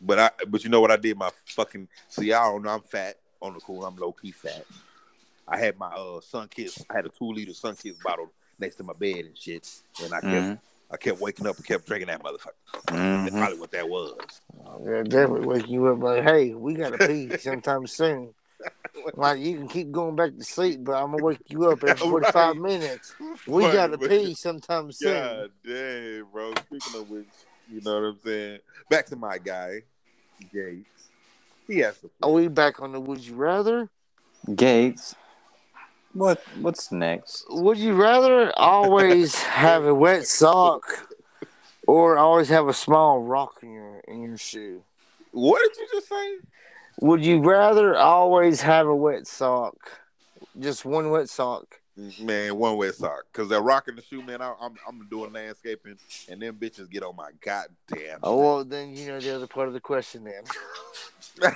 Speaker 3: But I, but you know what I did? My fucking see, I don't know. I'm fat on the cool. I'm low key fat. I had my uh Sunkiss. I had a two liter Sunkiss bottle next to my bed and shit. And I kept,
Speaker 2: mhm,
Speaker 3: I kept waking up and kept drinking that motherfucker.
Speaker 1: Mm-hmm.
Speaker 3: That's
Speaker 2: mhm.
Speaker 3: probably what that was.
Speaker 1: Yeah, definitely wake you up like, hey, we gotta pee sometime soon. Like you can keep going back to sleep, but I'm gonna wake you up every
Speaker 3: Right.
Speaker 1: 45 minutes. We
Speaker 3: Right,
Speaker 1: gotta
Speaker 3: but-
Speaker 1: pee sometime soon.
Speaker 3: God damn, bro. Speaking of which, you know what I'm saying. Back to my guy, Gates. He has some.
Speaker 1: Are we back on the would you rather?
Speaker 2: Mm-hmm. Gates. What? What's next?
Speaker 1: Would you rather always have a wet sock or always have a small rock in your in your shoe?
Speaker 3: What did you just say?
Speaker 1: Would you rather always have a wet sock? Just one wet sock.
Speaker 3: Man, one way sock. Cause they're rocking the shoe, man. I, I'm I'm doing landscaping, and them bitches get on my goddamn.
Speaker 1: Oh well then you know the other part of the question then.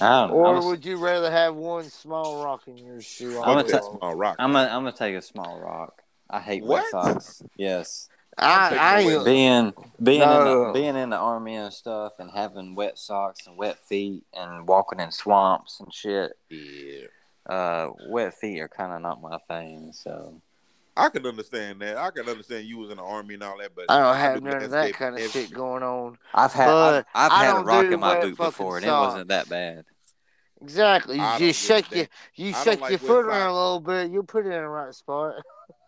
Speaker 2: I don't know.
Speaker 1: Or
Speaker 2: I'm,
Speaker 1: would you rather have one small rock in your shoe?
Speaker 2: I'm
Speaker 1: all
Speaker 2: a
Speaker 1: day
Speaker 2: ta-
Speaker 1: long?
Speaker 3: on rock.
Speaker 2: I'm gonna I'm gonna take a small rock. I hate wet
Speaker 3: What?
Speaker 2: socks. Yes.
Speaker 1: I, I,
Speaker 3: taking
Speaker 1: ain't-
Speaker 3: a wet
Speaker 2: being being in
Speaker 1: No.
Speaker 2: the, being in the army and stuff, and having wet socks and wet feet, and walking in swamps and shit.
Speaker 3: yeah,
Speaker 2: Uh, wet feet are kind of not my thing. So
Speaker 3: I can understand that. I can understand you was in the army and all that, but
Speaker 1: I don't have
Speaker 3: do
Speaker 1: none of that
Speaker 3: landscaping
Speaker 1: kind of
Speaker 3: every-
Speaker 1: shit going on.
Speaker 2: I've had
Speaker 1: But
Speaker 2: I've, I've
Speaker 1: I
Speaker 2: had a
Speaker 1: don't
Speaker 2: rock
Speaker 1: do
Speaker 2: in my
Speaker 1: wet
Speaker 2: boot
Speaker 1: fucking
Speaker 2: before, and it
Speaker 1: socks.
Speaker 2: wasn't that bad.
Speaker 1: Exactly. You
Speaker 3: I don't
Speaker 1: just
Speaker 3: get
Speaker 1: shake your you
Speaker 3: I don't
Speaker 1: shake
Speaker 3: like
Speaker 1: your
Speaker 3: wet
Speaker 1: foot around
Speaker 3: socks.
Speaker 1: a little bit. You'll put it in the right spot.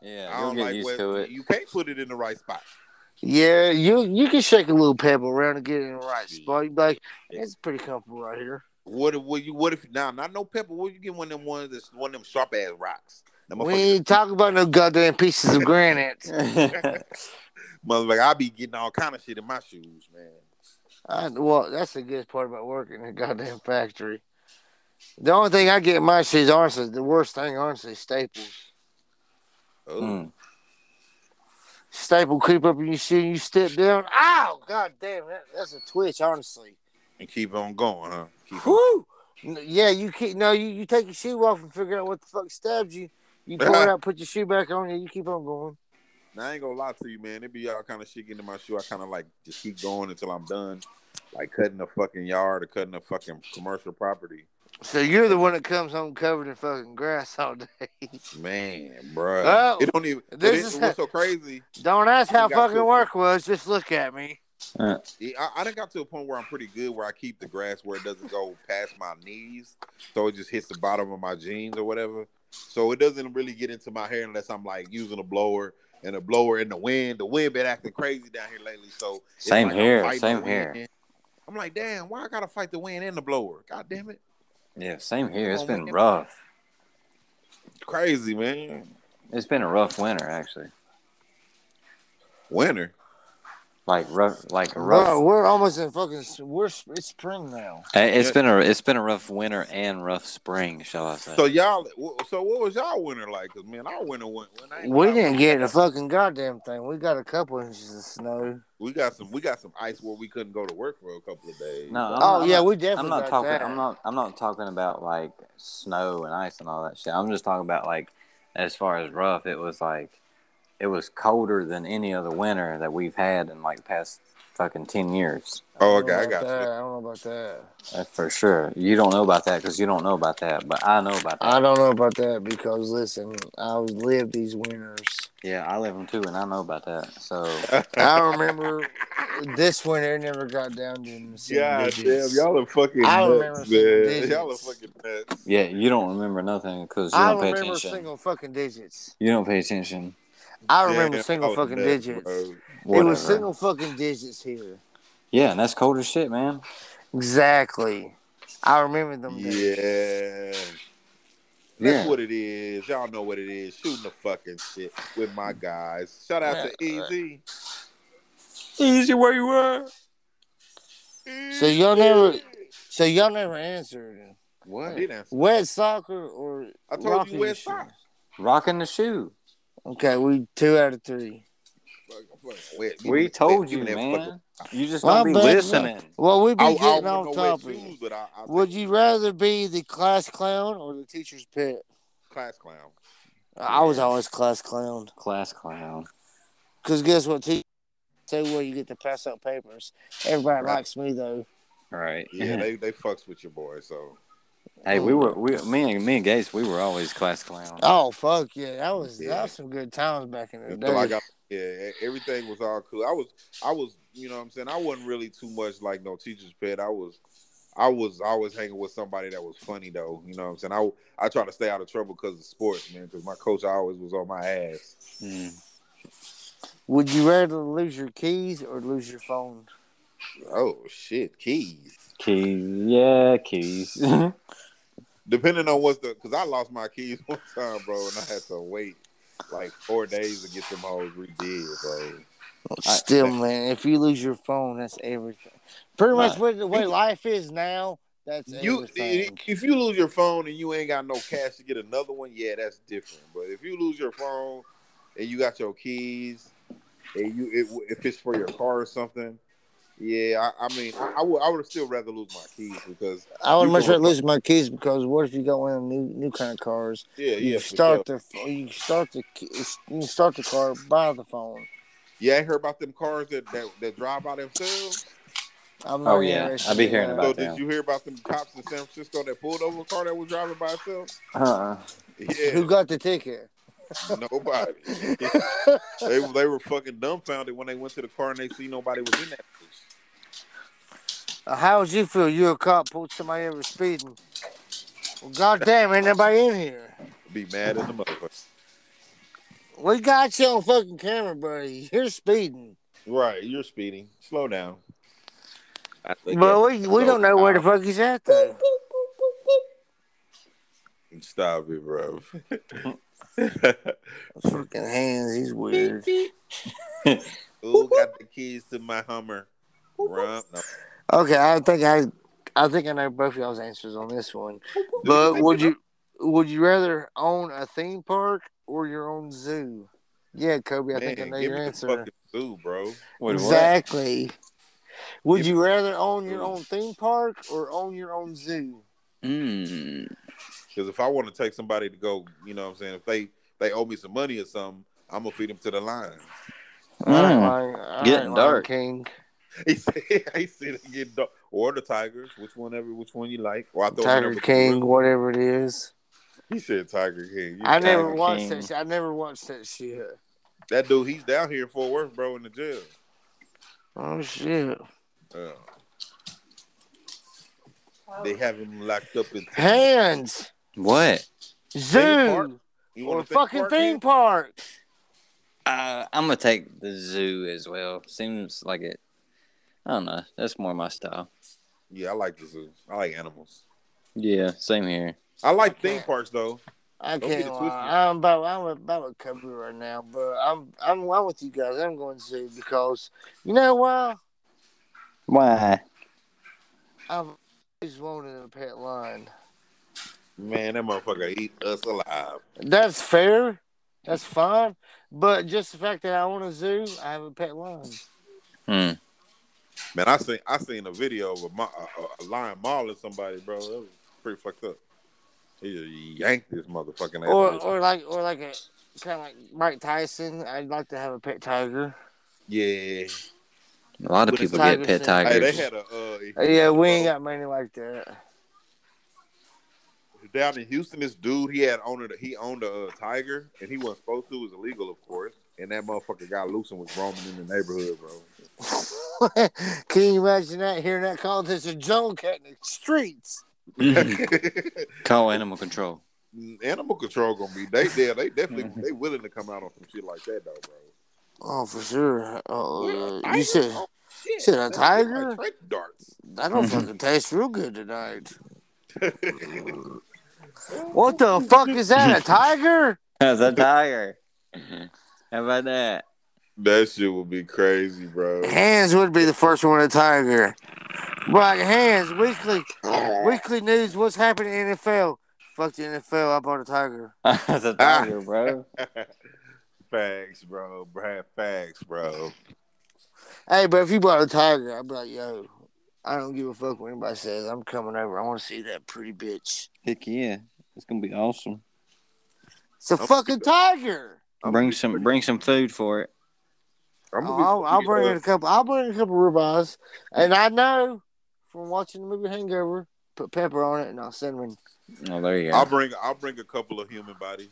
Speaker 2: Yeah,
Speaker 3: I
Speaker 2: you'll
Speaker 3: don't
Speaker 2: get
Speaker 3: like
Speaker 2: used
Speaker 3: wet-
Speaker 2: to it.
Speaker 3: You can't put it in the right spot.
Speaker 1: Yeah, you you can shake a little pebble around and get it in the right spot. You'd be like, it's pretty comfortable right here.
Speaker 3: What if what you what if now not no pepper? What you get one of them ones that's one of them sharp ass rocks? Them
Speaker 1: We
Speaker 3: motherfuckers-
Speaker 1: ain't talking about no goddamn pieces of granite.
Speaker 2: yeah,
Speaker 3: motherfucker, I be getting all kind of shit in my shoes, man.
Speaker 1: I, well, that's the good part about working in a goddamn factory. The only thing I get in my shoes, honestly, the worst thing, honestly, is staples.
Speaker 3: Oh,
Speaker 2: Mm.
Speaker 1: Staple creep up in your shoe, you step down. Ow! God damn, that, that's a twitch, honestly.
Speaker 3: and keep on going, huh? Keep on-
Speaker 1: Whew. N- Yeah, you keep no, you, you take your shoe off and figure out what the fuck stabbed you. You pull it out, put your shoe back on, and you keep on going.
Speaker 3: Now, I ain't gonna lie to you, man. It be all kind of shit getting in my shoe. I kind of like just keep going until I'm done, like cutting a fucking yard or cutting a fucking commercial property.
Speaker 1: So you're the one that comes home covered in fucking grass all day.
Speaker 3: Man, bruh.
Speaker 1: Oh,
Speaker 3: it don't even.
Speaker 1: this
Speaker 3: This it,
Speaker 1: is-
Speaker 3: is what's so crazy.
Speaker 1: Don't ask
Speaker 3: You
Speaker 1: how
Speaker 3: got
Speaker 1: fucking
Speaker 3: to.
Speaker 1: work was, just look at me.
Speaker 3: Yeah, I, I done got to a point where I'm pretty good where I keep the grass where it doesn't go past my knees. So it just hits the bottom of my jeans or whatever. So it doesn't really get into my hair unless I'm like using a blower and a blower in the wind. The wind been acting crazy down here lately. So it's
Speaker 2: Same
Speaker 3: like I'm
Speaker 2: here,
Speaker 3: fighting
Speaker 2: same
Speaker 3: the
Speaker 2: here.
Speaker 3: wind. I'm like, damn, why I gotta fight the wind and the blower? God damn it.
Speaker 2: Yeah, same here. It's
Speaker 3: Oh,
Speaker 2: been
Speaker 3: man.
Speaker 2: rough.
Speaker 3: It's crazy, man.
Speaker 2: It's been a rough winter, actually.
Speaker 3: Winter.
Speaker 2: Like rough, like a rough.
Speaker 1: Bro, we're almost in fucking. s- We're s- it's spring now.
Speaker 2: Uh, It's been a it's been a rough winter and rough spring, shall I say?
Speaker 3: So y'all so what was y'all winter like? Cause man, our winter went when I ain't
Speaker 1: We
Speaker 3: gonna lie,
Speaker 1: didn't get a fucking goddamn thing. We got a couple inches of snow.
Speaker 3: we got some we got some ice where we couldn't go to work for a couple of days.
Speaker 2: No, I'm
Speaker 1: oh
Speaker 2: not-
Speaker 1: yeah, we definitely.
Speaker 2: I'm not
Speaker 1: got
Speaker 2: talking.
Speaker 1: That.
Speaker 2: I'm not. I'm not talking about like snow and ice and all that shit. I'm just talking about like as far as rough. It was like it was colder than any other winter that we've had in like the past fucking ten years
Speaker 3: Oh,
Speaker 1: I don't
Speaker 3: okay,
Speaker 1: know
Speaker 3: I
Speaker 1: about
Speaker 3: got
Speaker 1: that.
Speaker 3: you.
Speaker 1: I don't know about that.
Speaker 2: That's for sure. You don't know about that because you don't know about that, but I know about that.
Speaker 1: I don't know about that because listen, I was lived these winters.
Speaker 2: yeah, I live in two and I know about that. So
Speaker 1: I remember this winter it never got down to
Speaker 3: Yeah,
Speaker 1: single
Speaker 3: damn,
Speaker 1: digits.
Speaker 3: y'all are fucking
Speaker 1: I don't remember
Speaker 3: nuts,
Speaker 1: seeing
Speaker 3: man.
Speaker 1: digits.
Speaker 3: Y'all are fucking nuts.
Speaker 2: yeah, you don't remember nothing because you
Speaker 1: I
Speaker 2: don't pay
Speaker 1: remember
Speaker 2: attention.
Speaker 1: single fucking digits.
Speaker 2: You don't pay attention.
Speaker 1: I remember
Speaker 3: Damn,
Speaker 1: single
Speaker 3: y'all
Speaker 1: fucking
Speaker 3: nuts,
Speaker 1: digits.
Speaker 3: bro.
Speaker 1: It
Speaker 2: Whatever.
Speaker 1: was single fucking digits here.
Speaker 2: Yeah, and that's cold as shit, man.
Speaker 1: Exactly. I remember them.
Speaker 3: Yeah.
Speaker 1: days.
Speaker 3: That's
Speaker 2: Yeah.
Speaker 3: what it is. Y'all know what it is. Shooting the fucking shit with my guys. Shout out to E Easy.
Speaker 2: Easy where you were.
Speaker 1: So E y'all never. So y'all never answered.
Speaker 3: I did answer.
Speaker 1: Wet soccer or
Speaker 3: I told
Speaker 1: Rocky
Speaker 3: you wet
Speaker 1: shoe?
Speaker 3: socks.
Speaker 2: Rocking the shoe.
Speaker 1: Okay, we two out of three.
Speaker 3: Fucking- fucking wet. Give me
Speaker 2: We
Speaker 3: that-
Speaker 2: told
Speaker 3: give
Speaker 2: you,
Speaker 3: me that fucking-
Speaker 2: man. You just
Speaker 1: Well,
Speaker 2: don't be
Speaker 1: but-
Speaker 2: listening.
Speaker 1: Well, we
Speaker 3: I, I
Speaker 1: be getting
Speaker 3: wouldn't
Speaker 1: off
Speaker 3: go wet
Speaker 1: topic.
Speaker 3: shoes, but I, I
Speaker 1: Would
Speaker 3: think
Speaker 1: you rather be the class clown or the teacher's pet?
Speaker 3: class clown.
Speaker 1: I was always class clown.
Speaker 2: Class clown.
Speaker 1: Cause guess what? Teacher say well, you get to pass out papers. Everybody
Speaker 3: Right.
Speaker 1: likes me though.
Speaker 2: Right.
Speaker 3: Yeah, they they fucks with your boy. So
Speaker 2: hey, we were we me and me and Gates, we were always class clown.
Speaker 1: Oh fuck yeah, that was that
Speaker 3: Yeah.
Speaker 1: was some good times back in the day.
Speaker 3: until I got yeah, e- everything was all cool. I was I was you know what I'm saying I wasn't really too much like no teacher's pet. I was I was always hanging with somebody that was funny though. You know what I'm saying I I try to stay out of trouble because of sports, man. Because my coach always was on my ass.
Speaker 2: Mm.
Speaker 1: Would you rather lose your keys or lose your phone?
Speaker 3: Oh shit, keys.
Speaker 2: Keys, yeah, keys. Uh-uh.
Speaker 3: Depending on what's the because I lost my keys one time, bro, and I had to wait like four days to get them hoes redid, bro.
Speaker 1: Still, man, if you lose your phone, that's everything. Pretty much
Speaker 2: Right.
Speaker 1: what the way life is now. That's
Speaker 3: You
Speaker 1: everything.
Speaker 3: if you lose your phone and you ain't got no cash to get another one, yeah, that's different. But if you lose your phone and you got your keys and you it, if it's for your car or something, yeah, I, I mean, I, I would I would still rather lose my keys because
Speaker 1: I would
Speaker 3: you
Speaker 1: much
Speaker 3: can-
Speaker 1: rather lose my keys because what if you got one of them new new kind of cars?
Speaker 3: yeah,
Speaker 1: you
Speaker 3: yeah, for sure.
Speaker 1: start the you start the you can start the car by the phone.
Speaker 3: yeah. I heard about them cars that that, that drive by themselves.
Speaker 1: I'm not
Speaker 2: Oh, yeah.
Speaker 1: interested
Speaker 2: I be
Speaker 1: in
Speaker 2: hearing
Speaker 1: that.
Speaker 2: About
Speaker 3: So did
Speaker 2: them.
Speaker 3: you hear about them cops in San Francisco that pulled over a car that was driving by itself?
Speaker 2: Uh-uh.
Speaker 3: Yeah,
Speaker 1: Who got the ticket?
Speaker 3: nobody. they they were fucking dumbfounded when they went to the car and they see nobody was in that. Bitch.
Speaker 1: Uh, How would you feel? You a cop pulled somebody over speeding? Well, goddamn, ain't nobody in here.
Speaker 3: be mad in the motherfucker.
Speaker 1: We got you on fucking camera, buddy. You're speeding,
Speaker 3: Right, you're speeding. Slow down. I think
Speaker 1: but we we don't know where the fuck he's at though.
Speaker 3: you- Stop it, bro.
Speaker 1: Fucking hands, he's weird.
Speaker 2: Ooh,
Speaker 3: keys to my Hummer. Rump. No.
Speaker 1: Okay, I think I, I think I know both y'all's answers on this one. But would you, would you rather own a theme park or your own zoo? Yeah, Kobe, I think I
Speaker 3: Man,
Speaker 1: know
Speaker 3: give
Speaker 1: your
Speaker 3: me the
Speaker 1: answer.
Speaker 3: fucking zoo, bro.
Speaker 2: Wait, what?
Speaker 1: exactly. Would
Speaker 3: Give
Speaker 1: you rather own your
Speaker 3: zoo.
Speaker 1: own theme park or own your own zoo?
Speaker 2: Mm.
Speaker 3: Because if I want to take somebody to go, you know what I'm saying? If they they owe me some money or something, I'm gonna feed them to the lions.
Speaker 1: All right,
Speaker 2: Mm.
Speaker 1: Lion- all
Speaker 2: Getting
Speaker 1: right, Lion
Speaker 2: dark.
Speaker 1: King.
Speaker 3: He said, he said it get dog- or the tigers, which one ever, which one you like? Or I throw
Speaker 1: Tiger
Speaker 3: whatever-
Speaker 1: King, whatever it is.
Speaker 3: He said Tiger King. You-
Speaker 1: I never
Speaker 2: Tiger
Speaker 1: watched
Speaker 2: King.
Speaker 1: that shit. I never watched that shit.
Speaker 3: that dude, he's down here in Fort Worth, bro, in the jail.
Speaker 1: Oh shit. Uh,
Speaker 3: Yeah. They have him locked up in.
Speaker 1: Hands.
Speaker 2: What?
Speaker 3: park?
Speaker 1: Zoo.
Speaker 3: You
Speaker 1: Or
Speaker 3: want
Speaker 1: fucking theme park.
Speaker 2: Uh, I'm gonna take the zoo as well. Seems like it. I don't know. That's more my style.
Speaker 3: Yeah, I like the zoo. I like animals.
Speaker 2: Yeah, same here.
Speaker 3: I like theme parks though.
Speaker 1: I
Speaker 3: Don't get
Speaker 1: can't
Speaker 3: it
Speaker 1: lie.
Speaker 3: twisted.
Speaker 1: I'm about I'm about with Kobe right now, but I'm I'm I'm with you guys. I'm going zoo because you know why?
Speaker 2: Why?
Speaker 1: I've always wanted a pet lion.
Speaker 3: Man, that motherfucker eat us alive.
Speaker 1: That's fair. That's fine. But just the fact that I want a zoo, I have a pet lion.
Speaker 2: Hmm.
Speaker 3: Man, I seen I seen a video of a, mo- a, a lion mauling somebody, bro. That was pretty fucked up. He yanked this motherfucking ass.
Speaker 1: Or
Speaker 3: bitch.
Speaker 1: or like or like a kind of like Mike Tyson. I'd like to have a pet tiger.
Speaker 3: yeah.
Speaker 2: A lot of
Speaker 3: With
Speaker 2: people
Speaker 1: the
Speaker 2: get pet
Speaker 1: tigers
Speaker 3: Hey, they
Speaker 2: tigers.
Speaker 3: had a uh,
Speaker 1: Yeah, we ain't got money like that.
Speaker 3: down in Houston. This dude, he had owned a, he owned a uh, tiger, and he wasn't supposed to. It was illegal, of course. And that motherfucker got loose and was roaming in the neighborhood, bro.
Speaker 1: Can you imagine that? Hearing that call, there's a jungle cat in the streets.
Speaker 2: Call animal control.
Speaker 3: Animal control gonna be they there. They
Speaker 2: Mm-hmm.
Speaker 3: definitely they willing to come out on some shit like that though, bro.
Speaker 1: Oh, for sure. Oh,
Speaker 3: Yeah,
Speaker 1: uh, you
Speaker 3: tiger?
Speaker 1: said
Speaker 3: Oh, shit.
Speaker 1: said a
Speaker 3: That shit
Speaker 1: tiger?
Speaker 3: like trick darts.
Speaker 1: I don't fucking taste real good tonight. What the fuck is that? A tiger?
Speaker 2: That's a tiger. Mm-hmm. How about that?
Speaker 3: that shit would be crazy, bro.
Speaker 1: Hands would be the first one. A tiger. Right, hands. Weekly, weekly news. What's happening in NFL? Fuck the NFL. I bought a tiger.
Speaker 2: That's a
Speaker 3: Ah.
Speaker 2: tiger, bro.
Speaker 3: facts, bro. Brad, facts, bro.
Speaker 1: Hey, but if you bought a tiger, I'd be like, yo, I don't give a fuck what anybody says. I'm coming over. I want to see that pretty bitch.
Speaker 2: Heck yeah, it's gonna be awesome.
Speaker 1: It's a fucking tiger.
Speaker 2: Bring some, bring some food for it.
Speaker 3: I'm
Speaker 1: Oh, I'll, I'll bring in a couple. I'll bring in a couple ribeyes, and I know from watching the movie Hangover, put pepper on it and I'll cinnamon.
Speaker 2: Oh, there you
Speaker 3: I'll
Speaker 2: go.
Speaker 3: bring I'll bring a couple of human bodies.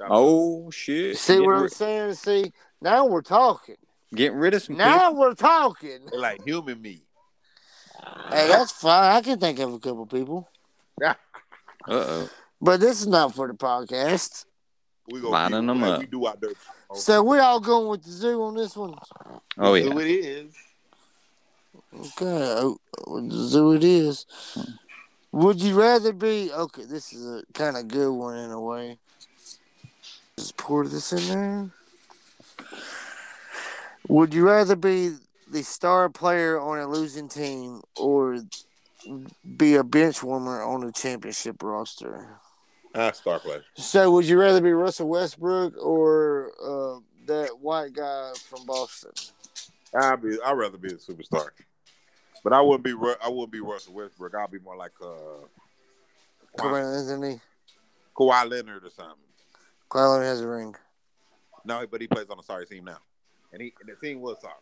Speaker 2: Oh shit!
Speaker 1: See
Speaker 2: get,
Speaker 1: what I'm
Speaker 2: ri-
Speaker 1: saying? See, now we're talking.
Speaker 2: get rid of some.
Speaker 1: Now we're talking.
Speaker 3: They like human meat.
Speaker 1: Hey, that's fine. I can think of a couple people,
Speaker 2: Uh oh.
Speaker 1: but this is not for the podcast.
Speaker 3: We gonna
Speaker 2: Lining
Speaker 3: keep-
Speaker 2: them
Speaker 3: like
Speaker 2: up.
Speaker 3: We do out there.
Speaker 1: So we're all going with the zoo on this one.
Speaker 2: Oh
Speaker 3: Who
Speaker 2: yeah.
Speaker 3: it is?
Speaker 1: Okay, oh, oh, the zoo it is. Would you rather be okay? This is a kind of good one in a way. Just pour this in there. Would you rather be the star player on a losing team or be a bench warmer on a championship roster?
Speaker 3: Ah, star player.
Speaker 1: So, would you rather be Russell Westbrook or uh, that white guy from Boston?
Speaker 3: I'd be. I'd rather be a superstar, but I wouldn't be. Ru- I wouldn't be Russell Westbrook. I'd be more like uh,
Speaker 1: Come on, Anthony.
Speaker 3: Kawhi Leonard or something.
Speaker 1: Kawhi Leonard has a ring.
Speaker 3: No, but he plays on a sorry team now, and he and the team was sorry.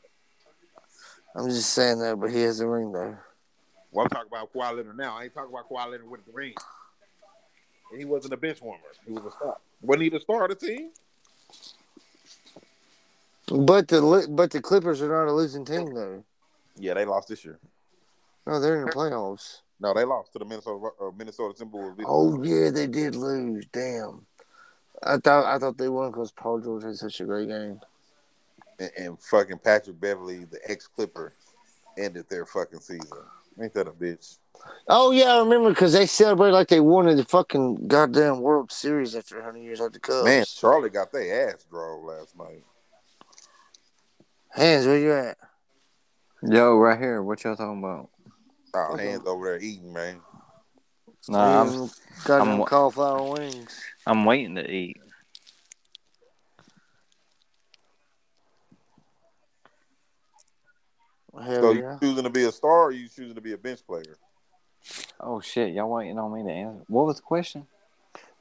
Speaker 1: I'm just saying that, but he has a ring though.
Speaker 3: Well, I'm talking about Kawhi Leonard now. I ain't talking about Kawhi Leonard with the ring. And he wasn't a bench warmer. He was a star. Wasn't he the star of the team?
Speaker 1: But the Li- but the Clippers are not a losing team though.
Speaker 3: Yeah, they lost this year.
Speaker 1: No, they're in the playoffs.
Speaker 3: No, they lost to the Minnesota uh, Minnesota Timberwolves.
Speaker 1: Oh yeah, they did lose. Damn. I thought I thought they won because Paul George had such a great game.
Speaker 3: and, and fucking Patrick Beverly, the ex Clipper, ended their fucking season. Ain't that a bitch?
Speaker 1: Oh yeah, I remember because they celebrated like they won in the fucking goddamn World Series after hundred years like the Cubs.
Speaker 3: Man, Charlotte got their ass drove last night.
Speaker 1: hands where you at?
Speaker 2: Yo, right here. What y'all talking about?
Speaker 3: Oh, hands over there eating, man.
Speaker 2: Nah, I'm,
Speaker 1: Mm, got
Speaker 2: I'm-
Speaker 1: them cauliflower wings.
Speaker 2: I'm waiting to eat.
Speaker 1: Hell
Speaker 3: So
Speaker 1: yeah.
Speaker 3: you choosing to be a star or you choosing to be a bench player?
Speaker 2: Oh shit, y'all waiting on me to answer. What was the question?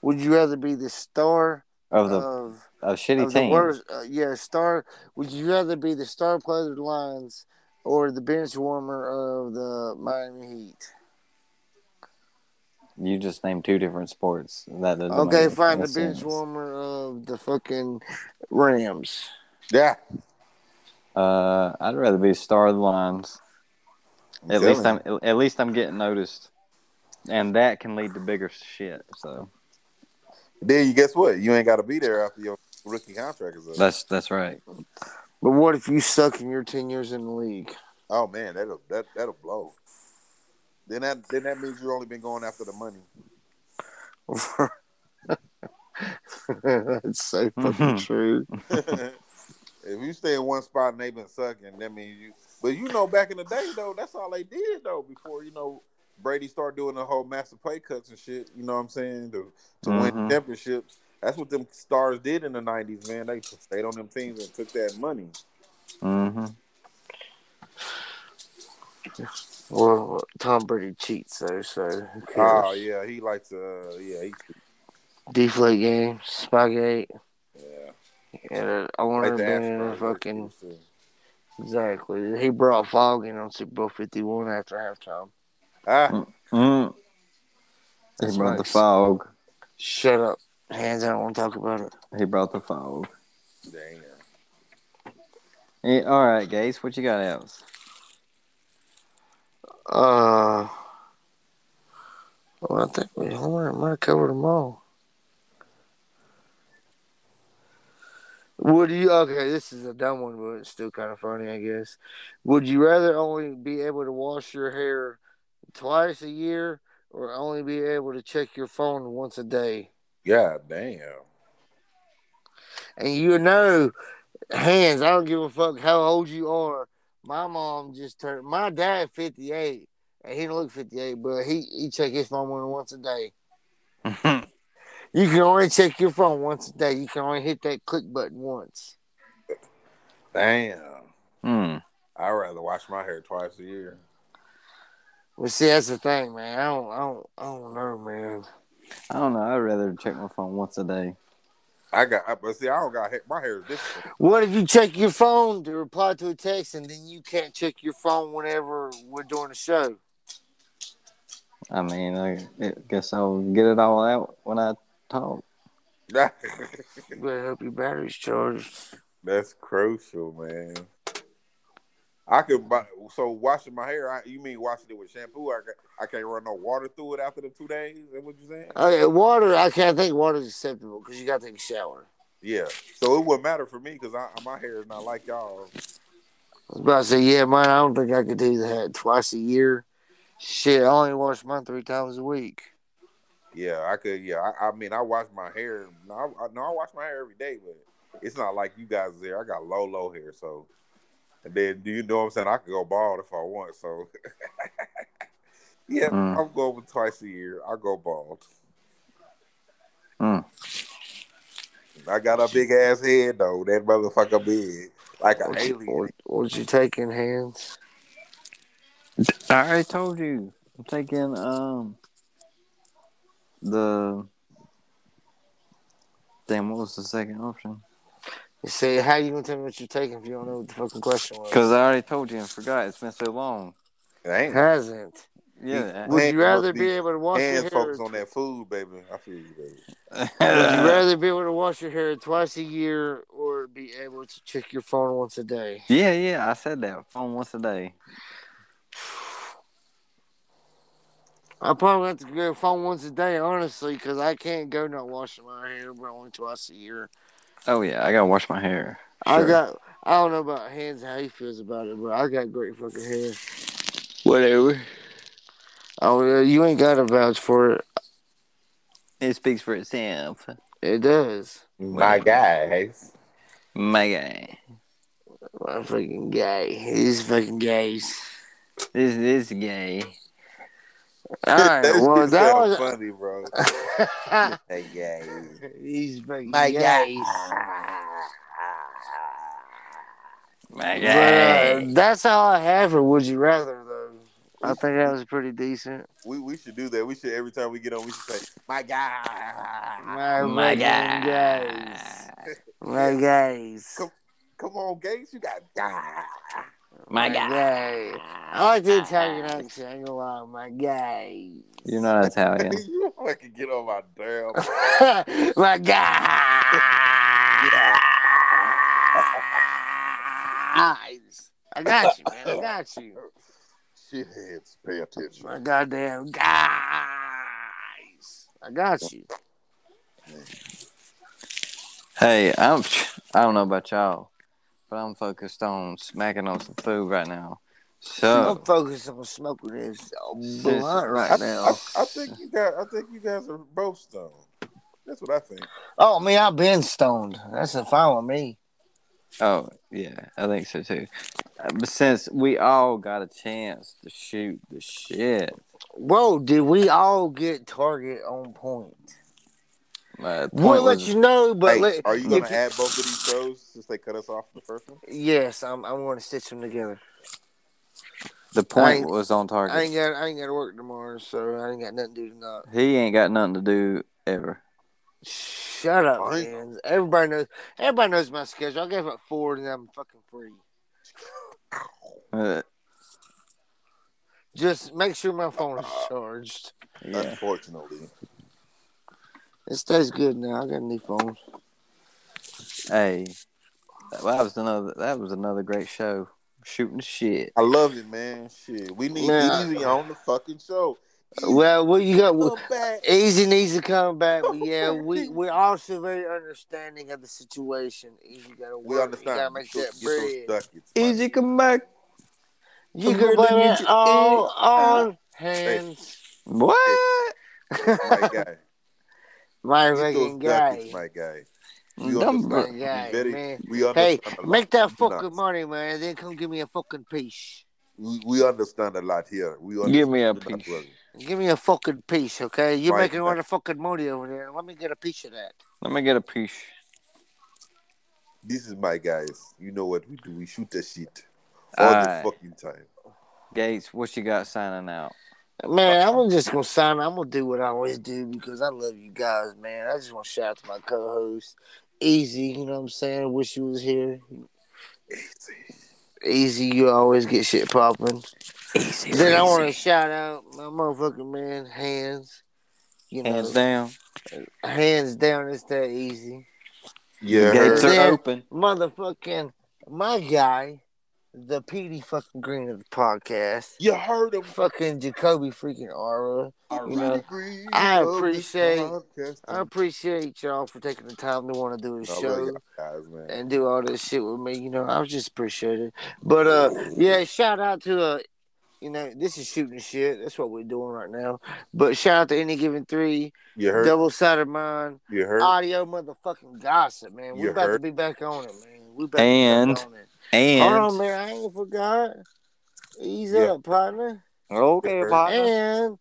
Speaker 1: Would you rather be the star
Speaker 2: Of
Speaker 1: of,
Speaker 2: the of shitty
Speaker 1: Uh, of the
Speaker 2: team.
Speaker 1: worst? Uh, yeah, star. Would you rather be the star player of the Lions or the bench warmer of the Miami Heat?
Speaker 2: You just named two different sports. That doesn't
Speaker 1: Okay,
Speaker 2: make
Speaker 1: fine.
Speaker 2: no
Speaker 1: The bench
Speaker 2: sense.
Speaker 1: warmer of the fucking Rams.
Speaker 3: Yeah.
Speaker 2: Uh, I'd rather be star of the lines. At least I'm at least I'm getting noticed, and that can lead to bigger shit. So
Speaker 3: Then you guess what? You ain't got to be there after your rookie contract is up.
Speaker 2: that's that's right.
Speaker 1: But what if you suck and you're ten years in the league?
Speaker 3: oh man, that'll that that'll blow. Then that then that means you've only been going after the money.
Speaker 1: That's so fucking
Speaker 2: Mhm.
Speaker 1: true.
Speaker 3: if you stay in one spot and they've been sucking, that means you. But you know, back in the day though, that's all they did though. Before you know, Brady started doing the whole massive pay cuts and shit. You know what I'm saying? To to win
Speaker 2: Mhm.
Speaker 3: championships. That's what them stars did in the '90s, man. They stayed on them teams and took that money.
Speaker 2: hmm
Speaker 1: Well, Tom Brady cheats though, so who cares?
Speaker 3: Oh yeah, he likes to. Uh, yeah, he,
Speaker 1: Deflate game, Spygate.
Speaker 3: yeah.
Speaker 1: Yeah, I want
Speaker 3: Like
Speaker 1: to
Speaker 3: the
Speaker 1: be in
Speaker 3: Astros,
Speaker 1: a fucking
Speaker 3: too.
Speaker 1: exactly. He brought Fog in on Super Bowl Fifty One after halftime.
Speaker 3: Ah,
Speaker 2: Mm. He
Speaker 1: That's
Speaker 2: brought the
Speaker 1: nice.
Speaker 2: fog.
Speaker 1: Shut up, hands. I don't want to talk about it.
Speaker 2: He brought the fog.
Speaker 3: damn.
Speaker 2: Eh, all right, Gates, what you got else?
Speaker 1: Uh, well, I think we I might have covered them all. Would you? Okay, this is a dumb one, but it's still kind of funny, I guess. Would you rather only be able to wash your hair twice a year, or only be able to check your phone once a day?
Speaker 3: God damn.
Speaker 1: And you know, hands, I don't give a fuck how old you are. My mom just turned my dad fifty eight. And he don't look fifty eight, but he he check his phone more than once a day. You can only check your phone once a day. You can only hit that click button once.
Speaker 3: Damn.
Speaker 2: Hmm.
Speaker 3: I'd rather wash my hair twice a year.
Speaker 1: Well see that's the thing, man. I don't I don't I don't know, man.
Speaker 2: I don't know. I'd rather check my phone once a day.
Speaker 3: I got, I- but see, I don't got hair. My hair is different.
Speaker 1: What if you check your phone to reply to a text and then you can't check your phone whenever we're doing a show?
Speaker 2: I mean, I, I guess I'll get it all out when I talk.
Speaker 1: You better hope your battery's charged.
Speaker 3: That's crucial, man. I could buy, so washing my hair. I, you mean washing it with shampoo? I, ca- I can't run no water through it after the two days. Is that what you saying?
Speaker 1: Okay, water. Okay, I think water's acceptable because you got to take a shower.
Speaker 3: Yeah. So it wouldn't matter for me because I my hair is not like y'all.
Speaker 1: I was about to say, yeah, mine. I don't think I could do that twice a year. Shit, I only wash mine three times a week.
Speaker 3: Yeah, I could. Yeah, I, I mean, I wash my hair. No, I, I- no, I wash my hair every day, but it's not like you guys there. I got low, low hair, so. And then do you know what I'm saying? I could go bald if I want. So, yeah,
Speaker 2: Mm.
Speaker 3: I'm going with twice a year. I go bald.
Speaker 2: Mm.
Speaker 3: I got a big ass head though. That motherfucker big, like an
Speaker 1: What you,
Speaker 3: alien.
Speaker 1: what, what you taking, hands?
Speaker 2: I already told you. I'm taking um the damn. What was the second option?
Speaker 1: You say, how you gonna tell me what you're taking if you don't know what the fucking question was?
Speaker 2: Because I already told you and forgot. It's been so long.
Speaker 1: It
Speaker 3: Damn.
Speaker 1: hasn't.
Speaker 2: Yeah.
Speaker 3: We-
Speaker 1: Would you rather be
Speaker 3: Hands
Speaker 1: able to wash your
Speaker 3: And
Speaker 1: hair?
Speaker 3: focus on that food, baby. I feel you, baby.
Speaker 1: Would you rather be able to wash your hair twice a year or be able to check your phone once a day?
Speaker 2: yeah, yeah. I said that phone once a day.
Speaker 1: I probably have to go phone once a day, honestly, because I can't go not washing my hair, but only twice a year.
Speaker 2: Oh yeah, I gotta wash my hair.
Speaker 1: I got, I don't know about hands how he feels about it, but I got great fucking hair.
Speaker 2: whatever.
Speaker 1: Oh, uh, you ain't got to vouch for it.
Speaker 2: It speaks for itself.
Speaker 1: It does.
Speaker 2: My
Speaker 3: guys.
Speaker 2: My guy.
Speaker 1: I'm fucking gay. These fucking gays.
Speaker 2: This is gay.
Speaker 1: All right.
Speaker 3: That
Speaker 1: well,
Speaker 3: shit
Speaker 1: that
Speaker 3: sound
Speaker 1: was
Speaker 3: funny, bro.
Speaker 2: Hey, gay.
Speaker 1: He's fucking
Speaker 2: My
Speaker 1: gay.
Speaker 2: My
Speaker 1: But, uh, that's all I have for Would You Rather, though. I think that was pretty decent.
Speaker 3: We we should do that. We should every time we get on, we should say, "My God,
Speaker 1: My,
Speaker 2: My
Speaker 1: fucking
Speaker 2: God.
Speaker 1: gays. My gays.
Speaker 3: Come- come on, Gates, you got God."
Speaker 2: My God.
Speaker 1: gay. I like the Italian accent. I ain't gonna lie. My gays.
Speaker 2: You're not Italian.
Speaker 3: you fucking get on my damn.
Speaker 1: my guys. I got you, man. I got you.
Speaker 3: Shitheads, pay attention.
Speaker 1: My goddamn guys. I got you.
Speaker 2: Hey, I'm. I don't know about y'all, but I'm focused on smacking on some food right now.
Speaker 1: I'm
Speaker 2: So
Speaker 1: focused on smoking this blunt
Speaker 3: I,
Speaker 1: right
Speaker 3: I,
Speaker 1: now.
Speaker 3: I think you guys. I think you guys are both stoned. That's what I think.
Speaker 1: Oh, man, I've been stoned. That's the fine with me.
Speaker 2: Oh yeah, I think so too. Uh, But since we all got a chance to shoot the shit,
Speaker 1: Whoa, did we all get Target on point?
Speaker 2: uh, point
Speaker 1: We'll let
Speaker 2: was-
Speaker 1: you know, but
Speaker 3: Hey,
Speaker 1: let,
Speaker 3: are you gonna
Speaker 1: if
Speaker 3: add both of these shows since they cut us off from the first one?
Speaker 1: Yes, I'm. I'm going to stitch them together.
Speaker 2: the
Speaker 1: I
Speaker 2: point
Speaker 1: ain't-
Speaker 2: was on target.
Speaker 1: I ain't got I ain't got to work tomorrow, so I ain't got nothing to do tonight.
Speaker 2: he ain't got nothing to do ever.
Speaker 1: Shut up,
Speaker 3: Alright.
Speaker 1: man. Everybody knows. Everybody knows my schedule. I get up at four and I'm fucking free.
Speaker 2: Uh,
Speaker 1: Just make sure my phone is
Speaker 3: Uh.
Speaker 1: charged.
Speaker 2: yeah.
Speaker 3: Unfortunately,
Speaker 1: It stays good now. I got a new phone.
Speaker 2: Hey, that was another. That was another great show. Shooting the shit.
Speaker 3: I love it, man. Shit, we need
Speaker 1: Man,
Speaker 3: Easy on the fucking show.
Speaker 1: Well, what you got?
Speaker 3: Come back.
Speaker 1: Easy needs to come back, but yeah, we we're also very understanding of the situation. Easy got to work.
Speaker 3: We
Speaker 1: You
Speaker 3: understand.
Speaker 1: gotta make
Speaker 3: Get
Speaker 1: that bread.
Speaker 3: those ducats, man.
Speaker 2: Easy, come back.
Speaker 1: You
Speaker 2: Really
Speaker 1: can blame
Speaker 2: get
Speaker 1: it
Speaker 2: your
Speaker 1: all on hands.
Speaker 2: What?
Speaker 3: my guy.
Speaker 1: My
Speaker 3: Get those
Speaker 1: fucking guy.
Speaker 3: ducats, my guy. You
Speaker 2: Dumb,
Speaker 1: My
Speaker 3: understand.
Speaker 1: guy,
Speaker 3: We very-
Speaker 1: man.
Speaker 3: We
Speaker 1: Hey,
Speaker 3: understand. a lot.
Speaker 1: make that
Speaker 3: We
Speaker 1: fucking
Speaker 3: not-
Speaker 1: money, man, and then come give me a fucking piece.
Speaker 3: We, we understand a lot here. We understand
Speaker 2: Give me a
Speaker 3: lot,
Speaker 2: piece.
Speaker 3: brother.
Speaker 1: Give me a fucking piece, okay? You're
Speaker 3: Right,
Speaker 1: making all the fucking money over there. Let me get a piece of that.
Speaker 2: let me get a piece.
Speaker 3: This is my guys. You know what we do? We shoot the shit all
Speaker 2: All
Speaker 3: the
Speaker 2: right,
Speaker 3: fucking time.
Speaker 2: Gates, what you got signing out?
Speaker 1: Man, I'm just gonna sign. I'm gonna do what I always do because I love you guys, man. I just want to shout out to my co-host, Easy. You know what I'm saying? I wish you was here. Easy, you always get shit popping.
Speaker 2: Easy.
Speaker 1: Then I want to shout out my motherfucking man, Hands. You know,
Speaker 2: hands
Speaker 1: hands
Speaker 2: down.
Speaker 1: down, it's that easy.
Speaker 3: Yeah.
Speaker 2: Gates
Speaker 1: heard.
Speaker 2: are
Speaker 1: Then-
Speaker 2: open.
Speaker 1: motherfucking my guy, the PD fucking Green of the podcast,
Speaker 3: You heard him.
Speaker 1: fucking Jacoby freaking Aura.
Speaker 3: Alrighty,
Speaker 1: You know,
Speaker 3: Green,
Speaker 1: I
Speaker 3: love this
Speaker 1: appreciate-
Speaker 3: podcast.
Speaker 1: I appreciate y'all for taking the time to want to do this
Speaker 3: I love
Speaker 1: show
Speaker 3: y'all guys, man.
Speaker 1: and do all this shit with me. You know, I was just appreciated. But uh, yeah, shout out to uh, you know, this is shooting shit. That's what we're doing right now. But shout out to any given three,
Speaker 3: You heard?
Speaker 1: double sided mind,
Speaker 3: You heard?
Speaker 1: audio motherfucking gossip, man.
Speaker 3: You
Speaker 1: We're about to
Speaker 3: heard?
Speaker 1: be back on it, man. We back,
Speaker 2: And-
Speaker 1: back on it. Hold on,
Speaker 2: And
Speaker 1: man. I ain't forgot. Ease
Speaker 3: Yeah.
Speaker 1: up, partner.
Speaker 2: okay,
Speaker 3: Heard.
Speaker 2: partner.
Speaker 1: And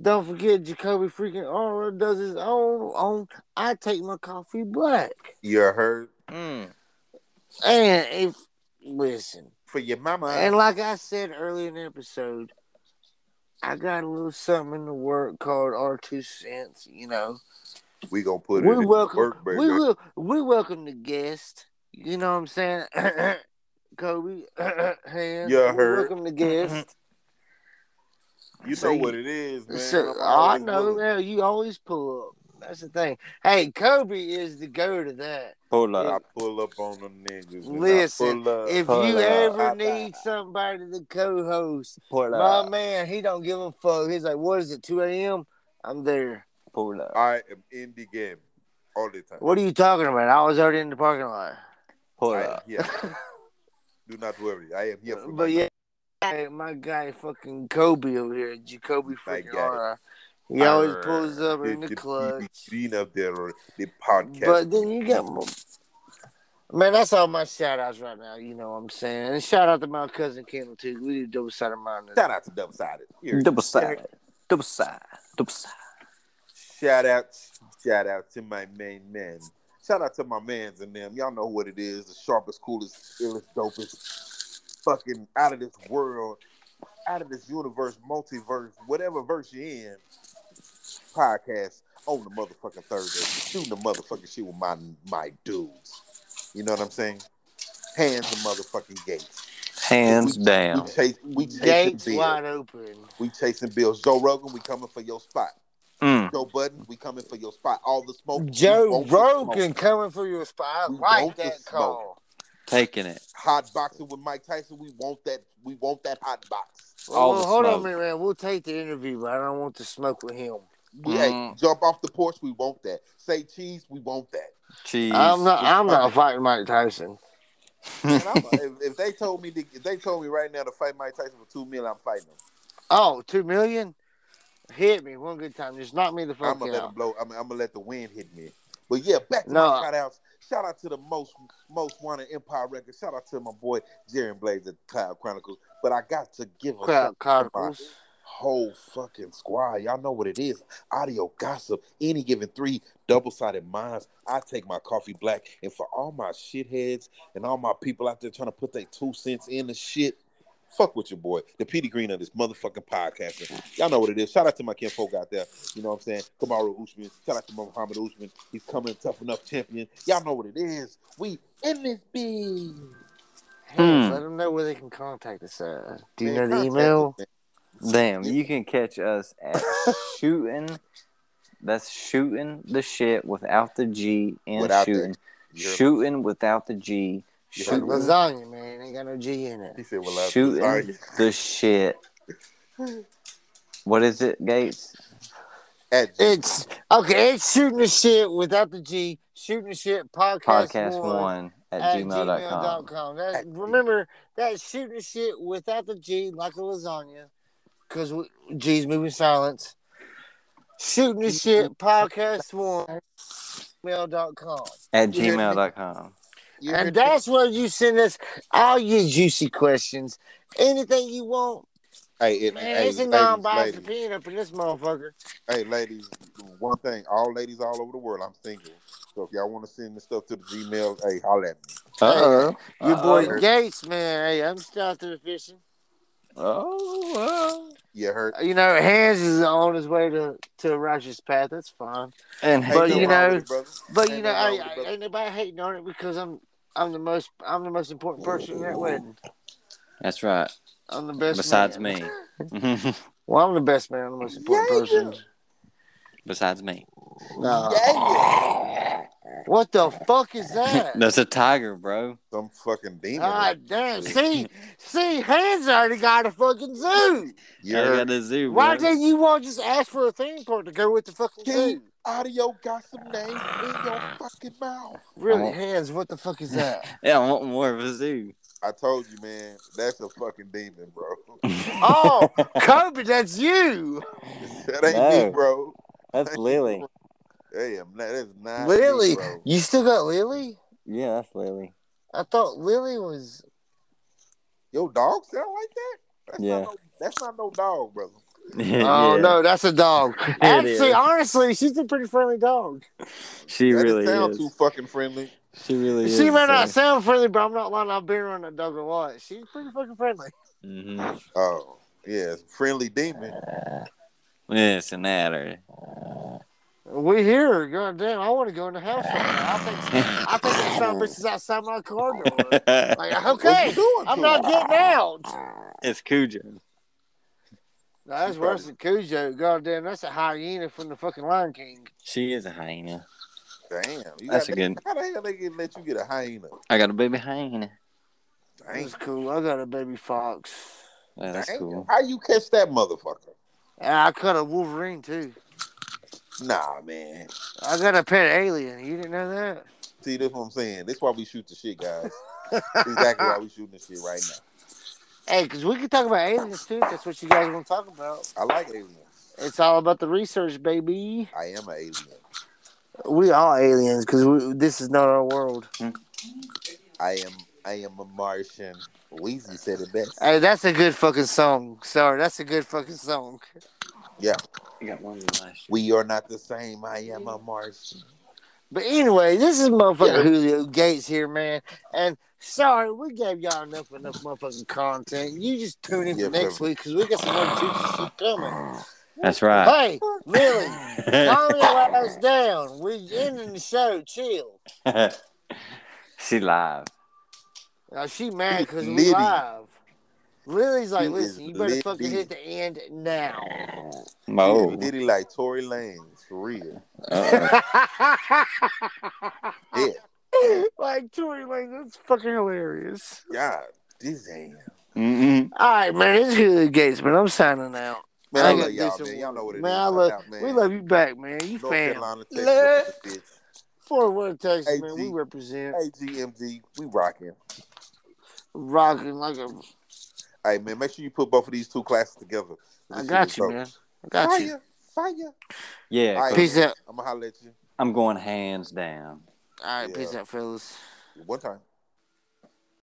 Speaker 1: don't forget, Jacoby freaking Aura does his own on I Take My Coffee Black.
Speaker 3: you heard?
Speaker 2: Mm.
Speaker 1: And if, listen,
Speaker 3: For your mama.
Speaker 1: and like I said earlier in the episode, I got a little something in the work called R2 Cents, you know.
Speaker 3: we gonna put it
Speaker 1: we
Speaker 3: in
Speaker 1: welcome
Speaker 3: work, baby.
Speaker 1: we will we welcome the guest. You know what I'm saying? Kobe hands.
Speaker 3: Yeah, I
Speaker 1: we
Speaker 3: heard.
Speaker 1: welcome the guest.
Speaker 3: you know
Speaker 1: see-
Speaker 3: what it is, man.
Speaker 1: So, oh,
Speaker 3: I'm
Speaker 1: I
Speaker 3: always
Speaker 1: know,
Speaker 3: willing.
Speaker 1: man. You always pull up. That's the thing. Hey, Kobe is the go to that.
Speaker 2: Pull
Speaker 3: I
Speaker 2: up.
Speaker 3: pull up on them niggas. and I
Speaker 1: Listen,
Speaker 3: pull up.
Speaker 1: If
Speaker 2: pull
Speaker 1: you
Speaker 2: up.
Speaker 1: ever need somebody to co host,
Speaker 2: Pull
Speaker 1: my
Speaker 2: up.
Speaker 1: man, he don't give a fuck. He's like, what is it, 2 a.m.? I'm there.
Speaker 2: Pull up.
Speaker 3: I am in the game all the time.
Speaker 1: What are you talking about? I was already in the parking lot.
Speaker 2: Pull
Speaker 3: I am
Speaker 2: up.
Speaker 3: here. Do not worry. I am here for
Speaker 1: But
Speaker 3: you.
Speaker 1: yeah, hey, my guy fucking Kobe over here, Jacoby
Speaker 3: My
Speaker 1: freaking
Speaker 3: guy.
Speaker 1: Aura. He always pulls up in the
Speaker 3: the
Speaker 1: clutch.
Speaker 3: Being up there, the podcast.
Speaker 1: But then you got my, Man, that's all my shout outs right now. You know what I'm saying? And shout out to my cousin Kendall, too. We do double sided mine.
Speaker 3: Shout out to Double Sided.
Speaker 2: Double side. Double side. Double side.
Speaker 3: Shout out, shout out to my main man. Shout out to my mans and them. Y'all know what it is. The sharpest, coolest, illest, dopest, fucking out of this world, out of this universe, multiverse, whatever verse you're in, podcast on the motherfucking Thursday. Shooting the motherfucking shit with my my dudes. You know what I'm saying? Hands the motherfucking gates.
Speaker 2: Hands
Speaker 3: We
Speaker 2: down.
Speaker 3: chase we chasing
Speaker 1: Gates
Speaker 3: bills.
Speaker 1: wide open.
Speaker 3: We chasing bills. Joe Rogan, we coming for your spot.
Speaker 2: Mm.
Speaker 3: Joe Budden, we coming for your spot. All the smoke. we
Speaker 1: Joe
Speaker 3: want the
Speaker 1: Rogan
Speaker 3: smoke.
Speaker 1: coming for your spot. I
Speaker 3: We
Speaker 1: like
Speaker 3: want the
Speaker 1: that
Speaker 3: smoke.
Speaker 1: call.
Speaker 2: Taking it.
Speaker 3: Hot boxing with Mike Tyson. We want that. We want that hot box.
Speaker 1: Well,
Speaker 2: All
Speaker 1: well,
Speaker 2: the
Speaker 1: hold on a
Speaker 2: smoke.
Speaker 1: minute, man. We'll take the interview, but I don't want to smoke with him.
Speaker 3: Yeah,
Speaker 2: Mm.
Speaker 3: jump off the porch. We want that. Say cheese. We want that.
Speaker 2: Cheese.
Speaker 1: I'm not. I'm not
Speaker 3: fucking-
Speaker 1: fighting Mike Tyson.
Speaker 3: And I'm, if, if they told me, to, if they told me right now to fight Mike Tyson for two million, I'm fighting him.
Speaker 1: Oh, two million? Hit me one good time. Just knock me the
Speaker 3: I'm
Speaker 1: fuck
Speaker 3: gonna let him
Speaker 1: out.
Speaker 3: blow. I'm, I'm gonna let the wind hit me. But yeah, back to
Speaker 1: No.
Speaker 3: my shout outs. Shout out to the most most wanted Empire Records. Shout out to my boy Jerry Blaze at Cloud Chronicles. But I got to give a shout
Speaker 1: Crowd
Speaker 3: out
Speaker 1: Chronicles.
Speaker 3: whole fucking squad. Y'all know what it is. Audio gossip, any given three double sided minds. I take my coffee black. And for all my shitheads and all my people out there trying to put their two cents in the shit, fuck with your boy, the Petey Green of this motherfucking podcasting. Y'all know what it is. Shout out to my kinfolk out there. You know what I'm saying? Kamaru Usman. Shout out to Muhammad Usman. He's coming tough enough champion. Y'all know what it is. We in this bitch.
Speaker 1: Hey,
Speaker 2: Hmm.
Speaker 1: Let them know where they can contact us. At. Do you
Speaker 3: Man,
Speaker 1: know the
Speaker 3: contact
Speaker 1: email?
Speaker 3: us, man.
Speaker 2: Damn, you can catch us at shooting. That's shooting the shit without the G and
Speaker 3: Without the-
Speaker 2: shooting.
Speaker 3: You're-
Speaker 2: shooting without the G.
Speaker 3: You're
Speaker 1: Like
Speaker 2: Shooting
Speaker 1: lasagna, man. Ain't got no G in it.
Speaker 3: He said, well, I'm
Speaker 2: Shooting.
Speaker 3: sorry.
Speaker 2: the shit. What is it, Gates?
Speaker 3: At
Speaker 1: It's okay. It's shooting the shit without the G. Shooting the shit podcast,
Speaker 2: Podcast
Speaker 1: one,
Speaker 2: one at,
Speaker 1: at
Speaker 2: gmail dot
Speaker 1: gmail.com.
Speaker 2: com.
Speaker 1: com. That,
Speaker 3: At-
Speaker 1: remember that shooting the shit without the G, like a lasagna, because G's moving silence. Shooting the shit podcast one gmail dot com.
Speaker 2: At
Speaker 3: You hear me?
Speaker 2: gmail dot com.
Speaker 3: you
Speaker 1: And that's where you send us all your juicy questions. Anything you want.
Speaker 3: Hey, and,
Speaker 1: Man,
Speaker 3: hey,
Speaker 1: it's a non biased
Speaker 3: ladies, ladies,
Speaker 1: opinion up in this motherfucker.
Speaker 3: hey, ladies, one thing, all ladies all over the world, I'm single. So if y'all want to send this stuff to the Gmail, hey, holla at me.
Speaker 2: Uh
Speaker 1: Your boy
Speaker 3: Uh-oh.
Speaker 1: Gates, man. Hey, I'm still out there fishing.
Speaker 2: Oh, well.
Speaker 3: You heard?
Speaker 1: Uh, You know, Hans is on his way to, to a righteous path. That's fine.
Speaker 2: And
Speaker 3: Ain't
Speaker 1: But
Speaker 3: nothing
Speaker 1: you
Speaker 3: wrong
Speaker 1: know-
Speaker 3: with it, brother.
Speaker 1: But
Speaker 3: Ain't
Speaker 1: you know,
Speaker 3: nothing
Speaker 1: I,
Speaker 3: wrong with it,
Speaker 1: I,
Speaker 3: brother.
Speaker 1: ain't nobody hating on it because I'm I'm the most I'm the most important person in that wedding.
Speaker 2: that's right.
Speaker 1: I'm the best.
Speaker 2: Besides
Speaker 1: man.
Speaker 2: me.
Speaker 1: Well, I'm the best man. I'm the most important
Speaker 3: Yeah,
Speaker 1: person.
Speaker 2: Besides me.
Speaker 1: Nah.
Speaker 3: Yeah, yeah.
Speaker 1: What the fuck is that?
Speaker 2: That's a tiger, bro.
Speaker 3: Some fucking demon.
Speaker 1: God damn! See, see, Hans already got a fucking zoo.
Speaker 3: you
Speaker 2: I
Speaker 3: heard?
Speaker 2: got a zoo.
Speaker 1: Why
Speaker 2: bro.
Speaker 1: did you want to just ask for a theme park to go with the fucking zoo?
Speaker 3: Audio got some names in your fucking mouth.
Speaker 1: Really,
Speaker 2: Right.
Speaker 1: Hans? What the fuck is that?
Speaker 2: Yeah, I want more of a zoo.
Speaker 3: I told you, man, that's a fucking demon, bro.
Speaker 1: oh, Kobe, that's you.
Speaker 3: that ain't
Speaker 2: No.
Speaker 3: me, bro.
Speaker 2: That's Lily.
Speaker 3: Damn, that is not me,
Speaker 1: Lily,
Speaker 3: bro.
Speaker 1: you still got Lily?
Speaker 2: Yeah, that's Lily.
Speaker 1: I thought Lily was.
Speaker 3: Your dog sound like that? That's
Speaker 2: Yeah.
Speaker 3: Not no, that's not no dog, brother.
Speaker 1: Oh no, that's a dog.
Speaker 2: is.
Speaker 1: Actually, honestly, she's a pretty friendly dog.
Speaker 2: She
Speaker 3: that
Speaker 2: really
Speaker 3: didn't sound
Speaker 2: is.
Speaker 3: too fucking friendly.
Speaker 2: She really is.
Speaker 1: she may not
Speaker 2: so-
Speaker 1: sound friendly, but I'm not lying. I've been around that dog a lot. She's pretty fucking friendly.
Speaker 2: Mhm.
Speaker 3: Oh, yeah, friendly
Speaker 1: Uh,
Speaker 3: demon.
Speaker 2: Yes, and that or
Speaker 1: We hear her. God damn, I want to go in the house right now. I think I think that son of a bitch is outside my car door. Like,
Speaker 3: What you
Speaker 1: okay,
Speaker 3: doing
Speaker 1: I'm
Speaker 3: to
Speaker 1: not
Speaker 3: her?
Speaker 1: getting out.
Speaker 2: it's Cujo.
Speaker 1: No, that's worse than Cujo. God damn, that's a hyena from the fucking Lion King.
Speaker 2: She is a hyena.
Speaker 3: Damn, you
Speaker 2: That's
Speaker 3: got-
Speaker 2: a good-
Speaker 3: How the hell they can let you get a hyena?
Speaker 2: I got a baby hyena.
Speaker 3: Dang,
Speaker 1: That's cool. I got a baby fox.
Speaker 2: Yeah, that's
Speaker 3: dang.
Speaker 2: cool.
Speaker 3: How you catch that motherfucker?
Speaker 1: And I caught a Wolverine too.
Speaker 3: Nah, man.
Speaker 1: I got a pet alien. You didn't know that?
Speaker 3: See, this what I'm saying. This why we shoot the shit, guys. exactly why we shooting the shit right now.
Speaker 1: Hey, because we can talk about aliens too. If that's what you guys want to talk about.
Speaker 3: I like aliens.
Speaker 1: It's all about the research, baby.
Speaker 3: I am an alien.
Speaker 1: We are aliens because this is not our world.
Speaker 3: I am I am a Martian. Weezy said it best.
Speaker 1: Hey, that's a good fucking song. Sorry, that's a good fucking song.
Speaker 2: I got one last year.
Speaker 3: We are not the same. I am a Martian.
Speaker 1: But anyway, this is motherfucker Julio Gates here, man. And sorry, we gave y'all enough enough motherfucking content. You just tune in
Speaker 3: Yeah,
Speaker 1: for next
Speaker 3: bro.
Speaker 1: week because we got some other juicy shit coming.
Speaker 2: That's right.
Speaker 1: Hey, really, calm your ass down. We ending the show. Chill.
Speaker 2: she live.
Speaker 1: Now she mad because we
Speaker 3: Liddy.
Speaker 1: live. Lily's like,
Speaker 3: She is
Speaker 1: listen, you better fucking
Speaker 3: Liddy.
Speaker 1: hit the end now.
Speaker 2: Mo.
Speaker 3: Did he like Tory Lanez for real?
Speaker 2: Uh-oh.
Speaker 3: Yeah.
Speaker 1: like Tory Lane, that's fucking hilarious.
Speaker 3: God, this ain't.
Speaker 2: Mm-mm.
Speaker 1: All right, man, it's Julio Gates, man. I'm signing out.
Speaker 3: Man,
Speaker 1: I
Speaker 3: I,
Speaker 1: gotta
Speaker 3: love
Speaker 1: do
Speaker 3: y'all,
Speaker 1: some
Speaker 3: man. Y'all know what it is.
Speaker 1: Man, I
Speaker 3: Shout
Speaker 1: love-
Speaker 3: out, man.
Speaker 1: We love you back, man. You
Speaker 3: North
Speaker 1: fam.
Speaker 3: Carolina,
Speaker 1: Love-
Speaker 3: Texas, Mississippi.
Speaker 1: Fort Worth, Texas, man.
Speaker 3: AG.
Speaker 1: We represent
Speaker 3: Hey, GMG, we rocking.
Speaker 1: rocking like a.
Speaker 3: Hey, man, make sure you put both of these two classes together.
Speaker 1: I
Speaker 3: This
Speaker 1: got
Speaker 3: shit
Speaker 1: you,
Speaker 3: is
Speaker 1: man.
Speaker 3: dope.
Speaker 1: I got you.
Speaker 3: Fire, fire.
Speaker 2: Yeah,
Speaker 3: All right.
Speaker 1: Peace out.
Speaker 3: I'm going to holler at you
Speaker 2: I'm going hands down.
Speaker 1: All right,
Speaker 3: Yeah.
Speaker 1: peace out, fellas.
Speaker 3: one time.